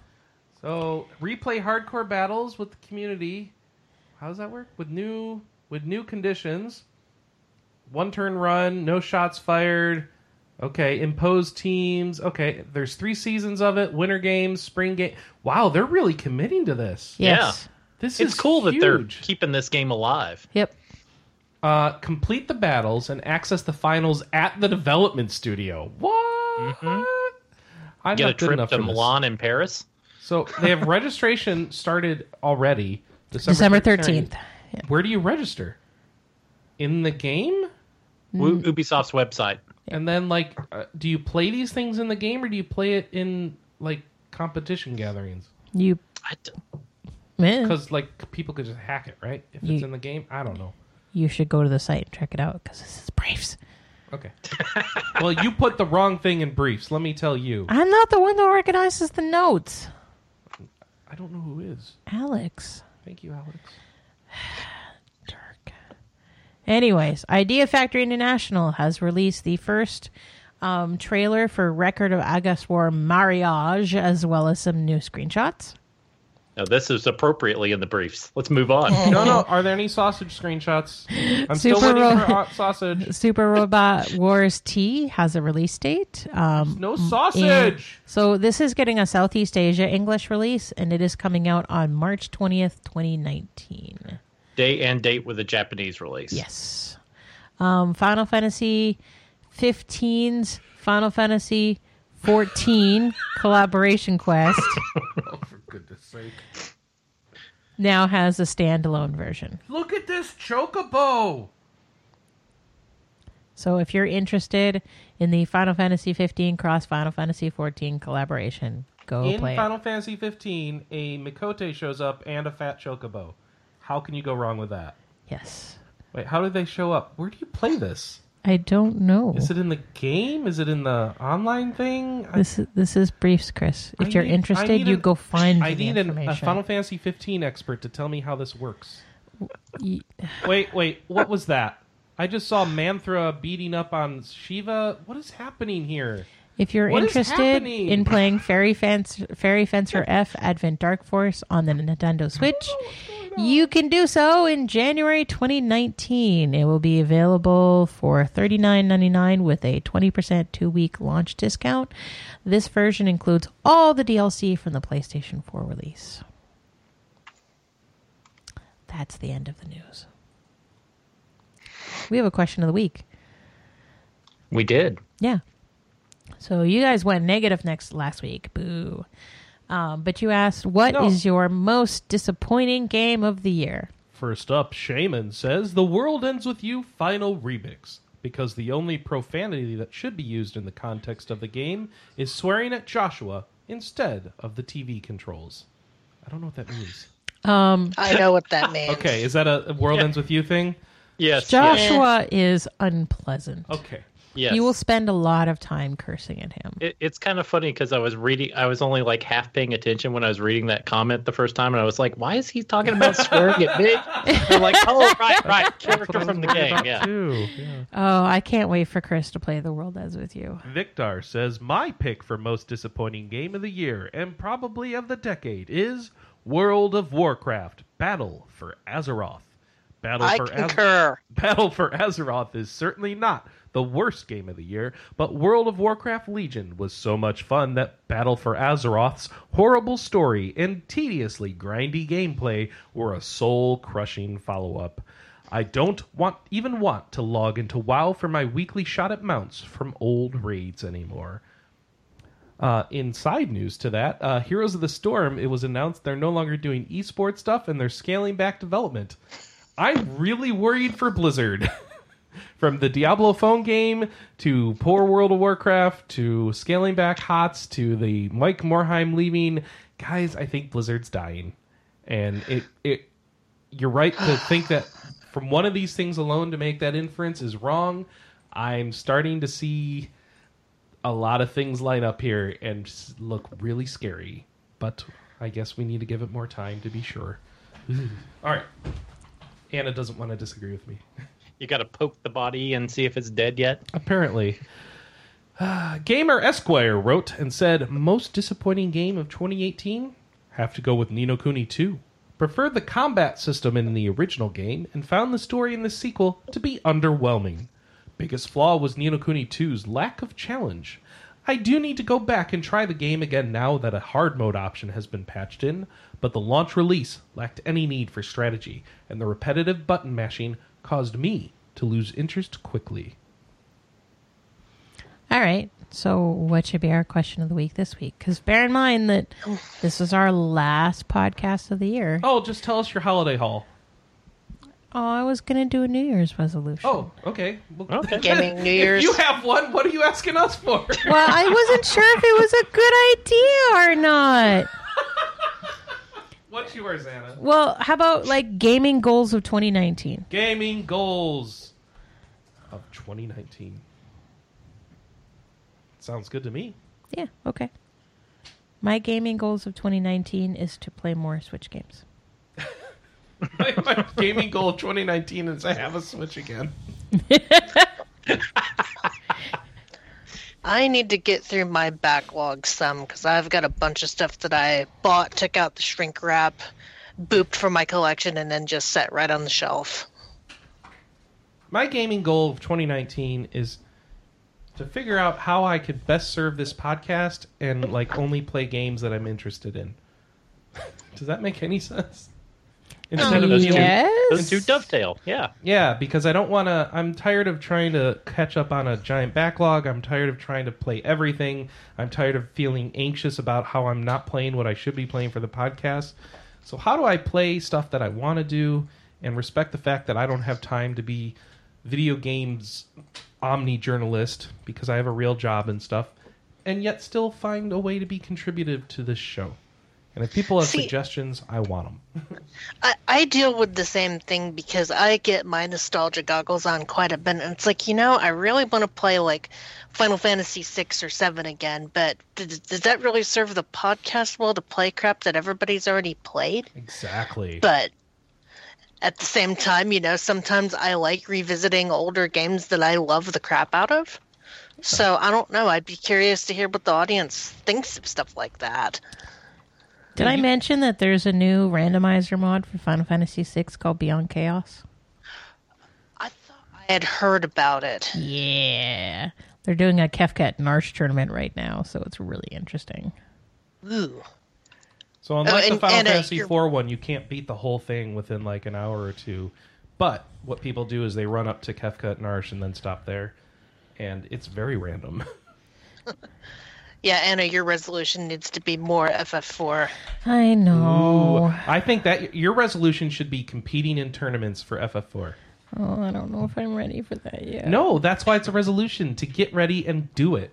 Speaker 3: So replay hardcore battles with the community. How does that work? With new with new conditions. One turn run, no shots fired. Okay, imposed teams. Okay, there's three seasons of it. Winter games, spring game. Wow, they're really committing to this.
Speaker 1: Yes.
Speaker 3: This
Speaker 2: It's
Speaker 3: is
Speaker 2: cool that they're
Speaker 3: huge.
Speaker 2: keeping this game alive.
Speaker 1: Yep.
Speaker 3: Uh, complete the battles and access the finals at the development studio. What? I'm
Speaker 2: Mm-hmm. Get
Speaker 3: not
Speaker 2: a
Speaker 3: good
Speaker 2: trip
Speaker 3: enough
Speaker 2: to
Speaker 3: for this.
Speaker 2: Milan and Paris.
Speaker 3: So they have registration started already.
Speaker 1: December 13th.
Speaker 3: Where do you register? In the game?
Speaker 1: Mm.
Speaker 2: U- Ubisoft's website.
Speaker 3: And then, like, uh, do you play these things in the game or do you play it in, like, competition gatherings?
Speaker 1: You. eh,
Speaker 2: I d-
Speaker 1: Man,
Speaker 3: Because, like, people could just hack it, right? If it's
Speaker 1: You-
Speaker 3: in the game? I don't know.
Speaker 1: you should go to the site and check it out because this is briefs.
Speaker 3: Okay. well, you put the wrong thing in briefs, let me tell you.
Speaker 1: I'm not the one that organizes the notes,
Speaker 3: I don't know who is.
Speaker 1: Alex.
Speaker 3: Thank you, Alex.
Speaker 1: Dark. Anyways, Idea Factory International has released the first um, trailer for Record of Agaswar Marriage, as well as some new screenshots.
Speaker 2: No, this is appropriately in the briefs. Let's
Speaker 1: <laughs>
Speaker 2: move on.
Speaker 3: No, no. Are there any sausage screenshots? I'm still
Speaker 1: Super
Speaker 3: waiting for
Speaker 1: Ro-
Speaker 3: uh, sausage.
Speaker 1: Super Robot Wars T has a release date. Um, <laughs>
Speaker 3: No
Speaker 1: and-
Speaker 3: sausage!
Speaker 1: so this is getting a Southeast Asia English release, and it is coming out on March 20th, 2019.
Speaker 2: Day and date with a Japanese release.
Speaker 1: Yes. Um, Final Fantasy 15's Final Fantasy
Speaker 3: <laughs>
Speaker 1: 14 collaboration quest
Speaker 3: Oh, for goodness sake.
Speaker 1: now has a standalone version.
Speaker 3: Look at this chocobo!
Speaker 1: So if you're interested in the Final Fantasy 15 cross Final Fantasy 14 collaboration, go
Speaker 3: in
Speaker 1: play
Speaker 3: Final Fantasy 15, a Mikote shows up and a fat chocobo. How can you go wrong with that?
Speaker 1: it. Yes.
Speaker 3: Wait, how do they show up? Where do you play this?
Speaker 1: I don't know.
Speaker 3: Is it in the game? Is it in the online thing? I-
Speaker 1: This is, this is briefs, Chris. If
Speaker 3: I
Speaker 1: you're
Speaker 3: need- I
Speaker 1: interested,
Speaker 3: need
Speaker 1: you
Speaker 3: an-
Speaker 1: go find
Speaker 3: I
Speaker 1: the
Speaker 3: need an,
Speaker 1: information.
Speaker 3: a Final Fantasy 15 expert to tell me how this works.
Speaker 1: Ye-
Speaker 3: Wait, wait, what was that? I just saw Manthra beating up on Shiva. What is happening here?
Speaker 1: If you're
Speaker 3: What is
Speaker 1: interested
Speaker 3: happening?
Speaker 1: in
Speaker 3: <laughs>
Speaker 1: playing Fairy, Fence, Fairy Fencer F Advent Dark Force on the Nintendo Switch, you can do so in January 2019. It will be available for $39.99 with a 20% two week launch discount. This version includes all the DLC from the PlayStation 4 release. That's the end of the news. We have a question of the week.
Speaker 2: We did.
Speaker 1: Yeah. So you guys went negative next last week. Boo. Um, but you asked, what is
Speaker 3: No.
Speaker 1: your most disappointing game of the year?
Speaker 3: First up, Shaman says The World Ends With You Final Remix. Because the only profanity that should be used in the context of the game is swearing at Joshua instead of the TV controls. I don't know what that means.
Speaker 1: Um,
Speaker 4: I know what that means.
Speaker 3: <laughs> Okay, is that a world ends with you thing?
Speaker 2: Yes. yes,
Speaker 1: Joshua is unpleasant.
Speaker 3: Okay.
Speaker 2: yes.
Speaker 1: You will spend a lot of time cursing at him.
Speaker 2: It, it's kind of funny because I was reading, I was only like half paying attention when I was reading that comment the first time, and I was like, "Why is he talking about swearing at me?" I'm like, <laughs> "Oh, right, right, character from the game." Yeah,
Speaker 3: Two. Yeah.
Speaker 1: Oh, I can't wait for Chris to play The World As With You.
Speaker 3: Victor says my pick for most disappointing game of the year and probably of the decade is World of Warcraft: Battle for Azeroth. Battle
Speaker 4: I
Speaker 3: for Az-
Speaker 4: concur.
Speaker 3: <laughs> Battle for Azeroth is certainly not the worst game of the year, but World of Warcraft Legion was so much fun that Battle for Azeroth's horrible story and tediously grindy gameplay were a soul-crushing follow-up. I don't want even want to log into WoW for my weekly shot at mounts from old raids anymore. Uh, in side news to that, uh, Heroes of the Storm, it was announced they're no longer doing esports stuff and they're scaling back development. I'm really worried for Blizzard. <laughs> From the Diablo phone game to poor World of Warcraft to scaling back HOTS to the Mike Morheim leaving, guys, I think Blizzard's dying. And it, it you're right to think that from one of these things alone to make that inference is wrong. I'm starting to see a lot of things line up here and s- look really scary. But I guess we need to give it more time to be sure. <laughs> All right. Anna doesn't want to disagree with me.
Speaker 2: you got to poke the body and see if it's dead yet.
Speaker 3: Apparently. <sighs> Uh, Gamer Esquire wrote and said, Most disappointing game of 2018? Have to go with Nino Kuni 2. Preferred the combat system in the original game and found the story in the sequel to be underwhelming. Biggest flaw was Nino Kuni 2's lack of challenge. I do need to go back and try the game again now that a hard mode option has been patched in, but the launch release lacked any need for strategy, and the repetitive button mashing caused me to lose interest quickly.
Speaker 1: All right. So, what should be our question of the week this week? Because bear in mind that this is our last podcast of the year.
Speaker 3: Oh, just tell us your holiday haul.
Speaker 1: Oh, I was going to do a New Year's resolution.
Speaker 3: Oh, okay. Well, <laughs>
Speaker 2: Okay.
Speaker 4: Gaming New
Speaker 3: if
Speaker 4: Year's.
Speaker 3: you have one. What are you asking us for? <laughs>
Speaker 1: Well, I wasn't sure if it was a good idea or not.
Speaker 3: What's yours, Anna?
Speaker 1: Well, how about like gaming goals of 2019?
Speaker 3: Gaming goals of 2019. Sounds good to me.
Speaker 1: Yeah, okay. My gaming goals of 2019 is to play more Switch games.
Speaker 3: My, <laughs> my gaming goal of 2019 is I have a Switch again.
Speaker 4: I need to get through my backlog some because I've got a bunch of stuff that I bought, took out the shrink wrap, booped for my collection, and then just set right on the shelf.
Speaker 3: My gaming goal of 2019 is to figure out how I could best serve this podcast and like only play games that I'm interested in. <laughs> Does that make any sense? Instead
Speaker 4: Um,
Speaker 2: of
Speaker 3: just
Speaker 2: those
Speaker 1: Oh,
Speaker 2: two-
Speaker 1: yes.
Speaker 2: Those two dovetail. Yeah.
Speaker 3: Yeah, because I don't want to. I'm tired of trying to catch up on a giant backlog. I'm tired of trying to play everything. I'm tired of feeling anxious about how I'm not playing what I should be playing for the podcast. So, how do I play stuff that I want to do and respect the fact that I don't have time to be video games omni journalist because I have a real job and stuff, and yet still find a way to be contributive to this show? And if people have
Speaker 4: See-
Speaker 3: suggestions, I want them.
Speaker 4: I, I deal with the same thing because I get my nostalgia goggles on quite a bit. And it's like, you know, I really want to play like Final Fantasy six or seven again, but d- d- does that really serve the podcast well to play crap that everybody's already played?
Speaker 3: Exactly.
Speaker 4: But at the same time, you know, sometimes I like revisiting older games that I love the crap out of. So I don't know. I'd be curious to hear what the audience thinks of stuff like that.
Speaker 1: Did I mention that there's a new randomizer mod for Final Fantasy VI called Beyond Chaos?
Speaker 4: I thought I had heard about it.
Speaker 1: Yeah. They're doing a Kefkat Narsh tournament right now, so it's really interesting.
Speaker 4: Ooh.
Speaker 3: So unlike
Speaker 4: and-
Speaker 3: the Final
Speaker 4: and, uh,
Speaker 3: Fantasy
Speaker 4: you're-
Speaker 3: IV one, you can't beat the whole thing within like an hour or two. But what people do is they run up to Kefka and Narsh and then stop there, and it's very random.
Speaker 4: Yeah, Anna, your resolution needs to be more FF4.
Speaker 1: I know.
Speaker 3: I think that your resolution should be competing in tournaments for FF4.
Speaker 1: Oh, I don't know if I'm ready for that yet.
Speaker 3: No, that's why it's a resolution to get ready and do it.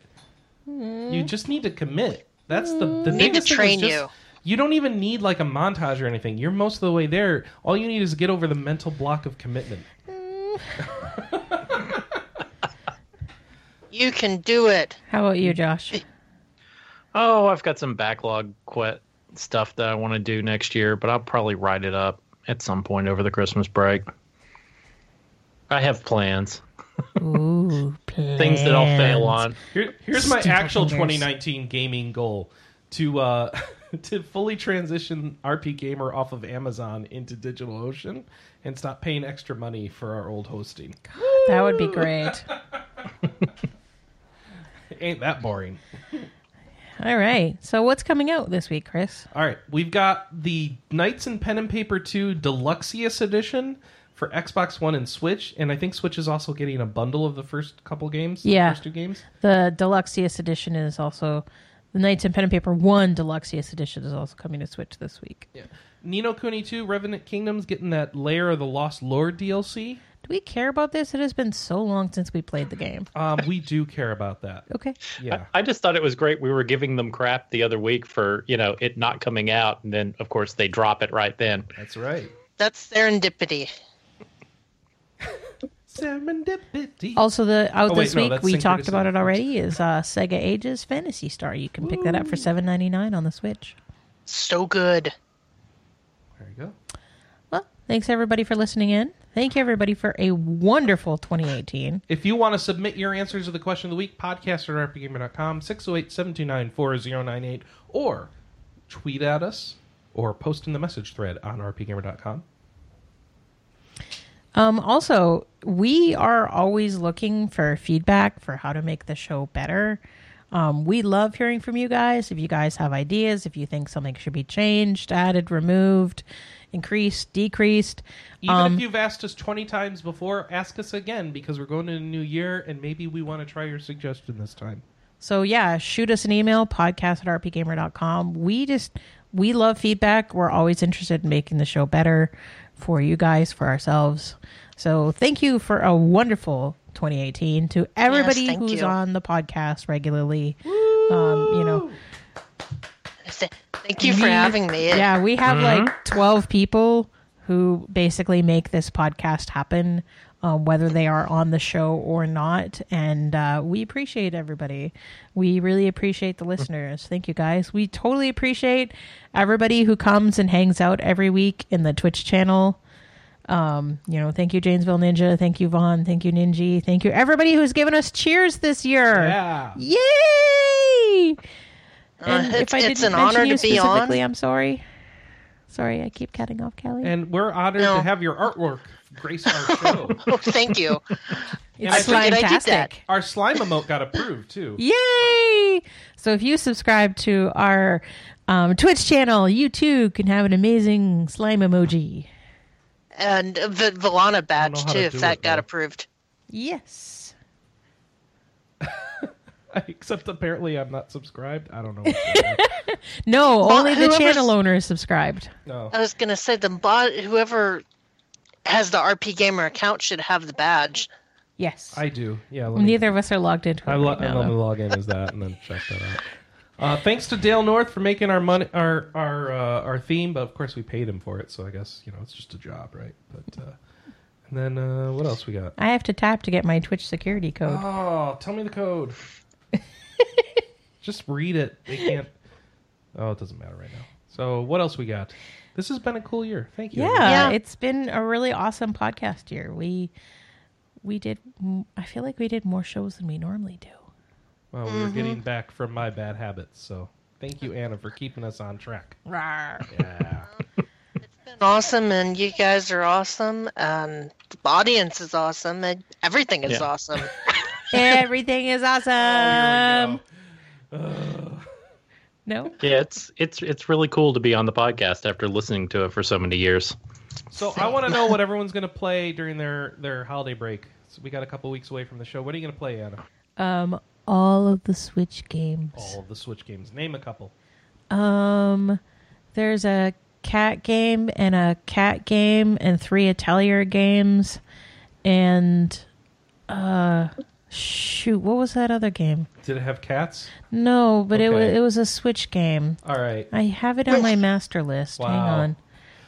Speaker 3: You just need to commit. That's the the
Speaker 4: Hmm. Need to
Speaker 3: biggest thing is
Speaker 4: train
Speaker 3: just-
Speaker 4: you.
Speaker 3: You don't even need like a montage or anything. You're most of the way there. All you need is to get over the mental block of commitment.
Speaker 4: You can do it.
Speaker 1: How about you, Josh?
Speaker 2: Oh, I've got some backlog quit stuff that I want to do next year, but I'll probably write it up at some point over the Christmas break. I have plans,
Speaker 1: Ooh,
Speaker 2: <laughs> things that I'll fail
Speaker 1: plans.
Speaker 2: on.
Speaker 3: Here, here's my
Speaker 1: Stupid
Speaker 3: actual
Speaker 1: fingers.
Speaker 3: 2019 gaming goal to uh, <laughs> to fully transition RP Gamer off of Amazon into DigitalOcean and stop paying extra money for our old hosting.
Speaker 1: That would be great.
Speaker 3: Ain't that boring?
Speaker 1: All right. So what's coming out this week, Chris?
Speaker 3: All right, we've got the Knights and Pen and Paper 2 Deluxius Edition for Xbox One and Switch, and I think Switch is also getting a bundle of the first couple games. the
Speaker 1: Yeah.
Speaker 3: first two games.
Speaker 1: The Deluxius edition is also the Knights and Pen and Paper One Deluxius edition is also coming to Switch this week.
Speaker 3: Yeah. Nino Kuni 2 Revenant Kingdoms getting that Layer of the Lost Lord DLC.
Speaker 1: Do we care about this? It has been so long since we played the game.
Speaker 3: Um, we do care about
Speaker 1: <laughs>
Speaker 3: that.
Speaker 1: Okay.
Speaker 3: Yeah.
Speaker 2: I just thought it was great. We were giving them crap the other week for you know it not coming out, and then of course they drop it right then.
Speaker 3: That's right.
Speaker 4: That's serendipity.
Speaker 3: Serendipity.
Speaker 1: Also, the out
Speaker 3: Oh, wait,
Speaker 1: this
Speaker 3: no,
Speaker 1: week
Speaker 3: that's
Speaker 1: we
Speaker 3: Synchronicity.
Speaker 1: talked about it already is uh, Sega Ages Fantasy Star. You can pick that up for seven ninety nine on the Switch.
Speaker 4: So good.
Speaker 3: There you go.
Speaker 1: Well, thanks everybody for listening in. Thank you everybody for a wonderful 2018.
Speaker 3: If you want to submit your answers to the question of the week, podcast at rpgamer.com, 608-729-4098, or tweet at us or post in the message thread on rpgamer.com.
Speaker 1: Um, also, we are always looking for feedback for how to make the show better. Um, we love hearing from you guys. If you guys have ideas, if you think something should be changed, added, removed, increased, decreased, um,
Speaker 3: Even if you've asked us 20 times before, ask us again because we're going to a new year and maybe we want to try your suggestion this time.
Speaker 1: So yeah, shoot us an email, podcast at rpgamer.com. We just we love feedback. We're always interested in making the show better for you guys, for ourselves. So thank you for a wonderful 2018 to everybody
Speaker 4: thank
Speaker 1: who's
Speaker 4: you.
Speaker 1: on the podcast regularly. Um, you know,
Speaker 4: Th- Thank you for having me. It-
Speaker 1: yeah, we have like 12 people who basically make this podcast happen, um, whether they are on the show or not. And uh, we appreciate everybody. We really appreciate the listeners. Thank you guys. We totally appreciate everybody who comes and hangs out every week in the Twitch channel. Um, you know, thank you, Janesville Ninja. Thank you, Vaughn. Thank you, Ninji. Thank you, everybody who's given us cheers this year.
Speaker 3: Yeah.
Speaker 1: Yay! And
Speaker 4: Uh, it's-
Speaker 1: if I
Speaker 4: it's
Speaker 1: didn't
Speaker 4: an
Speaker 1: mention
Speaker 4: honor
Speaker 1: you
Speaker 4: to be on.
Speaker 1: specifically, I'm sorry. Sorry, I keep cutting off Kelly.
Speaker 3: And we're honored
Speaker 4: No.
Speaker 3: to have your artwork grace
Speaker 1: <laughs>
Speaker 3: our show.
Speaker 4: Oh, thank you.
Speaker 3: <laughs>
Speaker 1: it's
Speaker 3: I
Speaker 4: forget I did that.
Speaker 1: slimetastic.
Speaker 3: our slime emote got approved too.
Speaker 1: Yay! So if you subscribe to our um, Twitch channel, you too can have an amazing slime emoji.
Speaker 4: And the Valana badge
Speaker 3: how to
Speaker 4: too, if
Speaker 3: do
Speaker 4: that
Speaker 3: it,
Speaker 4: got
Speaker 3: though.
Speaker 4: approved.
Speaker 1: Yes.
Speaker 3: <laughs> Except apparently I'm not subscribed. I don't know. What's going on.
Speaker 1: <laughs> No, only the
Speaker 4: whoever's-
Speaker 1: channel owner is subscribed.
Speaker 3: No.
Speaker 4: I was gonna say the bot whoever has the RP gamer account should have the badge.
Speaker 1: Yes.
Speaker 3: I do. Yeah. Let me,
Speaker 1: Neither of us are logged into it
Speaker 3: I, lo-
Speaker 1: right now,
Speaker 3: I love to
Speaker 1: though.
Speaker 3: log in as
Speaker 1: <laughs>
Speaker 3: that and then check that out. Uh, thanks to Dale North for making our money, our our uh, our theme, but of course we paid him for it, so I guess you know it's just a job, right? But uh, and then uh, what else we got?
Speaker 1: I have to tap to get my Twitch security code.
Speaker 3: Oh, tell me
Speaker 1: <laughs>
Speaker 3: the code. just read it. They can't. Oh, it doesn't matter right now. So what else we got? This has been a cool year. Thank you.
Speaker 1: yeah,
Speaker 3: everybody.
Speaker 4: Yeah.
Speaker 1: it's been a really awesome podcast year we we did m- i feel like we did more shows than we normally do
Speaker 3: Well, we were
Speaker 1: Mm-hmm.
Speaker 3: getting back from my bad habits, so thank you, Anna, for keeping us on track. Yeah.
Speaker 4: Been Awesome, and you guys are awesome, and the audience is awesome, and everything is
Speaker 2: Yeah.
Speaker 4: awesome.
Speaker 1: <laughs> everything is awesome no
Speaker 2: Yeah, it's it's it's really cool to be on the podcast after listening to it for so many years.
Speaker 3: So I want to know what everyone's going to play during their their holiday break. So we got a couple weeks away from the show. What are you going to play, Anna?
Speaker 1: um all of the switch games
Speaker 3: All of the Switch games. Name a couple.
Speaker 1: um there's a cat game and a cat game and three atelier games and uh Shoot, what was that other game?
Speaker 3: Did it have cats?
Speaker 1: No, but it was
Speaker 3: Okay.
Speaker 1: it was a Switch game.
Speaker 3: All right.
Speaker 1: I have it on my master list. Hang
Speaker 3: Wow.
Speaker 1: on.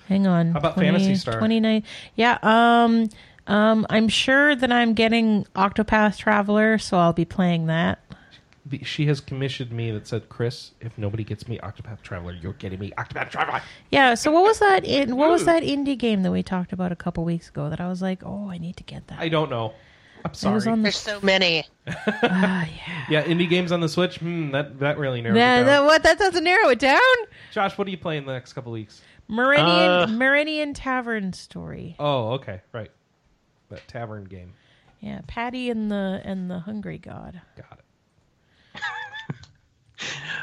Speaker 1: Hang on.
Speaker 3: How about Phantasy Star?
Speaker 1: 29. Yeah, um um I'm sure that I'm getting Octopath Traveler, so I'll be playing that.
Speaker 3: The- She has commissioned me that said, Chris, if nobody gets me Octopath Traveler, you're getting me Octopath Traveler.
Speaker 1: Yeah, so what was that in what was that indie game that we talked about a couple weeks ago that I was like, "Oh, I need to get that."
Speaker 3: I don't know. I'm
Speaker 1: It was
Speaker 3: sorry.
Speaker 1: on
Speaker 4: There's
Speaker 1: the
Speaker 4: so many.
Speaker 1: Ah, yeah.
Speaker 3: yeah, indie games on the Switch. Hmm, that that really narrows it
Speaker 1: That,
Speaker 3: down.
Speaker 1: that- what that doesn't narrow it down.
Speaker 3: Josh, what are you playing the next couple weeks?
Speaker 1: Meridian
Speaker 2: Uh.
Speaker 1: Meridian Tavern Story.
Speaker 3: Oh, okay, right. That tavern game.
Speaker 1: Yeah, Patty and the and the Hungry God.
Speaker 3: Got it.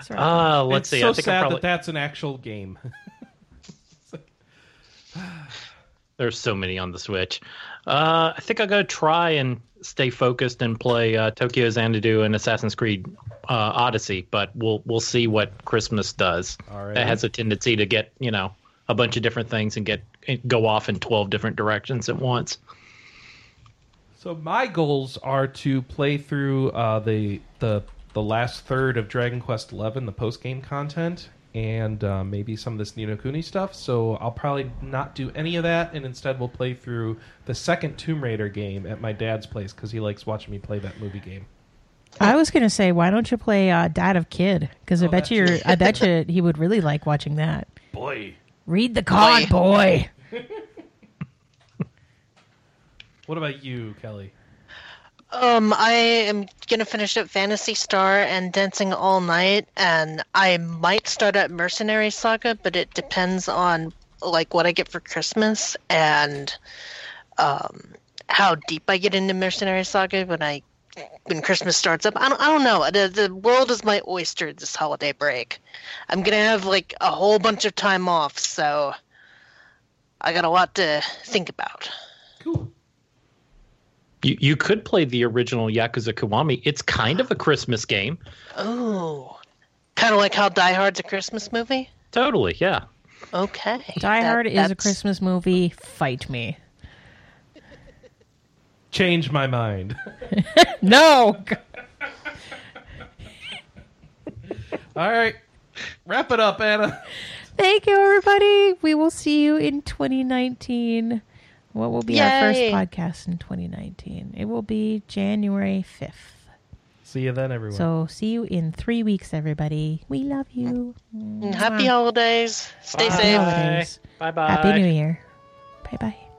Speaker 1: Sorry.
Speaker 2: Uh, let's
Speaker 3: it's
Speaker 2: see.
Speaker 3: So
Speaker 2: I think
Speaker 3: sad
Speaker 2: I'm probably
Speaker 3: that that's an actual game.
Speaker 2: there's so many on the Switch. Uh, I think I gotta try and stay focused and play uh, Tokyo Xanadu and Assassin's Creed uh, Odyssey, but we'll we'll see what Christmas does.
Speaker 3: Alrighty.
Speaker 2: That has a tendency to get you know a bunch of different things and get go off in twelve different directions at once.
Speaker 3: <laughs> So my goals are to play through uh, the the the last third of Dragon Quest XI, the post game content, and uh, maybe some of this Ni no Kuni stuff. So I'll probably not do any of that, and instead we'll play through the second Tomb Raider game at my dad's place because he likes watching me play that movie game.
Speaker 1: I was gonna say, why don't you play uh, Dad of Kid? Because I bet you, are I bet you, he would really like watching that.
Speaker 3: Boy,
Speaker 1: Read the card, boy.
Speaker 3: what about you, Kelly?
Speaker 4: Um, I am gonna finish up Fantasy Star and Dancing All Night, and I might start up Mercenary Saga, but it depends on like what I get for Christmas and um how deep I get into Mercenary Saga when I when Christmas starts up. I don't, I don't know. The the world is my oyster this holiday break. I'm gonna have like a whole bunch of time off, so I got a lot to think about.
Speaker 3: Cool.
Speaker 2: You you could play the original Yakuza Kiwami. It's kind of a Christmas game.
Speaker 4: Oh, kind of like how Die Hard's a Christmas movie.
Speaker 2: Totally, yeah.
Speaker 4: Okay.
Speaker 1: Die
Speaker 4: That-
Speaker 1: Hard is a
Speaker 4: that's-
Speaker 1: Christmas movie. Fight me.
Speaker 3: Change my mind.
Speaker 1: No.
Speaker 3: <laughs> All right, wrap it up, Anna.
Speaker 1: Thank you, everybody. We will see you in 2019. What will be our first
Speaker 4: Yay.
Speaker 1: podcast in 2019? It will be January 5th.
Speaker 3: See you then, everyone.
Speaker 1: So see you in three weeks, everybody. We love you.
Speaker 4: Happy holidays. Stay
Speaker 2: Bye.
Speaker 4: safe.
Speaker 1: Holidays.
Speaker 2: Bye bye.
Speaker 1: Happy New Year. Bye bye.